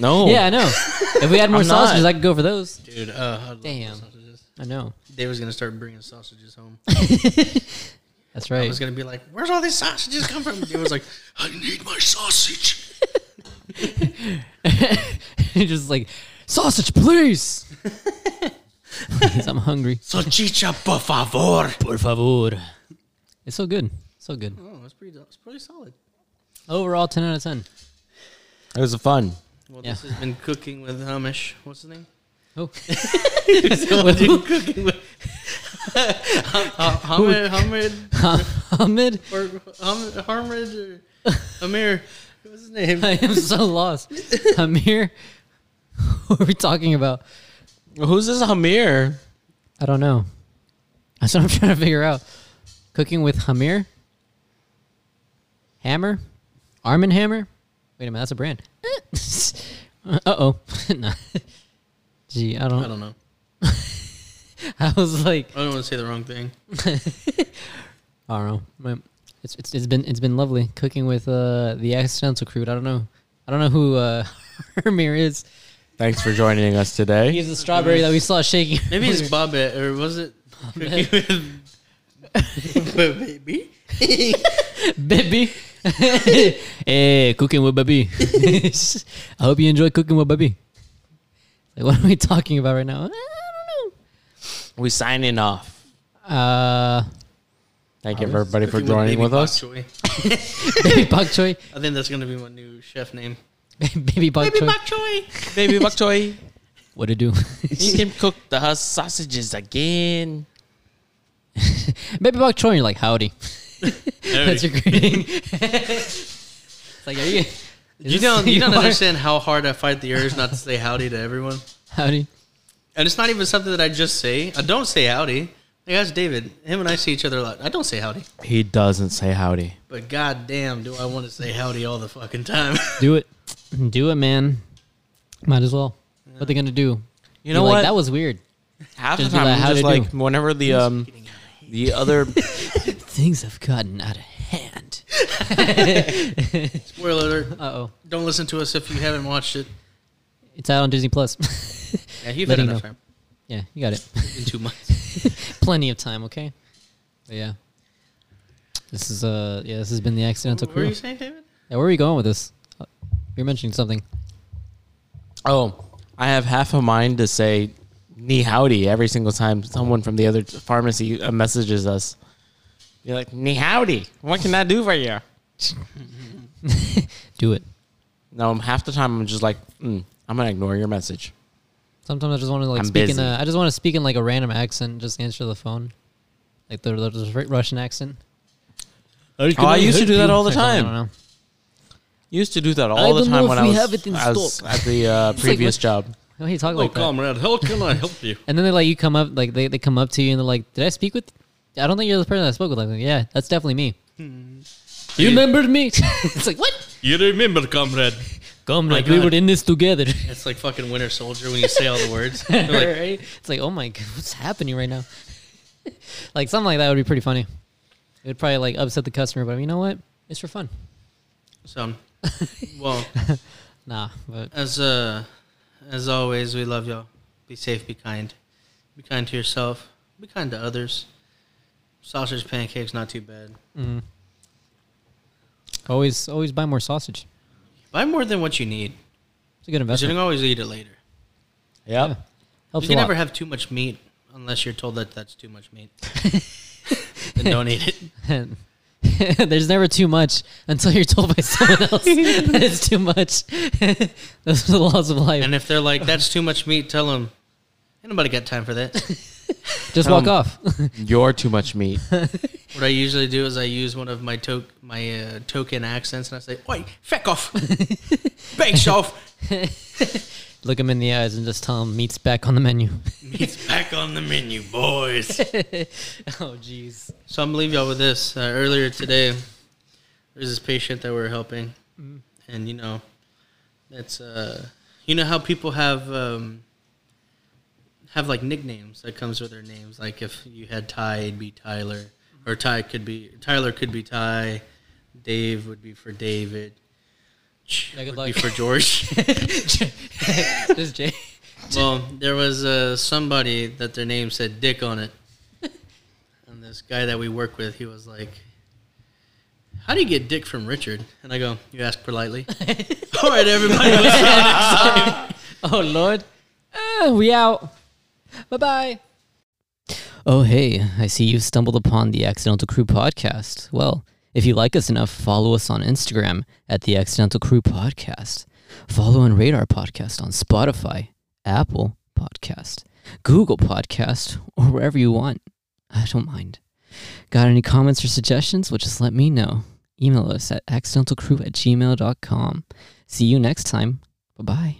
[SPEAKER 3] No.
[SPEAKER 2] Yeah, I know. if we had more
[SPEAKER 3] I'm not.
[SPEAKER 2] sausages, I could go for those.
[SPEAKER 1] dude. Uh, I love
[SPEAKER 2] Damn.
[SPEAKER 1] sausages.
[SPEAKER 2] I know.
[SPEAKER 1] Dave was gonna start bringing sausages home.
[SPEAKER 2] That's
[SPEAKER 1] I
[SPEAKER 2] right.
[SPEAKER 1] was gonna be like, "Where's all these sausages come from?" Dave was like, "I need my sausage."
[SPEAKER 2] Just like, sausage, please. 'Cause I'm hungry.
[SPEAKER 1] Salchicha, por favor.
[SPEAKER 2] Por favor. It's so good. So good.
[SPEAKER 1] Oh, that's pretty. That's pretty solid.
[SPEAKER 2] Overall, 10 out of 10.
[SPEAKER 3] it was fun.
[SPEAKER 1] Well,
[SPEAKER 2] Yeah.
[SPEAKER 1] this has been cooking with Hamish. What's his name?
[SPEAKER 2] Oh.
[SPEAKER 1] Dude, cooking with Hamid, Hamid,
[SPEAKER 2] Ahmed,
[SPEAKER 1] or Ham- Hamid, or Amir. What's his name?
[SPEAKER 2] I am so lost. Amir, what are we talking about?
[SPEAKER 3] Who's this Hamir?
[SPEAKER 2] I don't know. That's what I'm trying to figure out. Cooking with Hamir? Hammer? Arm and Hammer? Wait a minute, that's a brand. uh oh. no. Gee, I
[SPEAKER 1] I
[SPEAKER 2] don't,
[SPEAKER 1] don't know.
[SPEAKER 2] I was like,
[SPEAKER 1] I don't want to say the wrong thing.
[SPEAKER 2] I don't know. My- It's, it's, it's been it's been lovely cooking with uh, the accidental crew. I don't know. I don't know who uh, Hamir is.
[SPEAKER 3] Thanks for joining us today.
[SPEAKER 2] He's the strawberry that we saw shaking.
[SPEAKER 1] Maybe it's Bobette, or was it cooking with baby?
[SPEAKER 2] baby. hey, cooking with baby. I hope you enjoy cooking with baby. Like, what are we talking about right now? I
[SPEAKER 3] We signing off.
[SPEAKER 2] don't know. Uh,
[SPEAKER 3] Thank you everybody for
[SPEAKER 1] Cooking with
[SPEAKER 3] joining
[SPEAKER 1] baby
[SPEAKER 3] with
[SPEAKER 1] bok
[SPEAKER 3] us.
[SPEAKER 1] choy.
[SPEAKER 2] baby bok choy.
[SPEAKER 1] I think that's gonna be my new chef name.
[SPEAKER 2] baby bok choy.
[SPEAKER 1] choy.
[SPEAKER 3] Baby bok choy.
[SPEAKER 2] what to do?
[SPEAKER 3] You can cook the sausages again.
[SPEAKER 2] baby bok choy. And you're like, howdy. That's your greeting. it's like, are you? is
[SPEAKER 1] You
[SPEAKER 2] this
[SPEAKER 1] don't.
[SPEAKER 2] who
[SPEAKER 1] You don't
[SPEAKER 2] are?
[SPEAKER 1] understand how hard I fight the urge not to say howdy to everyone.
[SPEAKER 2] Howdy.
[SPEAKER 1] And it's not even something that I just say. I don't say howdy. Like that's David. Him and I see each other a lot. I don't say howdy.
[SPEAKER 3] He doesn't say howdy.
[SPEAKER 1] But goddamn, do I want to say howdy all the fucking time?
[SPEAKER 2] Do it. Do it, man. Might as well. What they gonna do?
[SPEAKER 3] You know
[SPEAKER 2] Be like,
[SPEAKER 3] what?
[SPEAKER 2] that was weird.
[SPEAKER 3] Half
[SPEAKER 2] Just
[SPEAKER 3] the
[SPEAKER 2] be
[SPEAKER 3] time,
[SPEAKER 2] like,
[SPEAKER 3] I'm
[SPEAKER 2] "Howdy
[SPEAKER 3] just
[SPEAKER 2] do."
[SPEAKER 3] like whenever the um the other
[SPEAKER 2] Things have gotten out of hand.
[SPEAKER 1] Spoiler alert.
[SPEAKER 2] Uh oh.
[SPEAKER 1] Don't listen to us if you haven't watched it.
[SPEAKER 2] It's out on Disney Plus.
[SPEAKER 1] Yeah, you've
[SPEAKER 2] Let
[SPEAKER 1] had
[SPEAKER 2] him
[SPEAKER 1] enough
[SPEAKER 2] know.
[SPEAKER 1] time.
[SPEAKER 2] yeah, you got it.
[SPEAKER 1] In two months.
[SPEAKER 2] Plenty of time, okay? But yeah. This is uh yeah, this has been the accidental
[SPEAKER 1] what were
[SPEAKER 2] crew.
[SPEAKER 1] you saying, David?
[SPEAKER 2] Yeah, where are we going with this? Uh, You're mentioning something.
[SPEAKER 3] Oh, I have half a mind to say "ni howdy" every single time someone from the other pharmacy uh, messages us. You're like "ni howdy." What can I do for you?
[SPEAKER 2] Do it.
[SPEAKER 3] No, I'm- half the time I'm just like, mm, I'm gonna ignore your message.
[SPEAKER 2] Sometimes I just want to like
[SPEAKER 3] I'm
[SPEAKER 2] speak in
[SPEAKER 3] busy.
[SPEAKER 2] a. I just want to speak in like a random accent. Just answer the phone, like the, the, the Russian accent.
[SPEAKER 3] Oh, I used to do that all the
[SPEAKER 2] Or something, I
[SPEAKER 3] time.
[SPEAKER 2] don't know.
[SPEAKER 3] Used to do that all the
[SPEAKER 2] don't
[SPEAKER 3] time
[SPEAKER 2] know
[SPEAKER 3] when
[SPEAKER 2] if
[SPEAKER 3] I
[SPEAKER 2] we
[SPEAKER 3] was,
[SPEAKER 2] have it in
[SPEAKER 3] I was
[SPEAKER 2] stock.
[SPEAKER 3] at the uh,
[SPEAKER 2] like,
[SPEAKER 3] previous
[SPEAKER 2] what-
[SPEAKER 3] job.
[SPEAKER 2] Why do you talk
[SPEAKER 4] Oh,
[SPEAKER 2] like that?
[SPEAKER 4] comrade, how can I help you?
[SPEAKER 2] And then they like you come up like they, they come up to you and they're like, "Did I speak with?" I don't think you're the person I spoke with. I'm like, yeah, that's definitely me.
[SPEAKER 1] Hmm.
[SPEAKER 2] You remembered me? it's like what?
[SPEAKER 4] You remember, comrade?
[SPEAKER 2] Come, like
[SPEAKER 1] Oh God.
[SPEAKER 2] we were in this together.
[SPEAKER 1] It's like fucking Winter Soldier when you say all the words. They're like,
[SPEAKER 2] right? It's like, oh my god, what's happening right now? like something like that would be pretty funny. It would probably like upset the customer, but you know what? It's for fun.
[SPEAKER 1] so, well,
[SPEAKER 2] Nah, but
[SPEAKER 1] as uh, as always, we love y'all. Be safe. Be kind. Be kind to yourself. Be kind to others. Sausage pancakes, not too bad.
[SPEAKER 2] mm. always always buy more sausage.
[SPEAKER 1] Buy more than what you need. 'cause
[SPEAKER 2] It's a good
[SPEAKER 1] You
[SPEAKER 2] investment.
[SPEAKER 1] can always eat it later.
[SPEAKER 3] Yep.
[SPEAKER 2] Helps
[SPEAKER 1] you
[SPEAKER 2] a
[SPEAKER 1] can
[SPEAKER 2] lot.
[SPEAKER 1] never have too much meat unless you're told that that's too much meat. then don't eat it.
[SPEAKER 2] There's never too much until you're told by someone else that it's too much. Those are the laws of life.
[SPEAKER 1] And if they're like, "That's too much meat," tell them. Ain't nobody got time for that.
[SPEAKER 2] Just walk
[SPEAKER 3] Um,
[SPEAKER 2] off.
[SPEAKER 3] You're too much meat.
[SPEAKER 1] What I usually do is I use one of my to- my uh, token accents and I say, "Oi, feck off, bakes off,
[SPEAKER 2] Look him in the eyes and just tell him meat's back on the menu.
[SPEAKER 1] meat's back on the menu, boys."
[SPEAKER 2] oh, jeez.
[SPEAKER 1] so I'm gonna leave y'all with this. Uh, earlier today, there's this patient that we are helping, and you know, that's uh, you know how people have um, have like nicknames that comes with their names. Like if you had Ty, it'd be Tyler, or Ty could be Tyler could be Ty, Dave would be for David.
[SPEAKER 2] Like,
[SPEAKER 1] would
[SPEAKER 2] like-
[SPEAKER 1] be for George.
[SPEAKER 2] This Jay.
[SPEAKER 1] Well, there was uh, somebody that their name said Dick on it. And this guy that we work with, he was like, How do you get Dick from Richard? And I go, You ask politely. All right, everybody. we'll see you next time."
[SPEAKER 2] Oh, Lord. Ah, we out. Bye bye. Oh, hey, I see you stumbled upon the Accidental Crew podcast. Well, if you like us enough, follow us on Instagram at the Accidental Crew podcast. Follow and rate our podcast on Spotify, Apple Podcast, Google Podcast, or wherever you want. I don't mind. Got any comments or suggestions? Well, just let me know. Email us at accidentalcrew at gmail.com. See you next time. Bye bye.